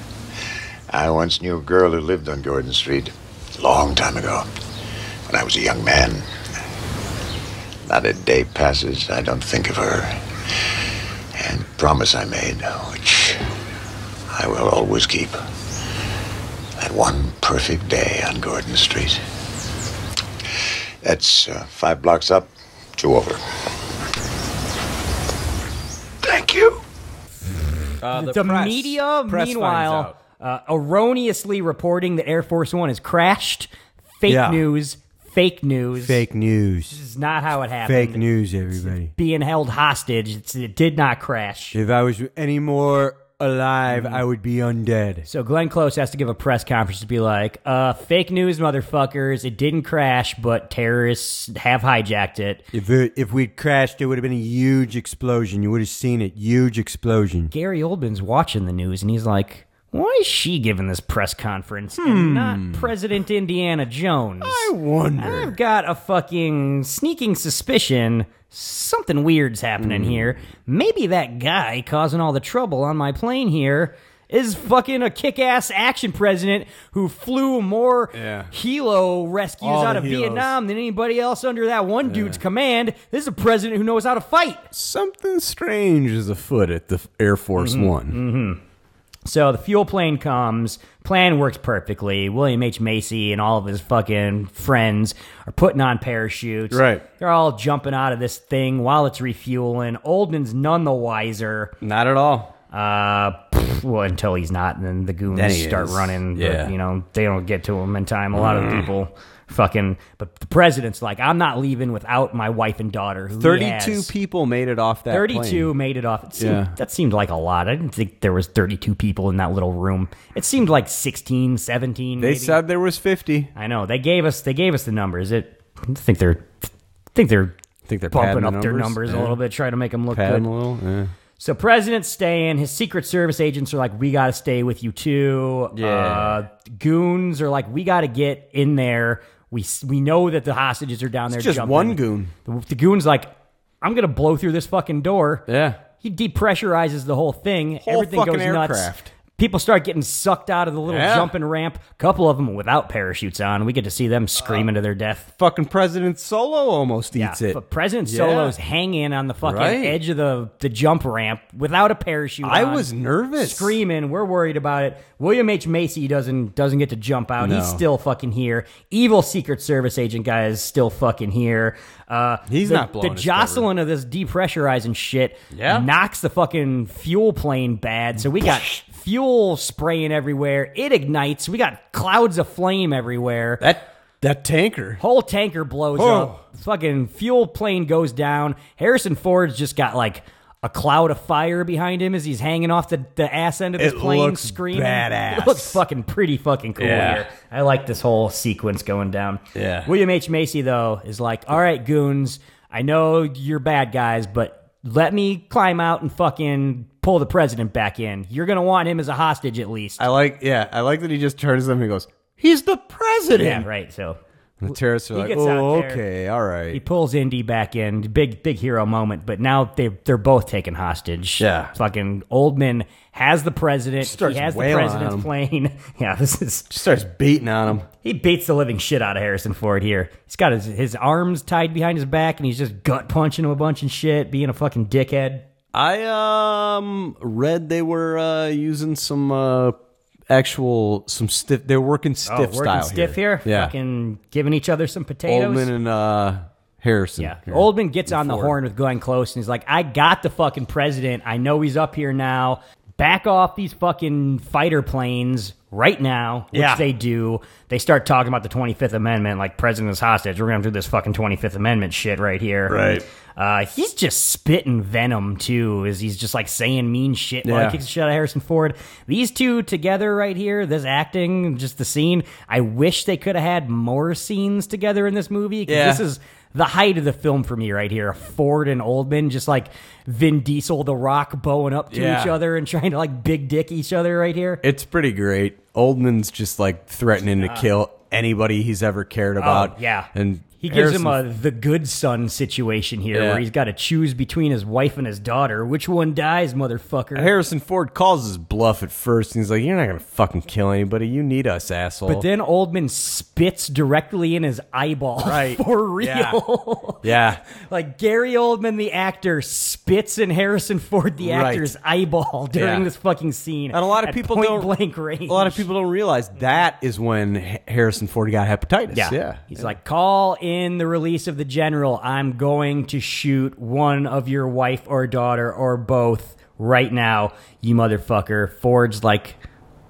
Speaker 14: I once knew a girl who lived on Gordon Street a long time ago when I was a young man. Not a day passes I don't think of her. And promise I made, which I will always keep. That one perfect day on Gordon Street. That's uh, five blocks up, two over.
Speaker 13: Thank you.
Speaker 4: uh,
Speaker 3: the, media, meanwhile, uh, erroneously reporting that Air Force One has crashed. Fake
Speaker 4: Yeah.
Speaker 3: news. Fake news.
Speaker 4: Fake news.
Speaker 3: This is not how it happened.
Speaker 15: Fake news, everybody.
Speaker 3: Being held hostage. It's, it did not crash.
Speaker 15: If I was any more alive,
Speaker 3: Mm.
Speaker 15: I would be undead.
Speaker 3: So Glenn Close has to give a press conference to be like, uh, "Fake news, motherfuckers! It didn't crash, but terrorists have hijacked it."
Speaker 15: If it, if we'd crashed, it would have been a huge explosion. You would have seen it. Huge explosion.
Speaker 3: Gary Oldman's watching the news and he's like, "Why is she giving this press conference and not President Indiana Jones?" I
Speaker 15: wonder.
Speaker 3: I've got a fucking sneaking suspicion something weird's happening
Speaker 15: Hmm.
Speaker 3: here. Maybe that guy causing all the trouble on my plane here is fucking a kick-ass action president who flew more helo rescues
Speaker 15: All
Speaker 3: out
Speaker 15: the
Speaker 3: of
Speaker 15: helos.
Speaker 3: Vietnam than anybody else under that one dude's command. This is a president who knows how to fight.
Speaker 4: Something strange is afoot at the Air Force
Speaker 3: Mhm,
Speaker 4: One.
Speaker 3: mhm. So the fuel plane comes. Plan works perfectly. William H. Macy and all of his fucking friends are putting on parachutes.
Speaker 4: Right.
Speaker 3: They're all jumping out of this thing while it's refueling. Oldman's none the wiser.
Speaker 4: Not at all.
Speaker 3: Uh, pff, well, until he's not, and then the goons
Speaker 4: Then he
Speaker 3: start
Speaker 4: is.
Speaker 3: running.
Speaker 4: Yeah.
Speaker 3: But, you know, they don't get to him in time. A lot of
Speaker 4: Mm.
Speaker 3: people fucking. But the president's like, I'm not leaving without my wife and daughter. who he
Speaker 4: Thirty-two
Speaker 3: has."
Speaker 4: people made it off that.
Speaker 3: 32
Speaker 4: plane.
Speaker 3: made it off. It seemed,
Speaker 4: Yeah.
Speaker 3: That seemed like a lot. I didn't think there was 32 people in that little room. It seemed like 16, 17.
Speaker 4: They
Speaker 3: maybe.
Speaker 4: said there was fifty.
Speaker 3: I know. They gave us they gave us the numbers. It I think they're I think they're
Speaker 4: think they're
Speaker 3: bumping
Speaker 4: padding
Speaker 3: up
Speaker 4: the
Speaker 3: their numbers
Speaker 4: numbers.
Speaker 3: a
Speaker 4: Yeah.
Speaker 3: little bit, try to make them look
Speaker 4: Pat
Speaker 3: good.
Speaker 4: him a little. Yeah.
Speaker 3: So president's staying. His Secret Service agents are like, "We got to stay with you too."
Speaker 4: Yeah.
Speaker 3: Uh, goons are like, "We got to get in there. We s- we know that the hostages are down there."
Speaker 4: just
Speaker 3: jumping."
Speaker 4: one goon.
Speaker 3: The, the goon's like, "I'm gonna blow through this fucking door."
Speaker 4: Yeah.
Speaker 3: He depressurizes the whole thing.
Speaker 4: Whole
Speaker 3: Everything
Speaker 4: fucking
Speaker 3: goes nuts.
Speaker 4: aircraft.
Speaker 3: People start getting sucked out of the little
Speaker 4: Yeah.
Speaker 3: jumping ramp. A couple of them without parachutes on. We get to see them screaming to their death.
Speaker 4: Fucking President Solo almost eats it.
Speaker 3: But President
Speaker 4: Yeah.
Speaker 3: Solo's hanging on the fucking
Speaker 4: Right.
Speaker 3: edge of the, the jump ramp without a parachute.
Speaker 4: I
Speaker 3: on,
Speaker 4: was nervous.
Speaker 3: screaming. We're worried about it. William H Macy doesn't doesn't get to jump out.
Speaker 4: No.
Speaker 3: He's still fucking here. Evil Secret Service agent guy is still fucking here. Uh,
Speaker 4: He's
Speaker 3: the,
Speaker 4: not blowing
Speaker 3: the
Speaker 4: his
Speaker 3: jostling of this depressurizing shit.
Speaker 4: Yeah.
Speaker 3: knocks the fucking fuel plane bad. So we got. Fuel spraying everywhere. It ignites. We got clouds of flame everywhere.
Speaker 4: That that tanker.
Speaker 3: Whole tanker blows
Speaker 4: Oh.
Speaker 3: up. Fucking fuel plane goes down. Harrison Ford's just got like a cloud of fire behind him as he's hanging off the, the ass end of his
Speaker 4: It
Speaker 3: plane
Speaker 4: looks
Speaker 3: screaming.
Speaker 4: badass.
Speaker 3: It looks fucking pretty fucking cool
Speaker 4: Yeah.
Speaker 3: here. I like this whole sequence going down.
Speaker 4: Yeah.
Speaker 3: William H. Macy though is like, all right, goons, I know you're bad guys, but let me climb out and fucking pull the president back in. You're gonna want him as a hostage at least.
Speaker 4: I like, yeah, I like that he just turns to them and he goes, "He's the president."
Speaker 3: Yeah, right. So
Speaker 4: And the terrorists are
Speaker 3: He
Speaker 4: like,
Speaker 3: gets out
Speaker 4: "Oh,
Speaker 3: there.
Speaker 4: okay, all right."
Speaker 3: He pulls Indy back in, big big hero moment. But now they they're both taken hostage.
Speaker 4: Yeah.
Speaker 3: fucking Oldman has the president.
Speaker 4: Starts
Speaker 3: he has the
Speaker 4: wailing on
Speaker 3: president's
Speaker 4: him.
Speaker 3: plane. yeah, this is
Speaker 4: starts beating on him.
Speaker 3: He beats the living shit out of Harrison Ford here. He's got his his arms tied behind his back, and he's just gut punching him a bunch and shit, being a fucking dickhead.
Speaker 4: I um read they were uh, using some uh, actual some stiff. They're working stiff
Speaker 3: oh, working
Speaker 4: style
Speaker 3: stiff here.
Speaker 4: Yeah,
Speaker 3: Fucking giving each other some potatoes.
Speaker 4: Oldman and uh, Harrison. Yeah,
Speaker 3: Oldman gets on the
Speaker 4: Before.
Speaker 3: horn with Glenn Close and he's like, I got the fucking president. I know he's up here now. Back off these fucking fighter planes right now, which
Speaker 16: Yeah.
Speaker 3: they do. They start talking about the 25th Amendment, like president is hostage. We're going to do this fucking 25th Amendment shit right here.
Speaker 16: Right.
Speaker 3: Uh, he's just spitting venom too, as he's just like saying mean shit while
Speaker 16: Yeah.
Speaker 3: he kicks the shit out of Harrison Ford. These two together right here, this acting, just the scene. I wish they could have had more scenes together in this movie. 'cause
Speaker 16: Yeah.
Speaker 3: This is the height of the film for me right here. Ford and Oldman just like Vin Diesel, The Rock, bowing up to
Speaker 4: Yeah.
Speaker 3: each other and trying to like big dick each other right here.
Speaker 4: It's pretty great. Oldman's just like threatening to
Speaker 3: Uh,
Speaker 4: kill anybody he's ever cared about.
Speaker 3: Oh, yeah.
Speaker 4: and
Speaker 3: he gives him a
Speaker 4: Harrison-
Speaker 3: the good son situation here
Speaker 4: Yeah.
Speaker 3: where he's got to choose between his wife and his daughter. Which one dies, motherfucker?
Speaker 4: Harrison Ford calls his bluff at first, and he's like, "You're not gonna fucking kill anybody. You need us, asshole."
Speaker 3: But then Oldman spits directly in his eyeball.
Speaker 4: Right.
Speaker 3: For
Speaker 4: Yeah.
Speaker 3: real.
Speaker 4: yeah,
Speaker 3: like Gary Oldman, the actor, spits in Harrison Ford, the
Speaker 4: Right.
Speaker 3: actor's eyeball during
Speaker 4: Yeah.
Speaker 3: this fucking scene.
Speaker 4: And a lot of
Speaker 3: at
Speaker 4: people
Speaker 3: point
Speaker 4: don't-
Speaker 3: blank range.
Speaker 4: a lot of people don't realize that is when H- Harrison Ford got hepatitis. Yeah,
Speaker 3: He's like, call in the release of the general. I'm going to shoot one of your wife or daughter or both right now, you motherfucker. Ford's like,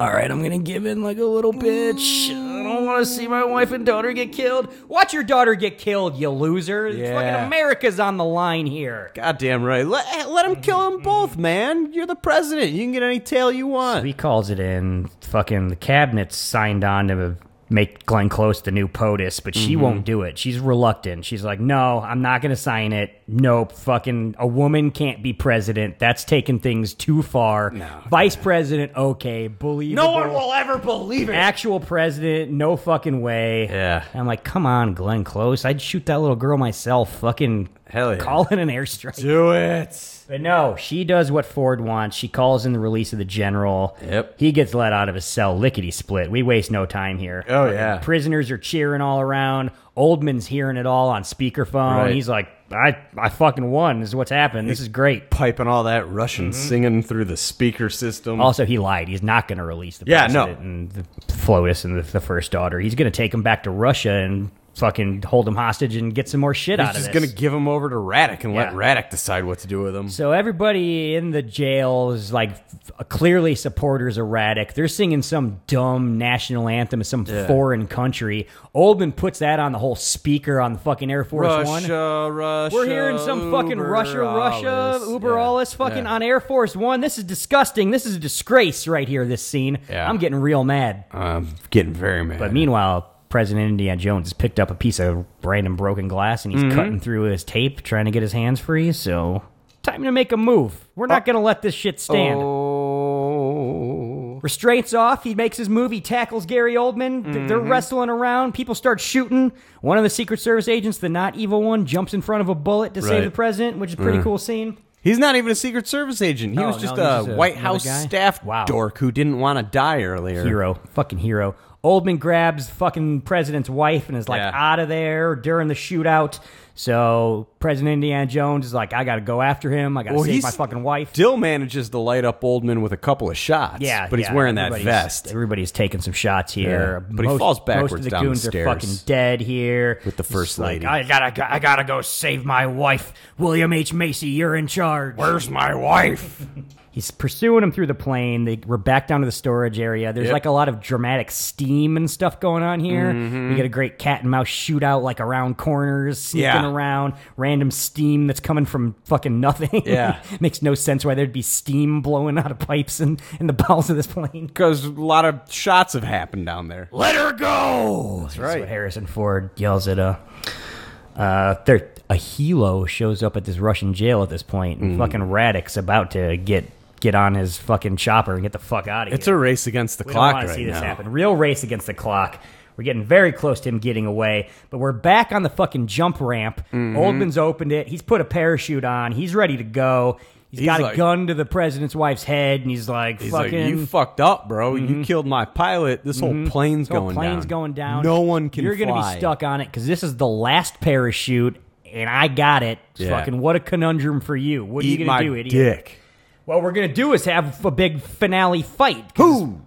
Speaker 3: all right, I'm going to give in like a little bitch. I don't want to see my wife and daughter get killed. Watch your daughter get killed, you loser. It's
Speaker 4: Yeah.
Speaker 3: Fucking America's on the line here.
Speaker 4: goddamn right. Let, let him kill
Speaker 3: Mm-hmm,
Speaker 4: them both, man. You're the president. You can get any tail you want.
Speaker 3: He calls it in. Fucking the cabinet's signed on to make Glenn Close the new POTUS, but she
Speaker 16: Mhm.
Speaker 3: won't do it. She's reluctant. She's like, no, I'm not going to sign it. Nope. Fucking a woman can't be president. That's taking things too far. Vice president, okay. Believable.
Speaker 16: No one will ever believe it.
Speaker 3: Actual president, no fucking way. Yeah. I'm like, come on, Glenn Close. I'd shoot that little girl myself. Fucking Hell yeah. call in an airstrike.
Speaker 4: Do it.
Speaker 3: But no, she does what Ford wants. She calls in the release of the general. Yep. He gets let out of his cell lickety split. We waste no time here.
Speaker 4: Oh, yeah.
Speaker 3: Prisoners are cheering all around. Oldman's hearing it all on speakerphone.
Speaker 4: Right.
Speaker 3: He's like, I, I fucking won. This is what's happened. This is great.
Speaker 4: Piping all that Russian
Speaker 3: Mm-hmm.
Speaker 4: singing through the speaker system.
Speaker 3: Also, he lied. He's not going to release the
Speaker 4: Yeah, no.
Speaker 3: president and the Flotus and the, the first daughter. He's going to take him back to Russia and fucking hold him hostage and get some more shit
Speaker 4: He's
Speaker 3: out of
Speaker 4: just
Speaker 3: this.
Speaker 4: gonna give him over to Raddick and let
Speaker 3: Yeah.
Speaker 4: Raddick decide what to do with him.
Speaker 3: So everybody in the jail is like f- clearly supporters of Raddick. They're singing some dumb national anthem of some
Speaker 4: Yeah.
Speaker 3: foreign country. Oldman puts that on the whole speaker on the fucking Air Force One.
Speaker 4: Russia, Russia.
Speaker 3: We're hearing some fucking Russia, Russia, Uber all this fucking
Speaker 4: Yeah.
Speaker 3: on Air Force One. This is disgusting. This is a disgrace right here, this scene.
Speaker 4: Yeah.
Speaker 3: I'm getting real mad.
Speaker 4: I'm getting very mad.
Speaker 3: But meanwhile, President Indiana Jones has picked up a piece of random broken glass and he's
Speaker 4: Mhm.
Speaker 3: cutting through his tape trying to get his hands free. So, time to make a move. We're not going to let this shit stand. Restraints off. He makes his move. He tackles Gary Oldman. Th- They're
Speaker 16: Mhm.
Speaker 3: wrestling around. People start shooting. One of the Secret Service agents, the not evil one, jumps in front of a bullet to
Speaker 4: Right.
Speaker 3: save the president, which is a pretty
Speaker 4: Yeah.
Speaker 3: cool scene.
Speaker 4: He's not even a Secret Service agent. He
Speaker 3: No,
Speaker 4: was just
Speaker 3: no,
Speaker 4: a
Speaker 3: he's just a-
Speaker 4: White
Speaker 3: another
Speaker 4: House
Speaker 3: guy.
Speaker 4: staff dork who didn't want to die earlier.
Speaker 3: Hero. Fucking hero. Oldman grabs fucking president's wife and is like
Speaker 4: Yeah.
Speaker 3: out of there during the shootout. So President Indiana Jones is like, I gotta go after him. I gotta
Speaker 4: Well,
Speaker 3: save
Speaker 4: he's-
Speaker 3: my fucking wife.
Speaker 4: Still manages to light up Oldman with a couple of shots.
Speaker 3: Yeah,
Speaker 4: but he's
Speaker 3: yeah,
Speaker 4: wearing that
Speaker 3: everybody's-
Speaker 4: vest.
Speaker 3: Everybody's taking some shots here.
Speaker 4: but he falls backwards
Speaker 3: Most of the
Speaker 4: down
Speaker 3: goons
Speaker 4: the stairs
Speaker 3: are fucking dead here.
Speaker 4: with the
Speaker 3: He's
Speaker 4: first
Speaker 3: like,
Speaker 4: lady.
Speaker 3: I gotta, I gotta go save my wife. William H Macy, you're in charge.
Speaker 4: Where's my wife?
Speaker 3: He's pursuing him through the plane. They we're back down to the storage area. There's
Speaker 16: Yep.
Speaker 3: like a lot of dramatic steam and stuff going on here.
Speaker 16: Mhm.
Speaker 3: We get a great cat and mouse shootout, like around corners, sneaking
Speaker 16: Yeah.
Speaker 3: around, random steam that's coming from fucking nothing.
Speaker 4: Yeah.
Speaker 3: makes no sense why there'd be steam blowing out of pipes and in the bowels of this plane.
Speaker 4: Because a lot of shots have happened down there.
Speaker 3: Let her go. That's right. what Harrison Ford yells at uh, uh, there. A helo shows up at this Russian jail at this point, and
Speaker 4: Mm.
Speaker 3: fucking Raddick's about to get get on his fucking chopper and get the fuck out of here.
Speaker 4: It's a race against the
Speaker 3: we
Speaker 4: clock
Speaker 3: don't wanna
Speaker 4: right
Speaker 3: see this
Speaker 4: now.
Speaker 3: happen. Real race against the clock. We're getting very close to him getting away, but we're back on the fucking jump ramp.
Speaker 4: Mm-hmm.
Speaker 16: Mhm.
Speaker 3: Oldman's opened it. He's put a parachute on. He's ready to go. he's
Speaker 4: He's
Speaker 3: got
Speaker 4: like-
Speaker 3: a gun to the president's wife's head, and he's like,
Speaker 4: He's
Speaker 3: "Fucking
Speaker 4: like, you fucked up, bro. You killed my pilot. This
Speaker 3: Mhm.
Speaker 4: whole plane's
Speaker 3: Mm-hmm. This whole
Speaker 4: going
Speaker 3: plane's
Speaker 4: down.
Speaker 3: going down.
Speaker 4: No one can.
Speaker 3: You're gonna
Speaker 4: fly.
Speaker 3: be stuck on it because this is the last parachute, and I got it.
Speaker 4: Yeah.
Speaker 3: Fucking what a conundrum for you. What are
Speaker 4: Eat
Speaker 3: you gonna
Speaker 4: my
Speaker 3: do, idiot?
Speaker 4: dick.
Speaker 3: What we're gonna do is have a big finale fight. Who?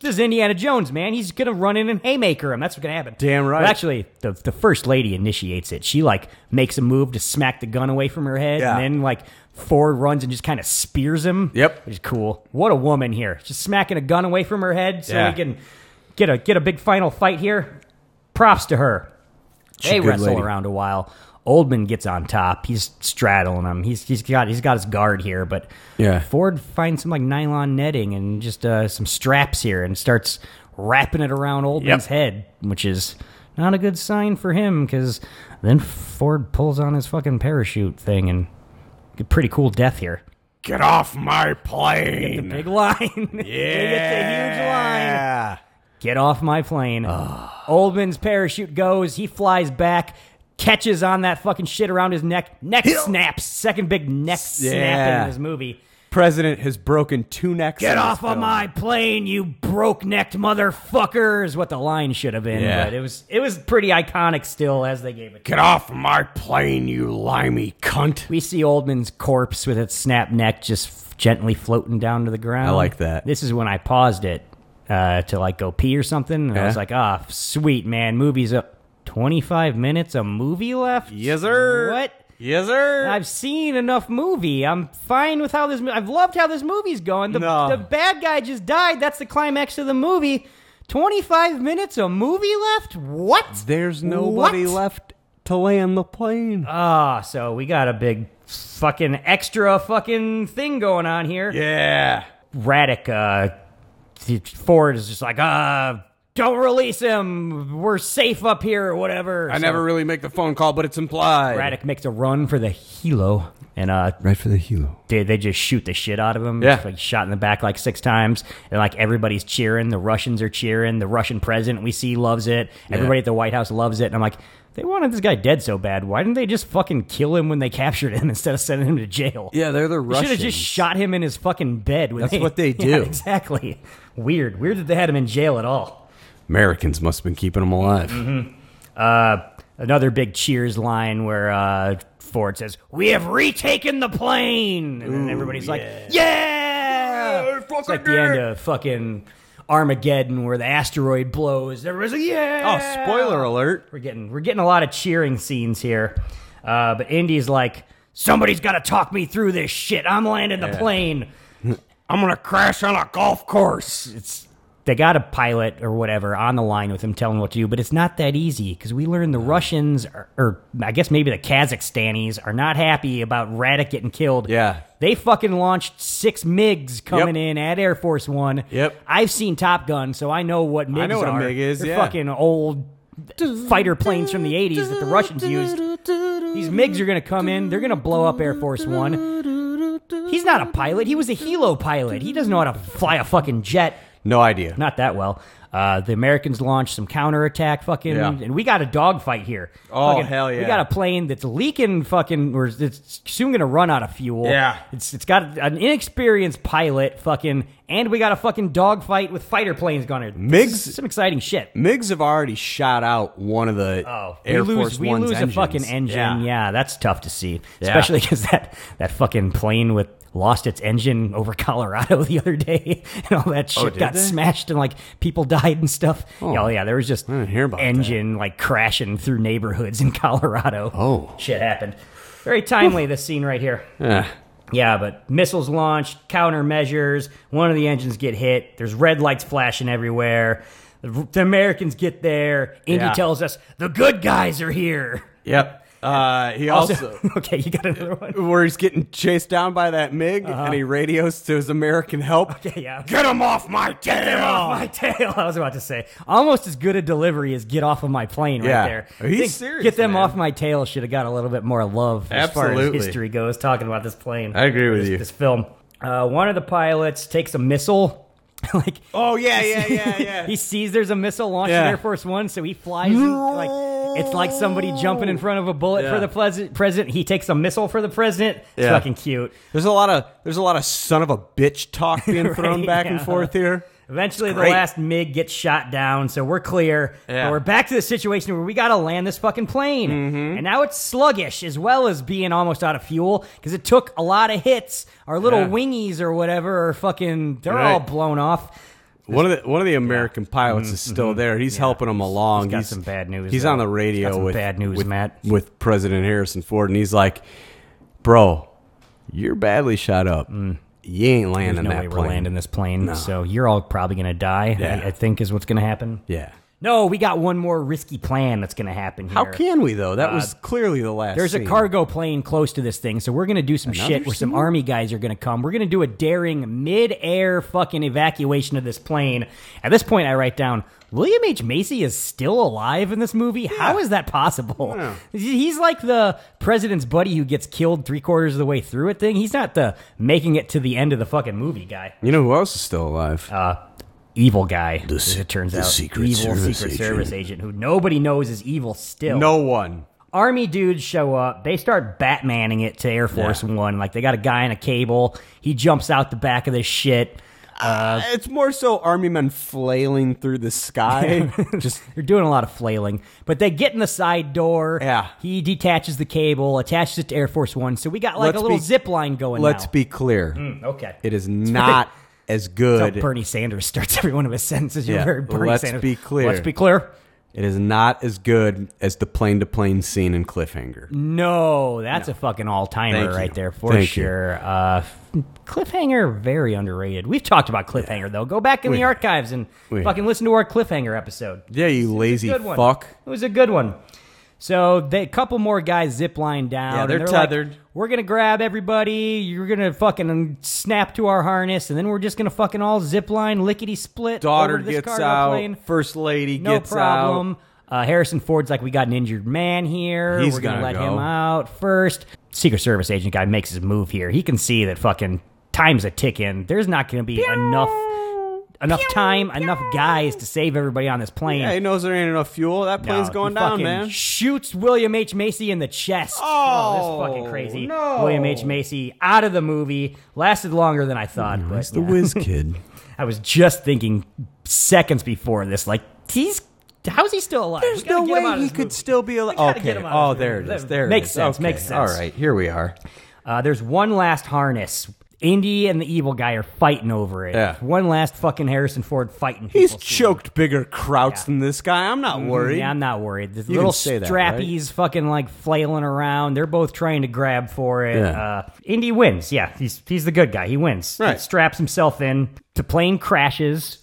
Speaker 3: This is Indiana Jones, man. He's gonna run in and haymaker him. That's what's gonna happen.
Speaker 4: Damn right.
Speaker 3: Well, actually, the the first lady initiates it. She like makes a move to smack the gun away from her head,
Speaker 4: Yeah.
Speaker 3: and then like Ford runs and just kind of spears him. Yep, which is cool. What a woman here, just smacking a gun away from her head so
Speaker 4: Yeah.
Speaker 3: we can get a get a big final fight here. Props to her.
Speaker 4: She's a
Speaker 3: They
Speaker 4: good
Speaker 3: wrestle
Speaker 4: lady.
Speaker 3: around a while. Oldman gets on top. He's straddling him. He's he's got he's got his guard here, but
Speaker 4: Yeah.
Speaker 3: Ford finds some like nylon netting and just uh, some straps here and starts wrapping it around Oldman's
Speaker 4: Yep.
Speaker 3: head, which is not a good sign for him because then Ford pulls on his fucking parachute thing and a pretty cool death here.
Speaker 4: Get off my
Speaker 3: Get the
Speaker 4: plane.
Speaker 3: big line. Yeah. huge line. Get off my plane. Oldman's parachute goes. He flies back, catches on that fucking shit around his neck. Neck snaps. Second big neck snap
Speaker 4: Yeah.
Speaker 3: in this movie.
Speaker 4: President has broken two necks.
Speaker 3: Get
Speaker 4: in
Speaker 3: off
Speaker 4: this
Speaker 3: of
Speaker 4: film.
Speaker 3: my plane, you broke necked motherfucker! Is what the line should have been.
Speaker 4: Yeah.
Speaker 3: But it was it was pretty iconic still as they gave it.
Speaker 4: Get off my plane, you limey cunt!
Speaker 3: We see Oldman's corpse with its snap neck just f- gently floating down to the ground.
Speaker 4: I like that.
Speaker 3: This is when I paused it uh, to like go pee or something, and I was
Speaker 4: Yeah.
Speaker 3: like, ah, sweet man, movie's up. 25 minutes a movie left? Yes, sir. What?
Speaker 4: Yes, sir.
Speaker 3: I've seen enough movie. I'm fine with how this. mo- I've loved how this movie's going. The,
Speaker 4: No.
Speaker 3: the bad guy just died. That's the climax of the movie. Twenty five minutes of movie left. What?
Speaker 4: There's nobody
Speaker 3: What?
Speaker 4: left to land the plane.
Speaker 3: Ah, so we got a big fucking extra fucking thing going on here.
Speaker 4: Yeah.
Speaker 3: Raddick, uh, th- Ford is just like, uh, don't release him. We're safe up here or whatever.
Speaker 4: I
Speaker 3: So
Speaker 4: never really make the phone call, but it's implied.
Speaker 3: Raddick makes a run for the Hilo, and uh,
Speaker 4: Right for the helo.
Speaker 3: they, they just shoot the shit out of him.
Speaker 4: Yeah.
Speaker 3: Just, like shot in the back like six times, and like everybody's cheering. The Russians are cheering. The Russian president we see loves it. Everybody at the White House loves it. And I'm like, they wanted this guy dead so bad. Why didn't they just fucking kill him when they captured him instead of sending him to jail?
Speaker 4: Yeah, they're the
Speaker 3: They should have
Speaker 4: Russians.
Speaker 3: just shot him in his fucking bed. When
Speaker 4: That's what they
Speaker 3: Yeah,
Speaker 4: do.
Speaker 3: exactly. Weird. Weird that they had him in jail at all.
Speaker 4: Americans must have been keeping him alive.
Speaker 3: Mm-hmm. Uh, another big cheers line where uh, Ford says, "We have retaken the plane," and then everybody's like, "Yeah!" It's like the end of fucking Armageddon where the asteroid blows. Everybody's like, "Yeah!"
Speaker 4: Oh, spoiler alert.
Speaker 3: We're getting we're getting a lot of cheering scenes here, uh, but Indy's like, "Somebody's got to talk me through this shit. I'm landing the
Speaker 4: Yeah.
Speaker 3: plane."
Speaker 4: I'm gonna crash on a golf course.
Speaker 3: It's they got a pilot or whatever on the line with him telling what to do, but it's not that easy because we learned the Russians, or, or I guess maybe the Kazakhstanis, are not happy about Radek getting killed.
Speaker 4: Yeah.
Speaker 3: They fucking launched six MiGs coming in at Air Force One.
Speaker 4: Yep.
Speaker 3: I've seen Top Gun, so I know what MiGs
Speaker 4: I know what a
Speaker 3: are.
Speaker 4: MiG is,
Speaker 3: They're
Speaker 4: yeah.
Speaker 3: fucking old fighter planes from the 80s that the Russians used. These MiGs are going to come in. They're going to blow up Air Force One. He's not a pilot. He was a Hilo pilot. He doesn't know how to fly a fucking jet.
Speaker 4: No idea.
Speaker 3: Not that well. Uh, the Americans launched some counterattack, fucking,
Speaker 4: Yeah.
Speaker 3: and we got a dogfight here.
Speaker 4: Oh,
Speaker 3: Fucking-
Speaker 4: hell
Speaker 3: We
Speaker 4: yeah.
Speaker 3: got a plane that's leaking, fucking, or it's soon gonna run out of fuel.
Speaker 4: Yeah.
Speaker 3: it's it's got an inexperienced pilot, fucking, and we got a fucking dogfight with fighter planes going. here.
Speaker 4: Migs-
Speaker 3: some exciting shit.
Speaker 4: MiGs have already shot out one of the
Speaker 3: Oh,
Speaker 4: Air
Speaker 3: we lose,
Speaker 4: Force
Speaker 3: we
Speaker 4: One's
Speaker 3: lose
Speaker 4: engines.
Speaker 3: a fucking engine. Yeah.
Speaker 4: Yeah.
Speaker 3: that's tough to see,
Speaker 4: Yeah.
Speaker 3: especially because that that fucking plane with lost its engine over Colorado the other day, and all that shit
Speaker 4: Oh, did
Speaker 3: got
Speaker 4: they?
Speaker 3: smashed, and like people died and stuff. Oh,
Speaker 4: Oh.
Speaker 3: yeah, there was just engine like crashing through neighborhoods in Colorado.
Speaker 4: Oh.
Speaker 3: shit happened. Very timely this scene right here.
Speaker 4: Yeah.
Speaker 3: Yeah, but missiles launched, countermeasures. One of the engines get hit. There's red lights flashing everywhere. The, the Americans get there. Indy
Speaker 4: Yeah.
Speaker 3: tells us the good guys are here.
Speaker 4: Yep. Uh, he also,
Speaker 3: okay, you got another one.
Speaker 4: where he's getting chased down by that MiG, and he radios to his American help.
Speaker 3: Uh-huh. Okay, yeah.
Speaker 4: Get him off my tail!
Speaker 3: Get him off Oh, my tail. I was about to say almost as good a delivery as get off of my plane
Speaker 4: Yeah.
Speaker 3: right there.
Speaker 4: He's
Speaker 3: I
Speaker 4: serious,
Speaker 3: Get them
Speaker 4: man.
Speaker 3: off my tail should have got a little bit more love as far
Speaker 4: Absolutely.
Speaker 3: as history goes. Talking about this plane,
Speaker 4: I agree with
Speaker 3: this,
Speaker 4: you.
Speaker 3: This film. Uh, one of the pilots takes a missile. like
Speaker 4: Oh yeah, yeah, yeah, yeah.
Speaker 3: he sees there's a missile launched at
Speaker 4: Yeah.
Speaker 3: Air Force One, so he flies. And, like it's like somebody jumping in front of a bullet
Speaker 4: Yeah.
Speaker 3: for the pleas- president. He takes a missile for the president. It's
Speaker 4: Yeah.
Speaker 3: fucking cute.
Speaker 4: There's a lot of there's a lot of son of a bitch talk being thrown
Speaker 3: Right,
Speaker 4: back and
Speaker 3: yeah.
Speaker 4: forth here.
Speaker 3: Eventually,
Speaker 4: It's
Speaker 3: the
Speaker 4: great.
Speaker 3: last MiG gets shot down, so we're clear.
Speaker 4: Yeah.
Speaker 3: But we're back to the situation where we got to land this fucking plane.
Speaker 4: Mm-hmm.
Speaker 3: And now it's sluggish as well as being almost out of fuel because it took a lot of hits. Our little
Speaker 4: Yeah.
Speaker 3: wingies or whatever are fucking, they're
Speaker 4: Right.
Speaker 3: all blown off.
Speaker 4: one of the one of the American pilots is still there. He's helping him along.
Speaker 3: Mm-hmm. He's got some bad news,
Speaker 4: He's
Speaker 3: though.
Speaker 4: on the
Speaker 3: He's got
Speaker 4: radio
Speaker 3: some
Speaker 4: with
Speaker 3: bad news,
Speaker 4: with,
Speaker 3: Matt.
Speaker 4: with President Harrison Ford, and he's like, "Bro, you're badly shot up. You ain't
Speaker 3: Mm. There's
Speaker 4: landing
Speaker 3: no
Speaker 4: that
Speaker 3: way
Speaker 4: plane.
Speaker 3: we're landing this plane.
Speaker 4: No.
Speaker 3: So you're all probably gonna die.
Speaker 4: Yeah.
Speaker 3: I, I think is what's gonna happen.
Speaker 4: Yeah.
Speaker 3: No, we got one more risky plan that's gonna happen. Here.
Speaker 4: How can we though? That
Speaker 3: Uh,
Speaker 4: was clearly the last.
Speaker 3: There's a
Speaker 4: scene.
Speaker 3: cargo plane close to this thing, so we're gonna do some
Speaker 4: Another
Speaker 3: shit where some
Speaker 4: scene?
Speaker 3: army guys are gonna come. We're gonna do a daring mid-air fucking evacuation of this plane. At this point, I write down William H Macy is still alive in this movie. How is that possible? He's like the president's buddy who gets killed three quarters of the way through it thing. He's not the making it to the end of the fucking movie guy.
Speaker 4: You know who else is still alive?
Speaker 3: Uh, evil guy.
Speaker 4: The,
Speaker 3: as it turns
Speaker 4: the
Speaker 3: out,
Speaker 4: Secret
Speaker 3: evil
Speaker 4: Service
Speaker 3: Secret
Speaker 4: agent.
Speaker 3: Service agent who nobody knows is evil still.
Speaker 4: No one.
Speaker 3: Army dudes show up. They start Batmaning it to Air Force One. Like they got a guy in a cable. He jumps out the back of this shit. Uh,
Speaker 4: it's more so army men flailing through the sky.
Speaker 3: Just they're doing a lot of flailing, but they get in the side door.
Speaker 4: Yeah.
Speaker 3: He detaches the cable, attaches it to Air Force One. So we got like
Speaker 4: Let's
Speaker 3: a little
Speaker 4: be-
Speaker 3: zip line going.
Speaker 4: Let's
Speaker 3: now.
Speaker 4: be clear.
Speaker 3: Mm, okay.
Speaker 4: It is not as good.
Speaker 3: So Bernie Sanders starts every one of his sentences. You
Speaker 4: Yeah,
Speaker 3: heard Bernie
Speaker 4: let's
Speaker 3: Sanders.
Speaker 4: be clear.
Speaker 3: Let's be clear.
Speaker 4: It is not as good as the plane to plane scene in Cliffhanger.
Speaker 3: Mm. No, that's a fucking all
Speaker 4: Thank
Speaker 3: timer
Speaker 4: you.
Speaker 3: right there for
Speaker 4: Thank you.
Speaker 3: sure. Uh, cliffhanger, very underrated. We've talked about Cliffhanger though. Go back in
Speaker 4: We
Speaker 3: the
Speaker 4: have.
Speaker 3: archives and
Speaker 4: We have.
Speaker 3: fucking listen to our Cliffhanger episode.
Speaker 4: Yeah, you lazy
Speaker 3: Good one.
Speaker 4: fuck.
Speaker 3: It was a good one. So they couple more guys zip line down.
Speaker 4: Yeah, they're
Speaker 3: and like,
Speaker 4: tethered.
Speaker 3: we're gonna grab everybody. You're gonna fucking snap to our harness, and then we're just gonna fucking all zip line lickety split.
Speaker 4: Daughter
Speaker 3: over to this
Speaker 4: gets
Speaker 3: cargo
Speaker 4: out.
Speaker 3: Plane.
Speaker 4: First lady
Speaker 3: No
Speaker 4: gets
Speaker 3: problem.
Speaker 4: out.
Speaker 3: Uh, Harrison Ford's like, we got an injured man here.
Speaker 4: He's
Speaker 3: We're gonna,
Speaker 4: gonna
Speaker 3: let
Speaker 4: go.
Speaker 3: him out first. Secret Service agent guy makes his move here. He can see that fucking time's a ticking. There's not gonna be enough enough time, enough guys to save everybody on this plane.
Speaker 4: Yeah, he knows there ain't enough fuel. That
Speaker 3: No,
Speaker 4: plane's going
Speaker 3: he
Speaker 4: down,
Speaker 3: fucking
Speaker 4: man.
Speaker 3: Shoots William H. Macy in the chest. Oh, that's fucking crazy.
Speaker 4: no.
Speaker 3: William H. Macy out of the movie. Lasted longer than I thought. but
Speaker 4: He's the
Speaker 3: yeah.
Speaker 4: whiz kid.
Speaker 3: I was just thinking seconds before this, like he's how's he still alive?
Speaker 4: There's
Speaker 3: We gotta
Speaker 4: no
Speaker 3: get him
Speaker 4: way
Speaker 3: out of
Speaker 4: he
Speaker 3: this
Speaker 4: could
Speaker 3: movie.
Speaker 4: still be alive.
Speaker 3: gotta
Speaker 4: Okay.
Speaker 3: get him out
Speaker 4: Oh,
Speaker 3: of this
Speaker 4: there it
Speaker 3: movie.
Speaker 4: is. There it
Speaker 3: Makes
Speaker 4: is.
Speaker 3: sense,
Speaker 4: Okay.
Speaker 3: makes sense.
Speaker 4: All right, here we are.
Speaker 3: Uh, there's one last harness. Indy and the evil guy are fighting over it.
Speaker 4: Yeah.
Speaker 3: One last fucking Harrison Ford fighting.
Speaker 4: He's
Speaker 3: people.
Speaker 4: choked bigger Krauts than this guy. I'm not
Speaker 3: Mm,
Speaker 4: worried.
Speaker 3: Yeah, I'm not worried. The
Speaker 4: You
Speaker 3: little
Speaker 4: can say that, right?
Speaker 3: strappies fucking like flailing around. They're both trying to grab for it.
Speaker 4: Yeah.
Speaker 3: Uh, Indy wins. Yeah, he's he's the good guy. He wins. He
Speaker 4: Right.
Speaker 3: straps himself in. The plane crashes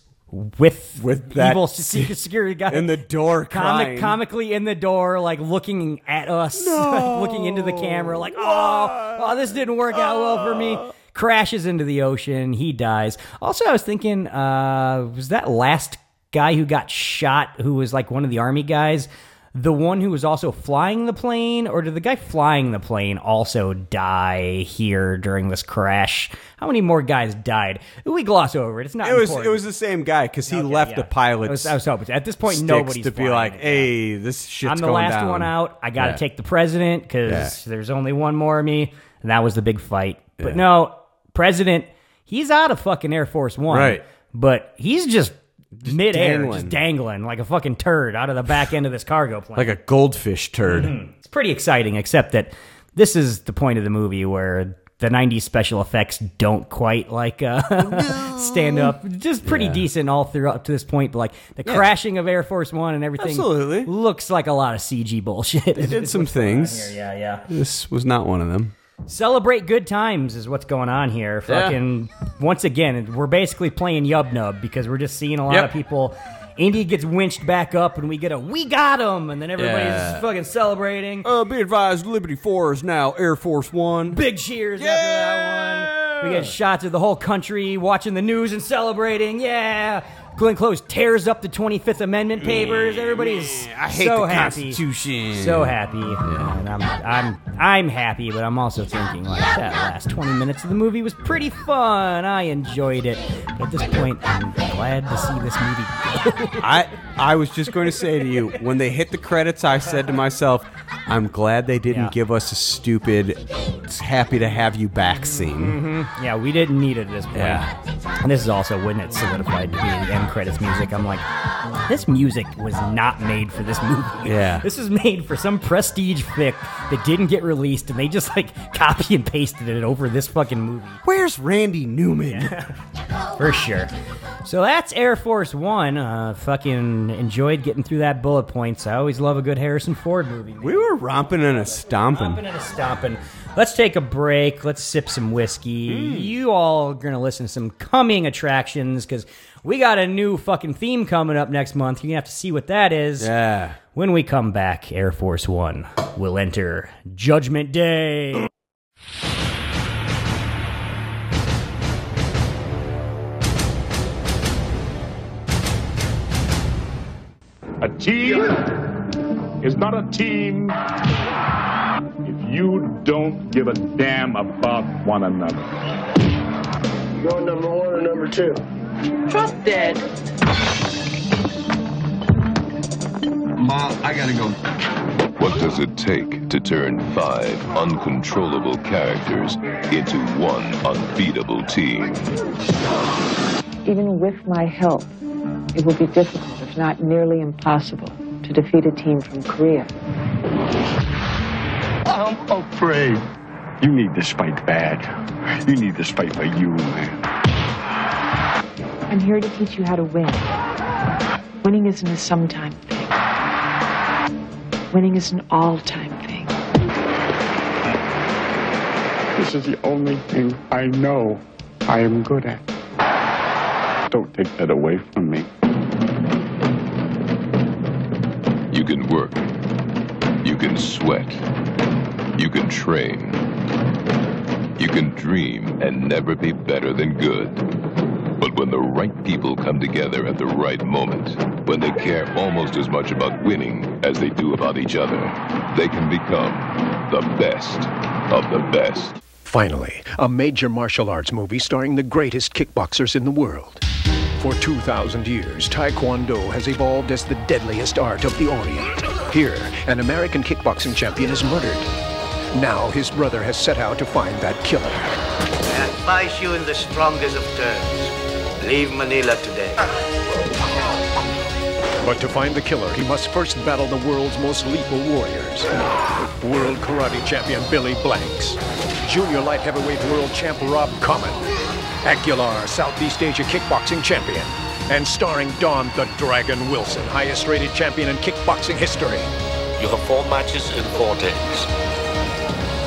Speaker 3: with
Speaker 4: With that
Speaker 3: evil secret security guy
Speaker 4: in the door
Speaker 3: comic
Speaker 4: crying.
Speaker 3: comically in the door, like looking at us, like, looking into the camera, like, oh, oh, this didn't work out well for me.
Speaker 4: Oh.
Speaker 3: Crashes into the ocean. He dies. Also, I was thinking, uh, was that last guy who got shot, who was like one of the army guys, the one who was also flying the plane, or did the guy flying the plane also die here during this crash? How many more guys died? We gloss over it. It's not.
Speaker 4: It was
Speaker 3: important.
Speaker 4: it was the same guy because he
Speaker 3: Okay,
Speaker 4: left
Speaker 3: yeah.
Speaker 4: the pilot.
Speaker 3: I was- I was hoping- at this point,
Speaker 4: sticks
Speaker 3: nobody's
Speaker 4: to be
Speaker 3: flying
Speaker 4: like,
Speaker 3: it, yeah.
Speaker 4: "Hey, this shit's
Speaker 3: I'm the
Speaker 4: going
Speaker 3: last
Speaker 4: down."
Speaker 3: one out. I got to
Speaker 4: Yeah.
Speaker 3: take the president because
Speaker 4: Yeah.
Speaker 3: there's only one more of me. And that was the big fight. But no, president, he's out of fucking Air Force One.
Speaker 4: Right.
Speaker 3: But he's just, midair,
Speaker 4: dangling.
Speaker 3: just dangling like a fucking turd out of the back end of this cargo plane.
Speaker 4: like a goldfish turd.
Speaker 3: it's pretty exciting, except that this is the point of the movie where. The '90s special effects don't quite like uh, stand up. Just pretty
Speaker 4: Yeah.
Speaker 3: decent all through up to this point, but like the crashing of Air Force One and everything
Speaker 4: Absolutely.
Speaker 3: looks like a lot of CG bullshit.
Speaker 4: They did some things.
Speaker 3: Yeah, yeah.
Speaker 4: This was not one of them.
Speaker 3: Celebrate good times is what's going on here.
Speaker 4: Yeah.
Speaker 3: Fucking once again, we're basically playing Yub Nub because we're just seeing a lot
Speaker 4: Yep.
Speaker 3: of people. Indy gets winched back up, and we get a "We got him!" and then everybody's
Speaker 4: Yeah.
Speaker 3: just fucking celebrating.
Speaker 4: Uh, be advised, Liberty Four is now Air Force One.
Speaker 3: Big cheers after that one. We get shots of the whole country watching the news and celebrating. Yeah. Glenn Close tears up the 25th Amendment papers. Everybody's
Speaker 4: Mm, I hate
Speaker 3: so
Speaker 4: the
Speaker 3: happy.
Speaker 4: Constitution.
Speaker 3: So happy. And I'm, I'm, I'm happy, but I'm also thinking like that last 20 minutes of the movie was pretty fun. I enjoyed it. But at this point, I'm glad to see this movie. go.
Speaker 4: I I was just going to say to you when they hit the credits, I said to myself, "I'm glad they didn't
Speaker 3: Yeah.
Speaker 4: give us a stupid, happy to have you back scene."
Speaker 3: Mhm. Yeah, we didn't need it at this point.
Speaker 4: Yeah.
Speaker 3: And this is also when it solidified to be the end credits music. I'm like, this music was not made for this movie.
Speaker 4: Yeah.
Speaker 3: This is made for some prestige fic that didn't get released and they just like copy and pasted it over this fucking movie.
Speaker 4: Where's Randy Newman?
Speaker 3: For sure. So that's Air Force One. Uh, fucking enjoyed getting through that bullet points. I always love a good Harrison Ford movie.
Speaker 4: We were romping and a stomping.
Speaker 3: Stomping and a stomping. Let's take a break. Let's sip some whiskey. You all are going to listen to some coming attractions because we got a new fucking theme coming up next month. You're going to have to see what that is.
Speaker 4: Yeah.
Speaker 3: When we come back, Air Force One will enter Judgment Day.
Speaker 16: A team is not a team if you don't give a damn about one another.
Speaker 17: You're number one or number two? Trust dead.
Speaker 18: Mom, I gotta go.
Speaker 19: What does it take to turn five uncontrollable characters into one unbeatable team?
Speaker 20: Even with my help, it will be difficult, if not nearly impossible, to defeat a team from Korea.
Speaker 21: I'm afraid. You need this fight bad. You need this fight for you.
Speaker 20: I'm here to teach you how to win. Winning isn't a sometime thing. Winning is an all-time thing.
Speaker 22: This is the only thing I know I am good at. Don't take that away from me.
Speaker 19: You can work. You can sweat. You can train. You can dream and never be better than good. But when the right people come together at the right moment, when they care almost as much about winning as they do about each other, they can become the best of the best.
Speaker 9: Finally, a major martial arts movie starring the greatest kickboxers in the world. For 2,000 years, Taekwondo has evolved as the deadliest art of the Orient. Here, an American kickboxing champion is murdered. Now, his brother has set out to find that killer.
Speaker 23: I advise you in the strongest of terms. Leave Manila today.
Speaker 9: But to find the killer, he must first battle the world's most lethal warriors. World Karate Champion Billy Blanks. Junior Light Heavyweight World Champ Rob Common. Aguilar, Southeast Asia Kickboxing Champion. And starring Don the Dragon Wilson, highest rated champion in kickboxing history.
Speaker 23: You have four matches in four days.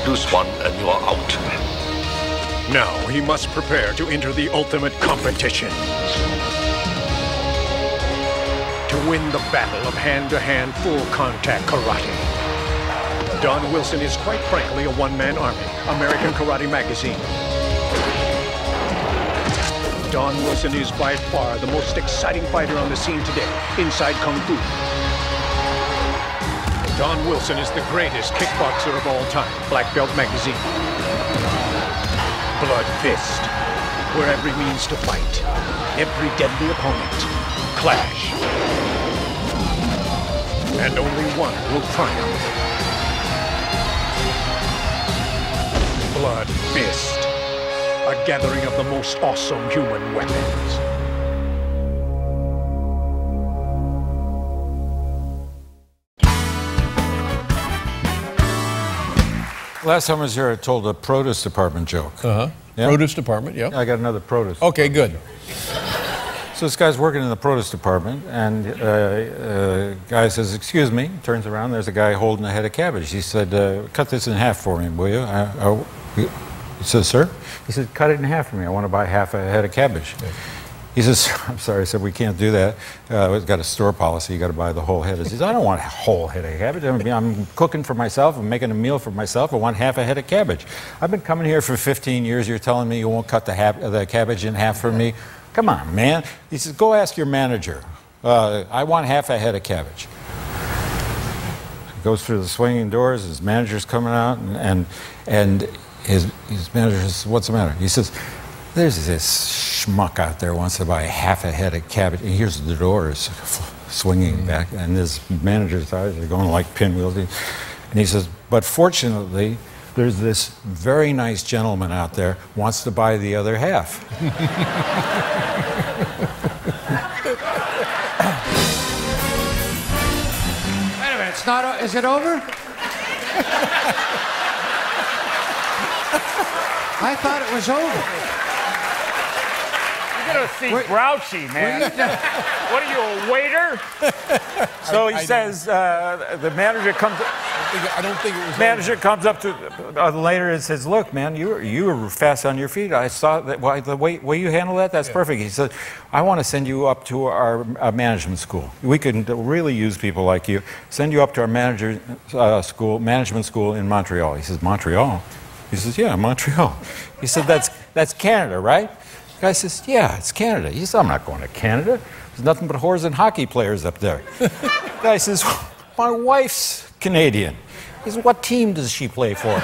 Speaker 9: Lose one and you are out. Now he must prepare to enter the ultimate competition. To win the battle of hand to hand full contact karate. Don Wilson is quite frankly a one man army. American Karate Magazine. Don Wilson is by far the most exciting fighter on the scene today, inside Kung Fu. Don Wilson is the greatest kickboxer of all time, Black Belt Magazine. Blood Fist, where every means to fight, every deadly opponent, clash. And only one will triumph. Blood Fist, a gathering of the most awesome human weapons.
Speaker 11: Last time I was here, I told a produce department joke.
Speaker 24: Uh huh. Produce department, yeah.
Speaker 11: I got another produce.
Speaker 24: Okay, good.
Speaker 11: So this guy's working in the produce department, and uh, uh, guy says, "Excuse me." Turns around, there's a guy holding a head of cabbage. He said, uh, "Cut this in half for me, will you?" I, I, he says, "Sir." He said, "Cut it in half for me. I want to buy half a head of cabbage." He says, "Sir, "I'm sorry." I said, "We can't do that. Uh, we've got a store policy. You got to buy the whole head." He says, "I don't want a whole head of cabbage. I'm, I'm cooking for myself. I'm making a meal for myself. I want half a head of cabbage. I've been coming here for 15 years. You're telling me you won't cut the, hap- the cabbage in half for me? Come on, man." He says, "Go ask your manager. Uh, I want half a head of cabbage." goes through the swinging doors. His manager's coming out, and and, and his his manager says, "What's the matter?" He says, "There's this schmuck out there wants to buy half a head of cabbage." And here's the doors f- swinging
Speaker 5: Hmm.
Speaker 11: back, and his manager's eyes are going like pinwheels. He- And he says, "But fortunately." There's this very nice gentleman out there wants to buy the other half.
Speaker 25: Wait a minute, it's not. o- Is it over? I thought it was over.
Speaker 2: gonna see grouchy, man. what are you, a waiter? so
Speaker 5: I-
Speaker 2: he
Speaker 5: I
Speaker 2: says uh, the manager comes.
Speaker 5: I don't think it was.
Speaker 2: Manager comes up to uh, later and says, "Look, man, you were, you were fast on your feet. I saw that. Why the way, way you handle that? That's perfect." He said, "I want to send you up to our uh, management school. We can really use people like you. Send you up to our manager uh, school, management school in Montreal." He says, "Montreal." He says, "Yeah, Montreal." He said, "That's that's Canada, right?" The guy says, "Yeah, it's Canada." He says, "I'm not going to Canada. There's nothing but whores and hockey players up there." The guy says, "My wife's Canadian." He says, "What team does she play for?"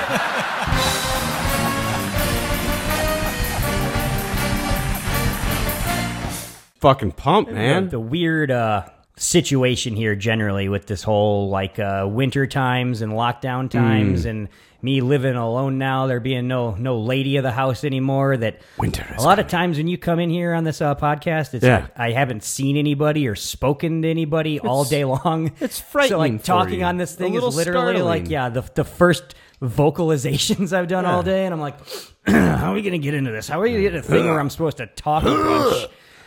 Speaker 4: Fucking pump, man.
Speaker 3: The, the weird uh, situation here generally with this whole like uh, winter times and lockdown times
Speaker 4: Mm.
Speaker 3: and me living alone now, there being no no lady of the house anymore. That winter. a lot of times when you come in here on this uh, podcast, it's
Speaker 4: Yeah.
Speaker 3: like I haven't seen anybody or spoken to anybody all
Speaker 4: It's-
Speaker 3: day long. It's So
Speaker 4: frightening
Speaker 3: like
Speaker 4: for
Speaker 3: talking
Speaker 4: you.
Speaker 3: on this
Speaker 4: A
Speaker 3: thing is
Speaker 4: little
Speaker 3: literally like
Speaker 4: startling.
Speaker 3: yeah the the first vocalizations I've done all day, and I'm like, how are we gonna get into this? How are you gonna get a thing where I'm supposed to talk a bunch?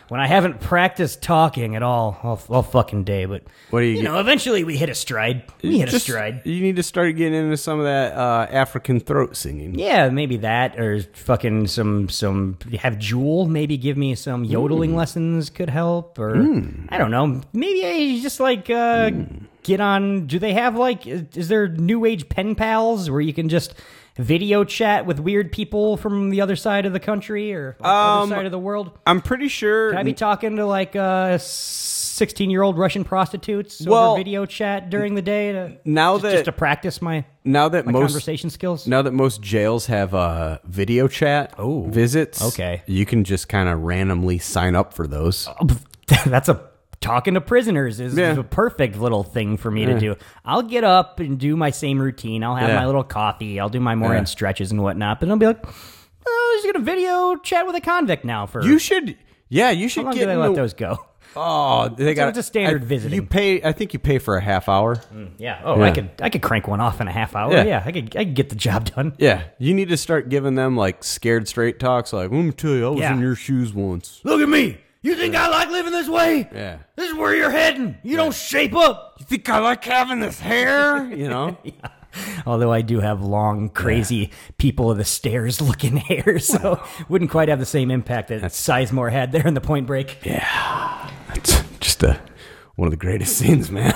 Speaker 3: When I haven't practiced talking at all, all, all fucking day, but
Speaker 4: What do you
Speaker 3: you
Speaker 4: get-
Speaker 3: know, eventually we hit a stride. We hit a stride.
Speaker 4: You need to start getting into some of that uh, African throat singing.
Speaker 3: Yeah, maybe that or fucking some some have Jewel maybe give me some
Speaker 4: Hmm.
Speaker 3: yodeling lessons could help or
Speaker 4: Mm.
Speaker 3: I don't know. Maybe I just like uh
Speaker 4: Hmm.
Speaker 3: get on do they have like is is there new age pen pals where you can just video chat with weird people from the other side of the country or
Speaker 4: Um,
Speaker 3: other side of the world?
Speaker 4: I'm pretty sure.
Speaker 3: Could I be talking to like uh 16 year old Russian prostitutes
Speaker 4: Well-
Speaker 3: over video chat during the day to
Speaker 4: now that
Speaker 3: just to practice my
Speaker 4: now that
Speaker 3: my
Speaker 4: most
Speaker 3: conversation skills?
Speaker 4: Now that most jails have uh, video chat visits, okay, you can just kind of randomly sign up for
Speaker 3: Uh,
Speaker 4: those.
Speaker 3: That's a talking to prisoners is, is a perfect little thing for me
Speaker 4: Yeah.
Speaker 3: to do. I'll get up and do my same routine. I'll have
Speaker 4: Yeah.
Speaker 3: my little coffee. I'll do my morning
Speaker 4: Yeah.
Speaker 3: stretches and whatnot. But I'll be like, oh, I'm just gonna video chat with a convict now. For
Speaker 4: You should, yeah, you should
Speaker 3: how long
Speaker 4: get
Speaker 3: do they let
Speaker 4: into-
Speaker 3: those go?
Speaker 4: Oh, they
Speaker 3: So
Speaker 4: got
Speaker 3: it's a standard
Speaker 4: I-
Speaker 3: visiting.
Speaker 4: You pay. I think you pay for a half hour.
Speaker 3: yeah. Oh, I could I could crank one off in a half hour.
Speaker 4: Yeah.
Speaker 3: Yeah, I could I could get the job done.
Speaker 4: Yeah, you need to start giving them like scared straight talks. Like, let me tell you, I was
Speaker 3: Yeah.
Speaker 4: in your shoes once.
Speaker 3: Look at me. You think I like living this way?
Speaker 4: Yeah.
Speaker 3: This is where you're heading. You don't shape up.
Speaker 4: You think I like having this hair? You know.
Speaker 3: Although I do have long, crazy people of the stairs looking hair, so wouldn't quite have the same impact that Sizemore had there in the Point Break.
Speaker 4: Yeah, it's just a, one of the greatest scenes, man.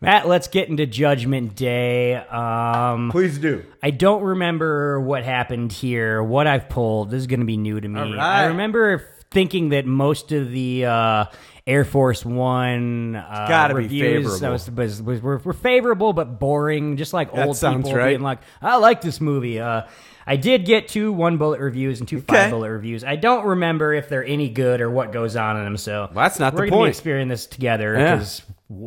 Speaker 3: Matt, let's get into Judgment Day. Um, Please do. I don't remember what happened here. What I've pulled this is going to be new to me.
Speaker 4: All right.
Speaker 3: I remember thinking that most of the uh, Air Force One uh,
Speaker 4: gotta be
Speaker 3: reviews that was, was, was, were, were favorable but boring, just like
Speaker 4: That
Speaker 3: old
Speaker 4: sounds
Speaker 3: people
Speaker 4: right.
Speaker 3: being like, "I like this movie." Uh, I did get two one bullet reviews and two five bullet reviews. I don't remember if they're any good or what goes on in them. So
Speaker 4: that's not
Speaker 3: we're
Speaker 4: the
Speaker 3: gonna
Speaker 4: point.
Speaker 3: Be experiencing this together
Speaker 4: Yeah.
Speaker 3: because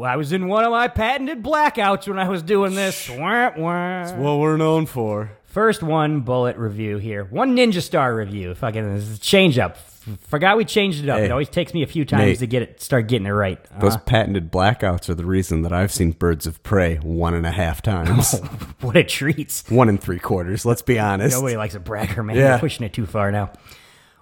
Speaker 3: I was in one of my patented blackouts when I was doing this. Wah, wah.
Speaker 4: what we're known for.
Speaker 3: First one bullet review here. One Ninja Star review. Fucking this is a change up. F- Forgot we changed it up.
Speaker 4: Hey.
Speaker 3: it always takes me a few times
Speaker 4: Nate.
Speaker 3: to get it, start getting it right.
Speaker 4: Those
Speaker 3: Uh,
Speaker 4: patented blackouts are the reason that I've seen Birds of Prey one and a half times.
Speaker 3: what a treat.
Speaker 4: one and three quarters, let's be honest.
Speaker 3: Nobody likes a bragger, man.
Speaker 4: Yeah.
Speaker 3: You're pushing it too far now.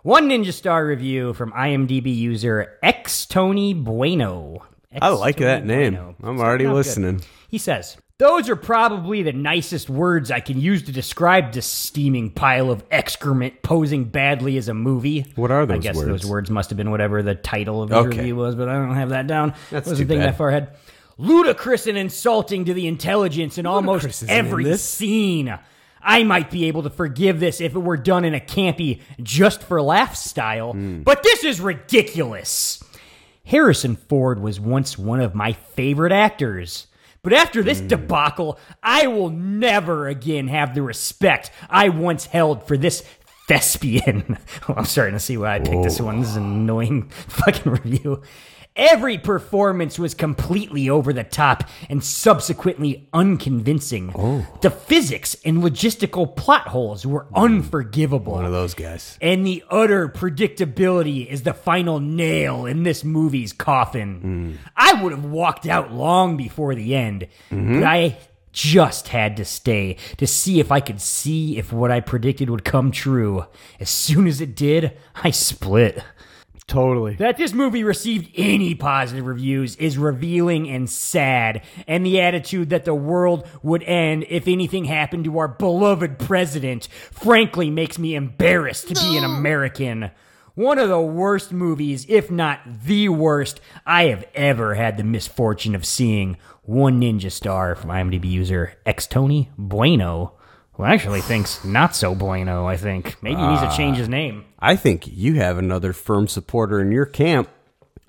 Speaker 3: One Ninja Star review from IMDb user X Tony Bueno.
Speaker 4: I like
Speaker 3: Ex-Tony
Speaker 4: that name.
Speaker 3: Bueno.
Speaker 4: I'm already
Speaker 3: Starting off good.
Speaker 4: listening.
Speaker 3: He says, Those are probably the nicest words I can use to describe this steaming pile of excrement posing badly as a movie.
Speaker 4: What are those
Speaker 3: I guess
Speaker 4: words?
Speaker 3: those words must have been whatever the title of the
Speaker 4: Okay.
Speaker 3: review was, but I don't have that down.
Speaker 4: That's
Speaker 3: Wasn't
Speaker 4: too
Speaker 3: thinking
Speaker 4: bad.
Speaker 3: that far ahead. Ludicrous and insulting to the intelligence in almost
Speaker 4: isn't in
Speaker 3: every
Speaker 4: this.
Speaker 3: scene. I might be able to forgive this if it were done in a campy, just for laughs style,
Speaker 4: Hmm.
Speaker 3: but this is ridiculous. Harrison Ford was once one of my favorite actors. But after
Speaker 4: Hmm.
Speaker 3: this debacle, I will never again have the respect I once held for this thespian. well, I'm starting to see why I picked this one. This is an annoying fucking review. Every performance was completely over the top and subsequently unconvincing.
Speaker 4: Oh.
Speaker 3: The physics and logistical plot holes were unforgivable.
Speaker 4: Hmm. One of those guys.
Speaker 3: And the utter predictability is the final nail in this movie's coffin. I would have walked out long before the end, but I just had to stay to see if I could see if what I predicted would come true. As soon as it did, I split.
Speaker 15: Totally.
Speaker 3: That this movie received any positive reviews is revealing and sad, and the attitude that the world would end if anything happened to our beloved president frankly makes me embarrassed to be an American. One of the worst movies, if not the worst, I have ever had the misfortune of seeing. One Ninja Star from IMDb user X Tony Bueno, who actually thinks not so Bueno, I think. Maybe he needs to change his name.
Speaker 4: I think you have another firm supporter in your camp.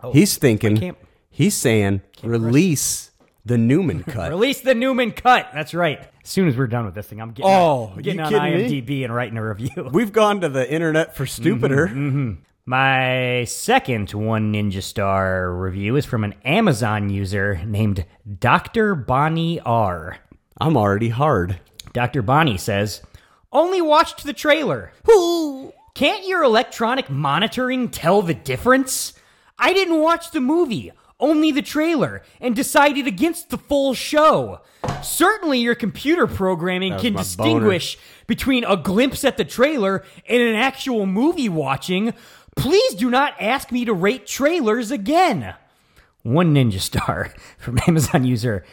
Speaker 3: Oh,
Speaker 4: he's thinking,
Speaker 3: my camp.
Speaker 4: he's saying, release the Newman cut.
Speaker 3: Release the Newman cut. That's right. As soon as we're done with this thing, I'm getting,
Speaker 4: Oh,
Speaker 3: I'm getting
Speaker 4: you
Speaker 3: on
Speaker 4: kidding me?
Speaker 3: IMDb and writing a review.
Speaker 4: We've gone to the internet for stupider.
Speaker 3: Mhm, mhm. My second One Ninja Star review is from an Amazon user named Dr. Bonnie R.
Speaker 4: I'm already hard.
Speaker 3: Dr. Bonnie says, Only watched the trailer. Can't your electronic monitoring tell the difference? I didn't watch the movie, only the trailer, and decided against the full show. Certainly, your computer programming
Speaker 4: That was
Speaker 3: can
Speaker 4: my
Speaker 3: distinguish between a glimpse at the trailer and an actual movie watching, please do not ask me to rate trailers again. One Ninja Star from Amazon user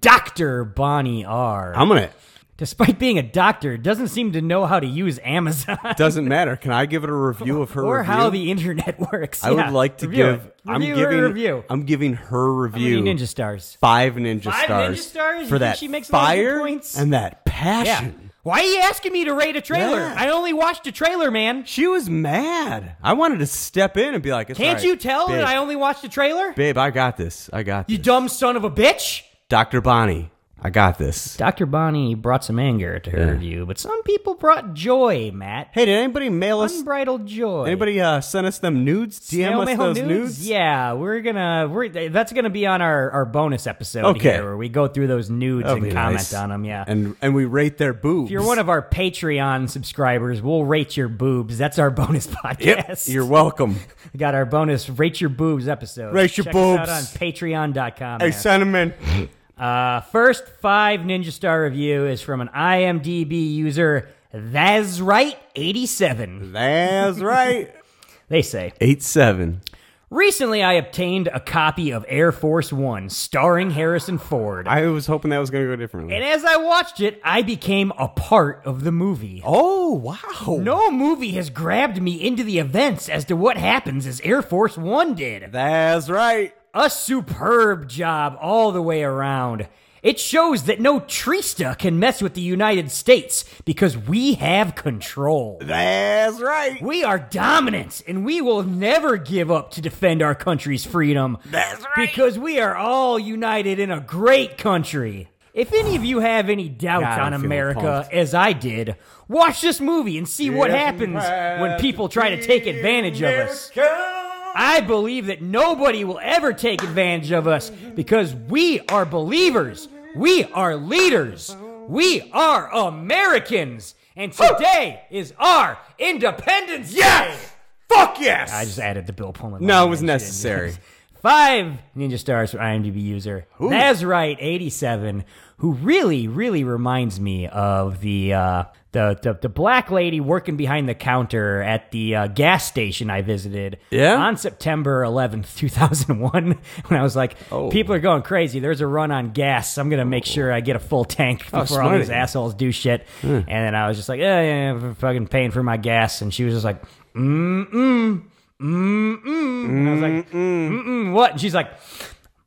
Speaker 3: Dr. Bonnie R.
Speaker 4: I'm gonna-
Speaker 3: Despite being a doctor, doesn't seem to know how to use Amazon
Speaker 4: Doesn't matter. Can I give it a review of her
Speaker 3: or
Speaker 4: review?
Speaker 3: how the internet works.
Speaker 4: I
Speaker 3: Yeah,
Speaker 4: would like to
Speaker 3: review
Speaker 4: give.
Speaker 3: it.
Speaker 4: I'm
Speaker 3: Review her
Speaker 4: giving.
Speaker 3: review.
Speaker 4: I'm giving her review.
Speaker 3: ninja stars?
Speaker 4: Five ninja
Speaker 3: Five
Speaker 4: stars.
Speaker 3: ninja stars? You
Speaker 4: for
Speaker 3: think
Speaker 4: that
Speaker 3: she makes a lot of good
Speaker 4: fire
Speaker 3: points?
Speaker 4: and that
Speaker 3: Yeah.
Speaker 4: passion.
Speaker 3: Why are you asking me to rate a trailer?
Speaker 4: Yeah.
Speaker 3: I only watched a trailer, man.
Speaker 4: She was mad. I wanted to step in and be like, it's
Speaker 3: Can't
Speaker 4: all right,
Speaker 3: you tell
Speaker 4: babe,
Speaker 3: that I only watched a trailer?
Speaker 4: Babe, I got this. I got
Speaker 3: You
Speaker 4: this.
Speaker 3: dumb son of a bitch.
Speaker 4: Dr. Bonnie, I got this.
Speaker 3: Dr. Bonnie brought some anger to her review, but some people brought joy, Matt.
Speaker 4: Hey, did anybody mail us?
Speaker 3: Unbridled joy.
Speaker 4: Anybody uh, send us them nudes? DM
Speaker 3: Snail
Speaker 4: us
Speaker 3: mail
Speaker 4: those
Speaker 3: nudes?
Speaker 4: nudes?
Speaker 3: Yeah, we're gonna we're that's gonna be on our, our bonus episode
Speaker 4: Okay.
Speaker 3: here, where we go through those nudes
Speaker 4: That'll
Speaker 3: and
Speaker 4: be
Speaker 3: comment
Speaker 4: nice.
Speaker 3: on them. Yeah,
Speaker 4: And and we rate their boobs.
Speaker 3: if you're one of our Patreon subscribers, we'll rate your boobs. That's our bonus
Speaker 4: Yep,
Speaker 3: podcast.
Speaker 4: You're welcome.
Speaker 3: we got our bonus rate your boobs episode.
Speaker 4: Rate your
Speaker 3: Check us
Speaker 4: boobs.
Speaker 3: out on Patreon.com.
Speaker 4: hey,
Speaker 3: there.
Speaker 4: send 'em in.
Speaker 3: Uh, first five ninja star review is from an IMDb user. That's right, eighty-seven.
Speaker 4: That's right.
Speaker 3: they say.
Speaker 4: Eight seven.
Speaker 3: Recently, I obtained a copy of Air Force One starring Harrison Ford.
Speaker 4: I was hoping that was going to go differently.
Speaker 3: And as I watched it, I became a part of the movie.
Speaker 4: Oh, wow.
Speaker 3: No movie has grabbed me into the events as to what happens as Air Force One did.
Speaker 4: That's right.
Speaker 3: A superb job all the way around. It shows that no trista can mess with the United States because we have control.
Speaker 4: That's right.
Speaker 3: We are dominant and we will never give up to defend our country's freedom.
Speaker 4: That's right.
Speaker 3: Because we are all united in a great country. If any of you have any doubts
Speaker 4: God,
Speaker 3: on
Speaker 4: I'm feeling
Speaker 3: America,
Speaker 4: pumped.
Speaker 3: as I did, watch this movie and see what
Speaker 4: Yes,
Speaker 3: happens
Speaker 4: you
Speaker 3: when
Speaker 4: have
Speaker 3: people try to take advantage of us. I believe that nobody will ever take advantage of us because we are believers. We are leaders. We are Americans. And today is our Independence Day.
Speaker 4: Fuck yes.
Speaker 3: I just added the Bill Pullman.
Speaker 4: No,
Speaker 3: line.
Speaker 4: it was
Speaker 3: I shouldn't.
Speaker 4: necessary.
Speaker 3: Five ninja stars for IMDb user. That's right, eighty-seven. Who really, really reminds me of the uh, the, the the black lady working behind the counter at the uh, gas station I visited.
Speaker 4: Yeah?
Speaker 3: On September eleventh, two thousand one, when I was like,
Speaker 4: Oh.
Speaker 3: people are going crazy. There's a run on gas. I'm gonna make sure I get a full tank before
Speaker 4: Oh,
Speaker 3: all
Speaker 4: smart of
Speaker 3: these
Speaker 4: you.
Speaker 3: assholes do shit. And then I was just like, yeah, yeah, yeah, fucking paying for my gas. And she was just like, mm mm. Mm-mm. And I was
Speaker 4: Mm,
Speaker 3: like, mm-mm, what? And she's like,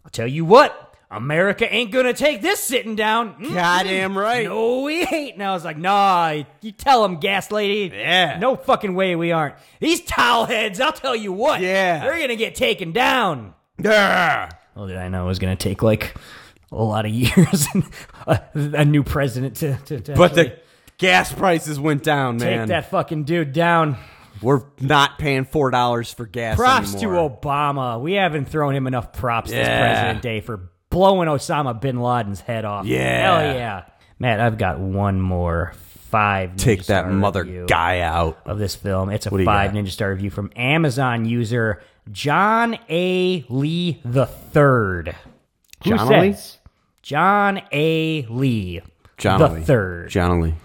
Speaker 3: I'll tell you what, America ain't gonna take this sitting down. Mm-mm.
Speaker 4: Hmm? Goddamn right.
Speaker 3: No, we ain't. And I was like, nah, you tell 'em, gas lady.
Speaker 4: Yeah.
Speaker 3: No fucking way we aren't. These towel heads, I'll tell you what.
Speaker 4: Yeah.
Speaker 3: They're gonna get taken down.
Speaker 4: Yeah.
Speaker 3: Well, did I know it was gonna take like a lot of years and a, a new president to, to, to
Speaker 4: But
Speaker 3: actually
Speaker 4: the gas prices went down,
Speaker 3: take
Speaker 4: man.
Speaker 3: that fucking dude down.
Speaker 4: We're not paying four dollars for gas.
Speaker 3: Props
Speaker 4: anymore.
Speaker 3: to Obama. We haven't thrown him enough props this
Speaker 4: Yeah.
Speaker 3: President Day for blowing Osama bin Laden's head off.
Speaker 4: Yeah.
Speaker 3: Hell yeah. Matt, I've got one more five.
Speaker 4: Take
Speaker 3: ninja
Speaker 4: that
Speaker 3: star
Speaker 4: mother
Speaker 3: review
Speaker 4: guy out.
Speaker 3: of this film. It's a
Speaker 4: do you
Speaker 3: five
Speaker 4: got?
Speaker 3: ninja star review from Amazon user John A. Lee the Third. Who
Speaker 4: John Lee?
Speaker 3: says John A. Lee
Speaker 4: John
Speaker 3: the
Speaker 4: Lee.
Speaker 3: Third?
Speaker 4: John Lee.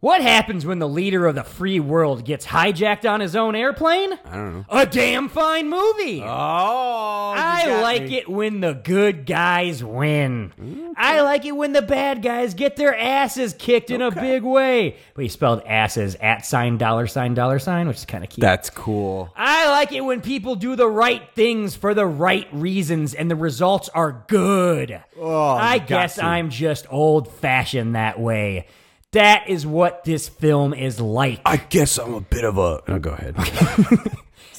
Speaker 3: What happens when the leader of the free world gets hijacked on his own airplane?
Speaker 4: I don't know.
Speaker 3: A damn fine movie.
Speaker 4: Oh,
Speaker 3: I like it when the good guys win. I like it when the bad guys get their asses kicked in a big way. But he spelled asses at sign dollar sign dollar sign, which is kind of cute.
Speaker 4: That's cool.
Speaker 3: I like it when people do the right things for the right reasons and the results are good.
Speaker 4: Oh,
Speaker 3: I
Speaker 4: you got
Speaker 3: guess
Speaker 4: to.
Speaker 3: I'm just old fashioned that way. That is what this film is like.
Speaker 4: I guess I'm a bit of a. Oh, go ahead.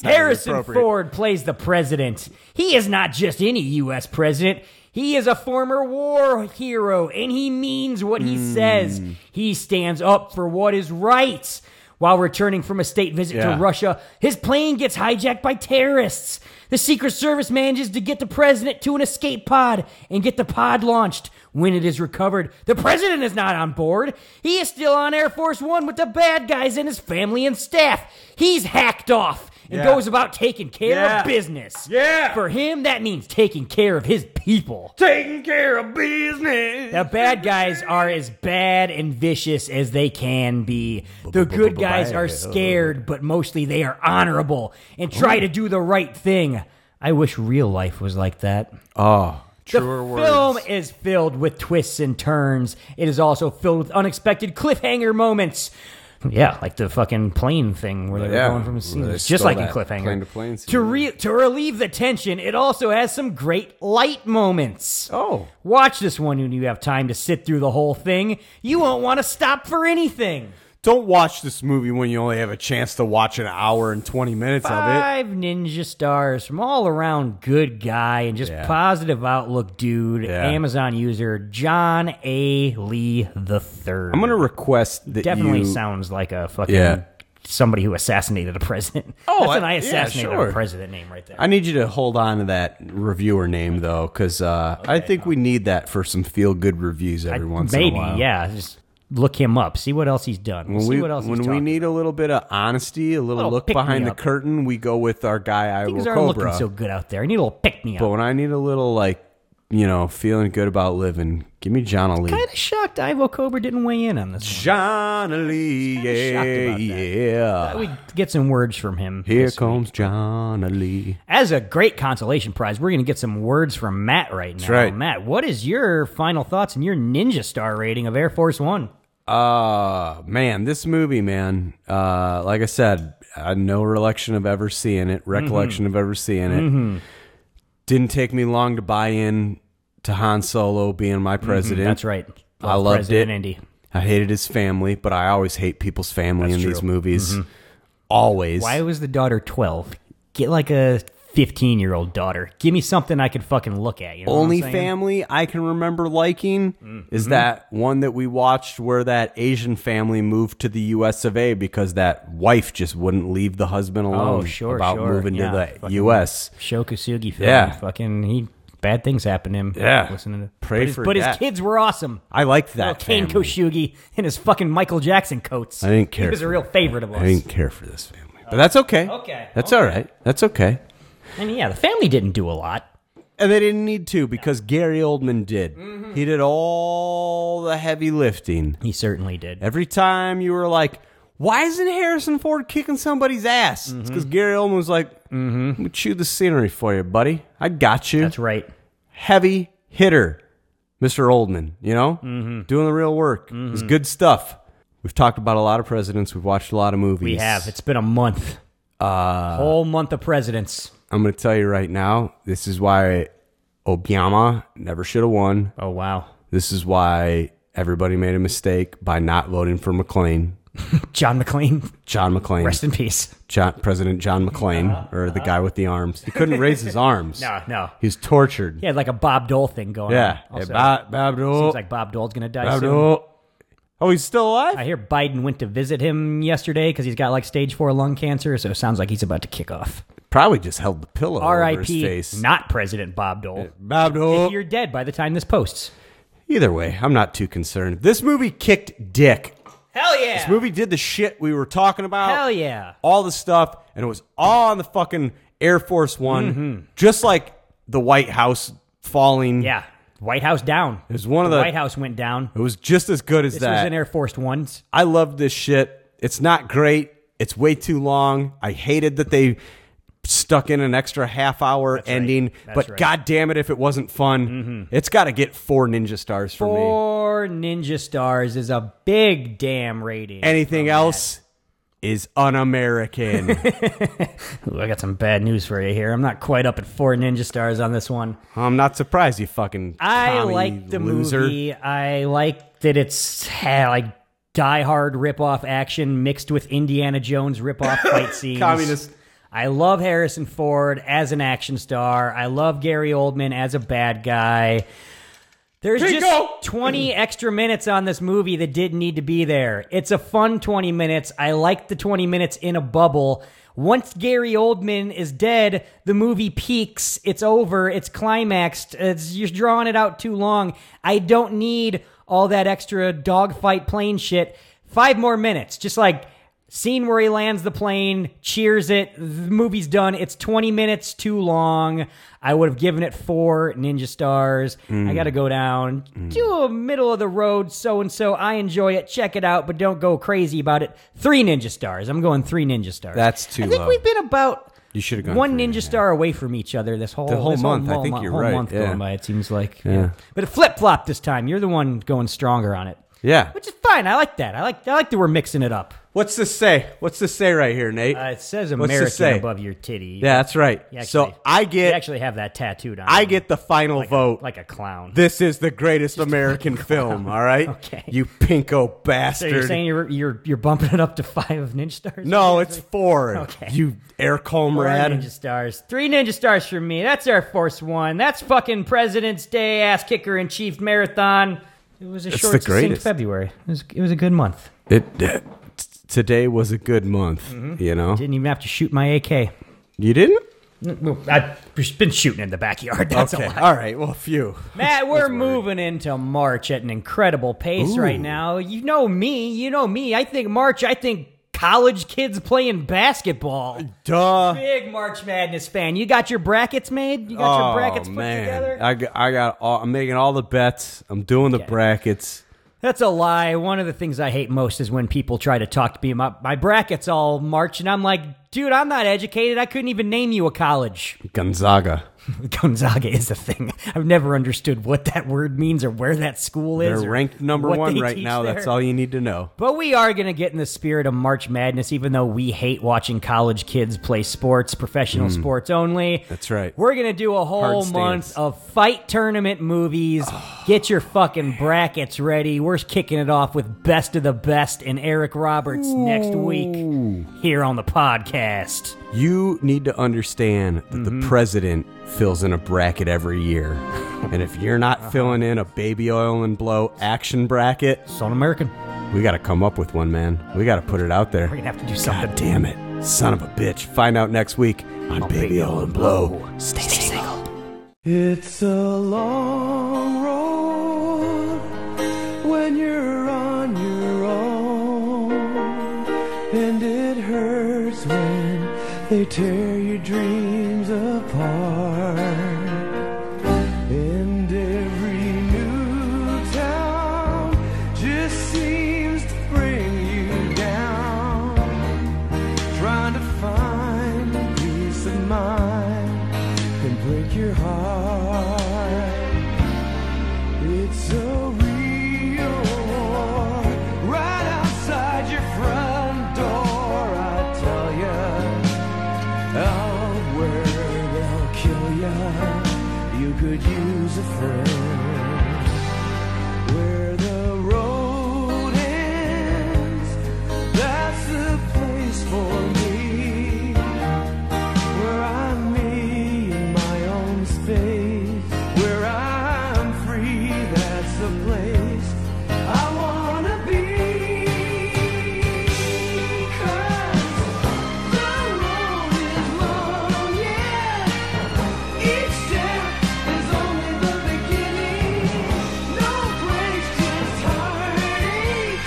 Speaker 3: Harrison Ford plays the president. He is not just any U.S. president. He is a former war hero, and he means what he says. He stands up for what is right. While returning from a state visit
Speaker 4: Yeah.
Speaker 3: to Russia, his plane gets hijacked by terrorists. The Secret Service manages to get the president to an escape pod and get the pod launched. When it is recovered, the president is not on board. He is still on Air Force One with the bad guys and his family and staff. He's hacked off and
Speaker 4: Yeah.
Speaker 3: goes about taking care
Speaker 4: Yeah.
Speaker 3: of business.
Speaker 4: Yeah.
Speaker 3: For him, that means taking care of his people.
Speaker 4: Taking care of business.
Speaker 3: The bad guys are as bad and vicious as they can be. The good guys are scared, but mostly they are honorable and try to do the right thing. I wish real life was like that.
Speaker 4: Oh,
Speaker 3: the film is filled with twists and turns. It is also filled with unexpected cliffhanger moments. Yeah, like the fucking plane thing where they were
Speaker 4: Yeah,
Speaker 3: going from a
Speaker 4: where
Speaker 3: scene.
Speaker 4: they
Speaker 3: It's just
Speaker 4: stole
Speaker 3: like in
Speaker 4: that
Speaker 3: cliffhanger.
Speaker 4: plane to plane scene.
Speaker 3: To re- to relieve the tension, it also has some great light moments.
Speaker 4: Oh,
Speaker 3: watch this one when you have time to sit through the whole thing. You won't want to stop for anything.
Speaker 4: Don't watch this movie when you only have a chance to watch an hour and 20 minutes of it.
Speaker 3: Five ninja stars from all around good guy and just
Speaker 4: Yeah.
Speaker 3: positive outlook dude,
Speaker 4: Yeah.
Speaker 3: Amazon user John A. Lee the third.
Speaker 4: I'm going to request that
Speaker 3: Definitely
Speaker 4: you-
Speaker 3: sounds like a fucking
Speaker 4: Yeah.
Speaker 3: somebody who assassinated a president.
Speaker 4: Oh,
Speaker 3: That's an
Speaker 4: I-
Speaker 3: I
Speaker 4: yeah,
Speaker 3: assassinated
Speaker 4: sure.
Speaker 3: a president name right there.
Speaker 4: I need you to hold on to that reviewer name though, because uh, I think we need that for some feel good reviews every once in
Speaker 3: Maybe,
Speaker 4: a while.
Speaker 3: yeah. Just look him up. See what else he's done.
Speaker 4: When
Speaker 3: see
Speaker 4: we
Speaker 3: what else
Speaker 4: when
Speaker 3: he's
Speaker 4: we
Speaker 3: talking
Speaker 4: need a little bit of honesty, a little,
Speaker 3: Little
Speaker 4: look
Speaker 3: pick me
Speaker 4: behind the
Speaker 3: up.
Speaker 4: curtain, we go with our guy Iowa
Speaker 3: Things aren't
Speaker 4: Cobra.
Speaker 3: looking so good out there. I need a little pick me up.
Speaker 4: But when I need a little like you know feeling good about living, give me John Ali.
Speaker 3: kind of shocked Ivo Cobra didn't weigh in on this. one.
Speaker 4: John Ali, yeah, yeah.
Speaker 3: We get some words from him.
Speaker 4: Here
Speaker 3: this week.
Speaker 4: comes John Ali.
Speaker 3: As a great consolation prize, we're going to get some words from Matt right now.
Speaker 4: That's right.
Speaker 3: Matt, what is your final thoughts and your ninja star rating of Air Force One?
Speaker 4: Uh man, this movie, man. Uh like I said, I had no recollection of ever seeing
Speaker 3: Mm-hmm.
Speaker 4: it, recollection of ever seeing it.
Speaker 3: Mhm.
Speaker 4: Didn't take me long to buy in to Han Solo being my president.
Speaker 3: Mm-hmm. That's right.
Speaker 4: I loved
Speaker 3: President
Speaker 4: it.
Speaker 3: Indy.
Speaker 4: I hated his family, but I always hate people's family
Speaker 3: That's
Speaker 4: in these
Speaker 3: true.
Speaker 4: movies.
Speaker 3: Mhm.
Speaker 4: Always.
Speaker 3: Why was the daughter 12? Get like a 15 year old daughter. Give me something I could fucking look at. You know what I'm
Speaker 4: only
Speaker 3: saying?
Speaker 4: family I can remember liking is
Speaker 3: Mhm.
Speaker 4: that one that we watched where that Asian family moved to the US of A because that wife just wouldn't leave the husband alone
Speaker 3: Oh, sure.
Speaker 4: about
Speaker 3: sure.
Speaker 4: moving
Speaker 3: Yeah,
Speaker 4: to the
Speaker 3: fucking
Speaker 4: US.
Speaker 3: Shokusugi film.
Speaker 4: Yeah.
Speaker 3: Fucking, he, bad things happen to him.
Speaker 4: Yeah.
Speaker 3: Listening to,
Speaker 4: Pray
Speaker 3: but his,
Speaker 4: for
Speaker 3: But his
Speaker 4: that.
Speaker 3: kids were awesome.
Speaker 4: I liked that.
Speaker 3: Oh, Kane
Speaker 4: family.
Speaker 3: Koshugi and his fucking Michael Jackson coats.
Speaker 4: I didn't care.
Speaker 3: He was a
Speaker 4: for
Speaker 3: real
Speaker 4: that.
Speaker 3: favorite of ours.
Speaker 4: I didn't care for this family. But that's okay.
Speaker 3: Okay,
Speaker 4: That's all right. That's okay.
Speaker 3: And yeah, the family didn't do a lot.
Speaker 4: And they didn't need to because Gary Oldman did.
Speaker 3: Mm-hmm.
Speaker 4: He did all the heavy lifting.
Speaker 3: He certainly did.
Speaker 4: Every time you were like, why isn't Harrison Ford kicking somebody's ass? It's because Gary Oldman was like, mm-hmm. we chew the scenery for you, buddy. I got you. That's
Speaker 3: right.
Speaker 4: Heavy hitter, Mr. Oldman, you know? Mm-hmm. Doing the real work. It's
Speaker 3: Mm-hmm.
Speaker 4: good stuff. We've talked about a lot of presidents. We've watched a lot of movies.
Speaker 3: We have. It's been a month.
Speaker 4: Uh,
Speaker 3: Whole month of presidents.
Speaker 4: I'm going to tell you right now, this is why Obama never should have won.
Speaker 3: Oh, wow.
Speaker 4: This is why everybody made a mistake by not voting for McLean.
Speaker 3: John McLean.
Speaker 4: John McLean.
Speaker 3: Rest in peace.
Speaker 4: John, President John McLean, or the guy with the arms. He couldn't raise his arms.
Speaker 3: Uh-huh. No, no.
Speaker 4: He's tortured.
Speaker 3: He had like a Bob Dole thing going
Speaker 4: Yeah.
Speaker 3: on.
Speaker 4: Hey, Bob- Bob Dole.
Speaker 3: Seems like Bob Dole's going to die
Speaker 4: Bob
Speaker 3: soon.
Speaker 4: Dole. Oh, he's still alive?
Speaker 3: I hear Biden went to visit him yesterday because he's got like stage four lung cancer, so it sounds like he's about to kick off.
Speaker 4: Probably just held the pillow over his
Speaker 3: R.I.P.
Speaker 4: face.
Speaker 3: Not President Bob Dole.
Speaker 4: Bob Dole.
Speaker 3: If you're dead by the time this posts.
Speaker 4: Either way, I'm not too concerned. This movie kicked dick.
Speaker 3: Hell yeah.
Speaker 4: This movie did the shit we were talking about.
Speaker 3: Hell yeah.
Speaker 4: All the stuff, and it was all on the fucking Air Force One,
Speaker 3: Mhm.
Speaker 4: just like the White House falling.
Speaker 3: Yeah. White House down.
Speaker 4: It was one of
Speaker 3: the
Speaker 4: the-
Speaker 3: White House went down.
Speaker 4: It was just as good as
Speaker 3: This
Speaker 4: that.
Speaker 3: was an Air Force Ones.
Speaker 4: I love this shit. It's not great. It's way too long. I hated that they stuck in an extra half hour ending.
Speaker 3: That's
Speaker 4: But
Speaker 3: right. Mm-hmm.
Speaker 4: god damn it if it wasn't fun. It's got to get four ninja stars for me.
Speaker 3: Four Ninja Stars is a big damn rating.
Speaker 4: Anything else is un-American.
Speaker 3: Ooh, I got some bad news for you here. I'm not quite up at four Ninja Stars on this one.
Speaker 4: I'm not surprised you fucking
Speaker 3: I
Speaker 4: Tommy
Speaker 3: like the
Speaker 4: loser.
Speaker 3: movie. I like that it's eh, like Die Hard ripoff action mixed with Indiana Jones ripoff fight scenes.
Speaker 4: Communist.
Speaker 3: I love Harrison Ford as an action star. I love Gary Oldman as a bad guy. There's
Speaker 4: Pico!
Speaker 3: just 20 extra minutes on this movie that didn't need to be there. It's a fun 20 minutes. I like the 20 minutes in a bubble. Once Gary Oldman is dead, the movie peaks. It's over. It's climaxed. It's you're drawing it out too long. I don't need all that extra dogfight plane shit. Five more minutes. Just like scene where he lands the plane, cheers it. The movie's done. It's 20 minutes too long. I would have given it four ninja stars. I
Speaker 4: Mm.
Speaker 3: got to go down
Speaker 4: Hmm.
Speaker 3: do a middle of the road so and so. I enjoy it. Check it out, but don't go crazy about it. Three ninja stars. I'm going three ninja stars.
Speaker 4: That's too
Speaker 3: I think
Speaker 4: low.
Speaker 3: we've been about
Speaker 4: You should have gone
Speaker 3: one
Speaker 4: three.
Speaker 3: ninja star away from each other this whole
Speaker 4: The whole
Speaker 3: this
Speaker 4: month. I think
Speaker 3: mo-
Speaker 4: you're
Speaker 3: whole
Speaker 4: right.
Speaker 3: Month
Speaker 4: Yeah.
Speaker 3: going by, it seems like.
Speaker 4: Yeah.
Speaker 3: But it flip flop this time. You're the one going stronger on it.
Speaker 4: Yeah.
Speaker 3: Which is fine. I like that. I like I like that we're mixing it up.
Speaker 4: What's this say? What's this say right here, Nate?
Speaker 3: Uh, it says
Speaker 4: What's this
Speaker 3: American
Speaker 4: say?
Speaker 3: above your titty.
Speaker 4: Yeah, that's right.
Speaker 3: You
Speaker 4: So I get-
Speaker 3: you actually have that tattooed on.
Speaker 4: I
Speaker 3: you,
Speaker 4: get the final
Speaker 3: like a-
Speaker 4: vote.
Speaker 3: like a clown.
Speaker 4: This is the greatest American film, all right? Okay. You pinko
Speaker 3: So
Speaker 4: bastard.
Speaker 3: you're saying you're you're you're bumping it up to five ninja stars?
Speaker 4: no, it's four.
Speaker 3: Okay.
Speaker 4: You air
Speaker 3: Four
Speaker 4: comrade.
Speaker 3: ninja stars. Three ninja stars for me. That's Air Force One. That's fucking President's Day ass kicker in chief marathon. It was a
Speaker 4: It's
Speaker 3: short,
Speaker 4: the
Speaker 3: succinct
Speaker 4: greatest.
Speaker 3: February. It was, it was a good month.
Speaker 4: It, uh, t- today was a good month,
Speaker 3: Mm-hmm.
Speaker 4: you know?
Speaker 3: Didn't even have to shoot my AK.
Speaker 4: You didn't?
Speaker 3: Well, I've been shooting in the backyard. That's
Speaker 4: okay.
Speaker 3: a lot.
Speaker 4: All right. Well, phew.
Speaker 3: Matt, we're moving into March at an incredible pace
Speaker 4: Ooh.
Speaker 3: right now. You know me. You know me. I think March. I think college kids playing basketball.
Speaker 4: Duh.
Speaker 3: Big March Madness fan. You got your brackets made. You got your brackets put
Speaker 4: Oh, man.
Speaker 3: together.
Speaker 4: I got, I got all, I'm making all the bets. I'm doing the brackets.
Speaker 3: That's a lie. One of the things I hate most is when people try to talk to me about my brackets all March, and I'm like, dude, I'm not educated. I couldn't even name you a college.
Speaker 4: Gonzaga.
Speaker 3: Gonzaga is a thing. I've never understood what that word means or where that school is.
Speaker 4: They're
Speaker 3: or
Speaker 4: ranked number
Speaker 3: what
Speaker 4: one
Speaker 3: they
Speaker 4: right
Speaker 3: teach
Speaker 4: now. That's
Speaker 3: there.
Speaker 4: all you need to know.
Speaker 3: But we are going to get in the spirit of March Madness, even though we hate watching college kids play sports, professional
Speaker 4: Mm.
Speaker 3: sports only.
Speaker 4: That's right.
Speaker 3: We're going to do a whole
Speaker 4: Hard
Speaker 3: month of fight tournament movies. get your fucking brackets ready. We're kicking it off with Best of the Best and Eric Roberts next week here on the podcast.
Speaker 4: You need to understand that the president fills in a bracket every year. and if you're not filling in a baby oil and blow action bracket, it's
Speaker 3: on American.
Speaker 4: We got to come up with one, man. We got to put it out there.
Speaker 3: We're going to have to do something.
Speaker 4: God damn it. Son of a bitch. Find out next week on Baby Oil and Blow. Stay, single.
Speaker 1: It's a long road when you're on your own, and it hurts when they tear your dreams apart. And every new town just seems to bring you down, trying to find peace of mind and break your heart. It's a real war right outside your front door. I tell ya, out where they'll kill ya. You could use a friend. Where the road ends, that's the place for me where I'm me in my own space, where I'm free, that's the place I wanna be. 'Cause the road is long, yeah. Each step is only the beginning. No breaks, just heartaches.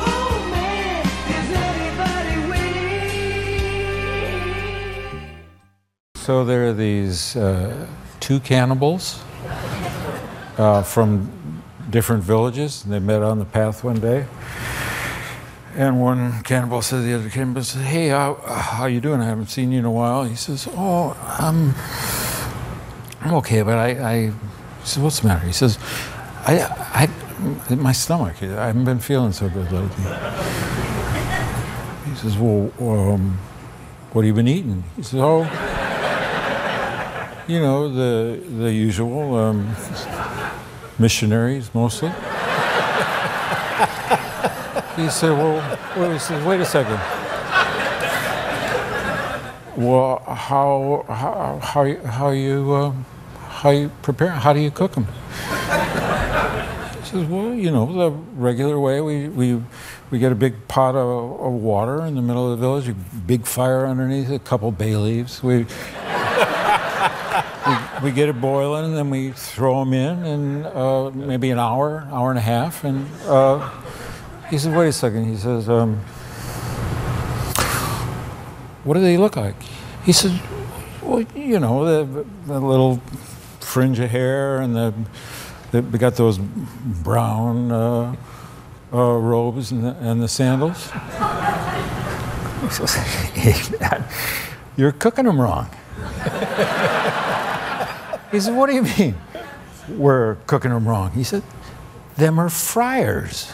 Speaker 1: Oh man, is anybody winning?
Speaker 2: So there are these uh, two cannibals
Speaker 11: uh, from different villages, and they met on the path one day. And one cannibal said to the other cannibal, said, "Hey, how, how you doing? I haven't seen you in a while." He says, "Oh, I'm, I'm okay, but I." I he said, "What's the matter?" He says, "I, I, my stomach. I haven't been feeling so good lately." He says, "Well, um, what have you been eating?" He says, "Oh." you know the the usual um, missionaries mostly. he said, "Well, wait, said, wait a second. Well, how how how how you um, how you prepare? How do you cook them?" He says, "Well, you know the regular way. We we." We get a big pot of, of water in the middle of the village, a big fire underneath, a couple bay leaves. We we, we get it boiling, and then we throw them in, and uh, maybe an hour, hour and a half. And uh, he says, "Wait a second. He says, um, "What do they look like?" He says, "Well, you know, the, the little fringe of hair, and the, the we got those brown uh, robes and the, and the sandals." "You're cooking them wrong." He said, What do you mean? We're cooking them wrong. He said, Them are fryers.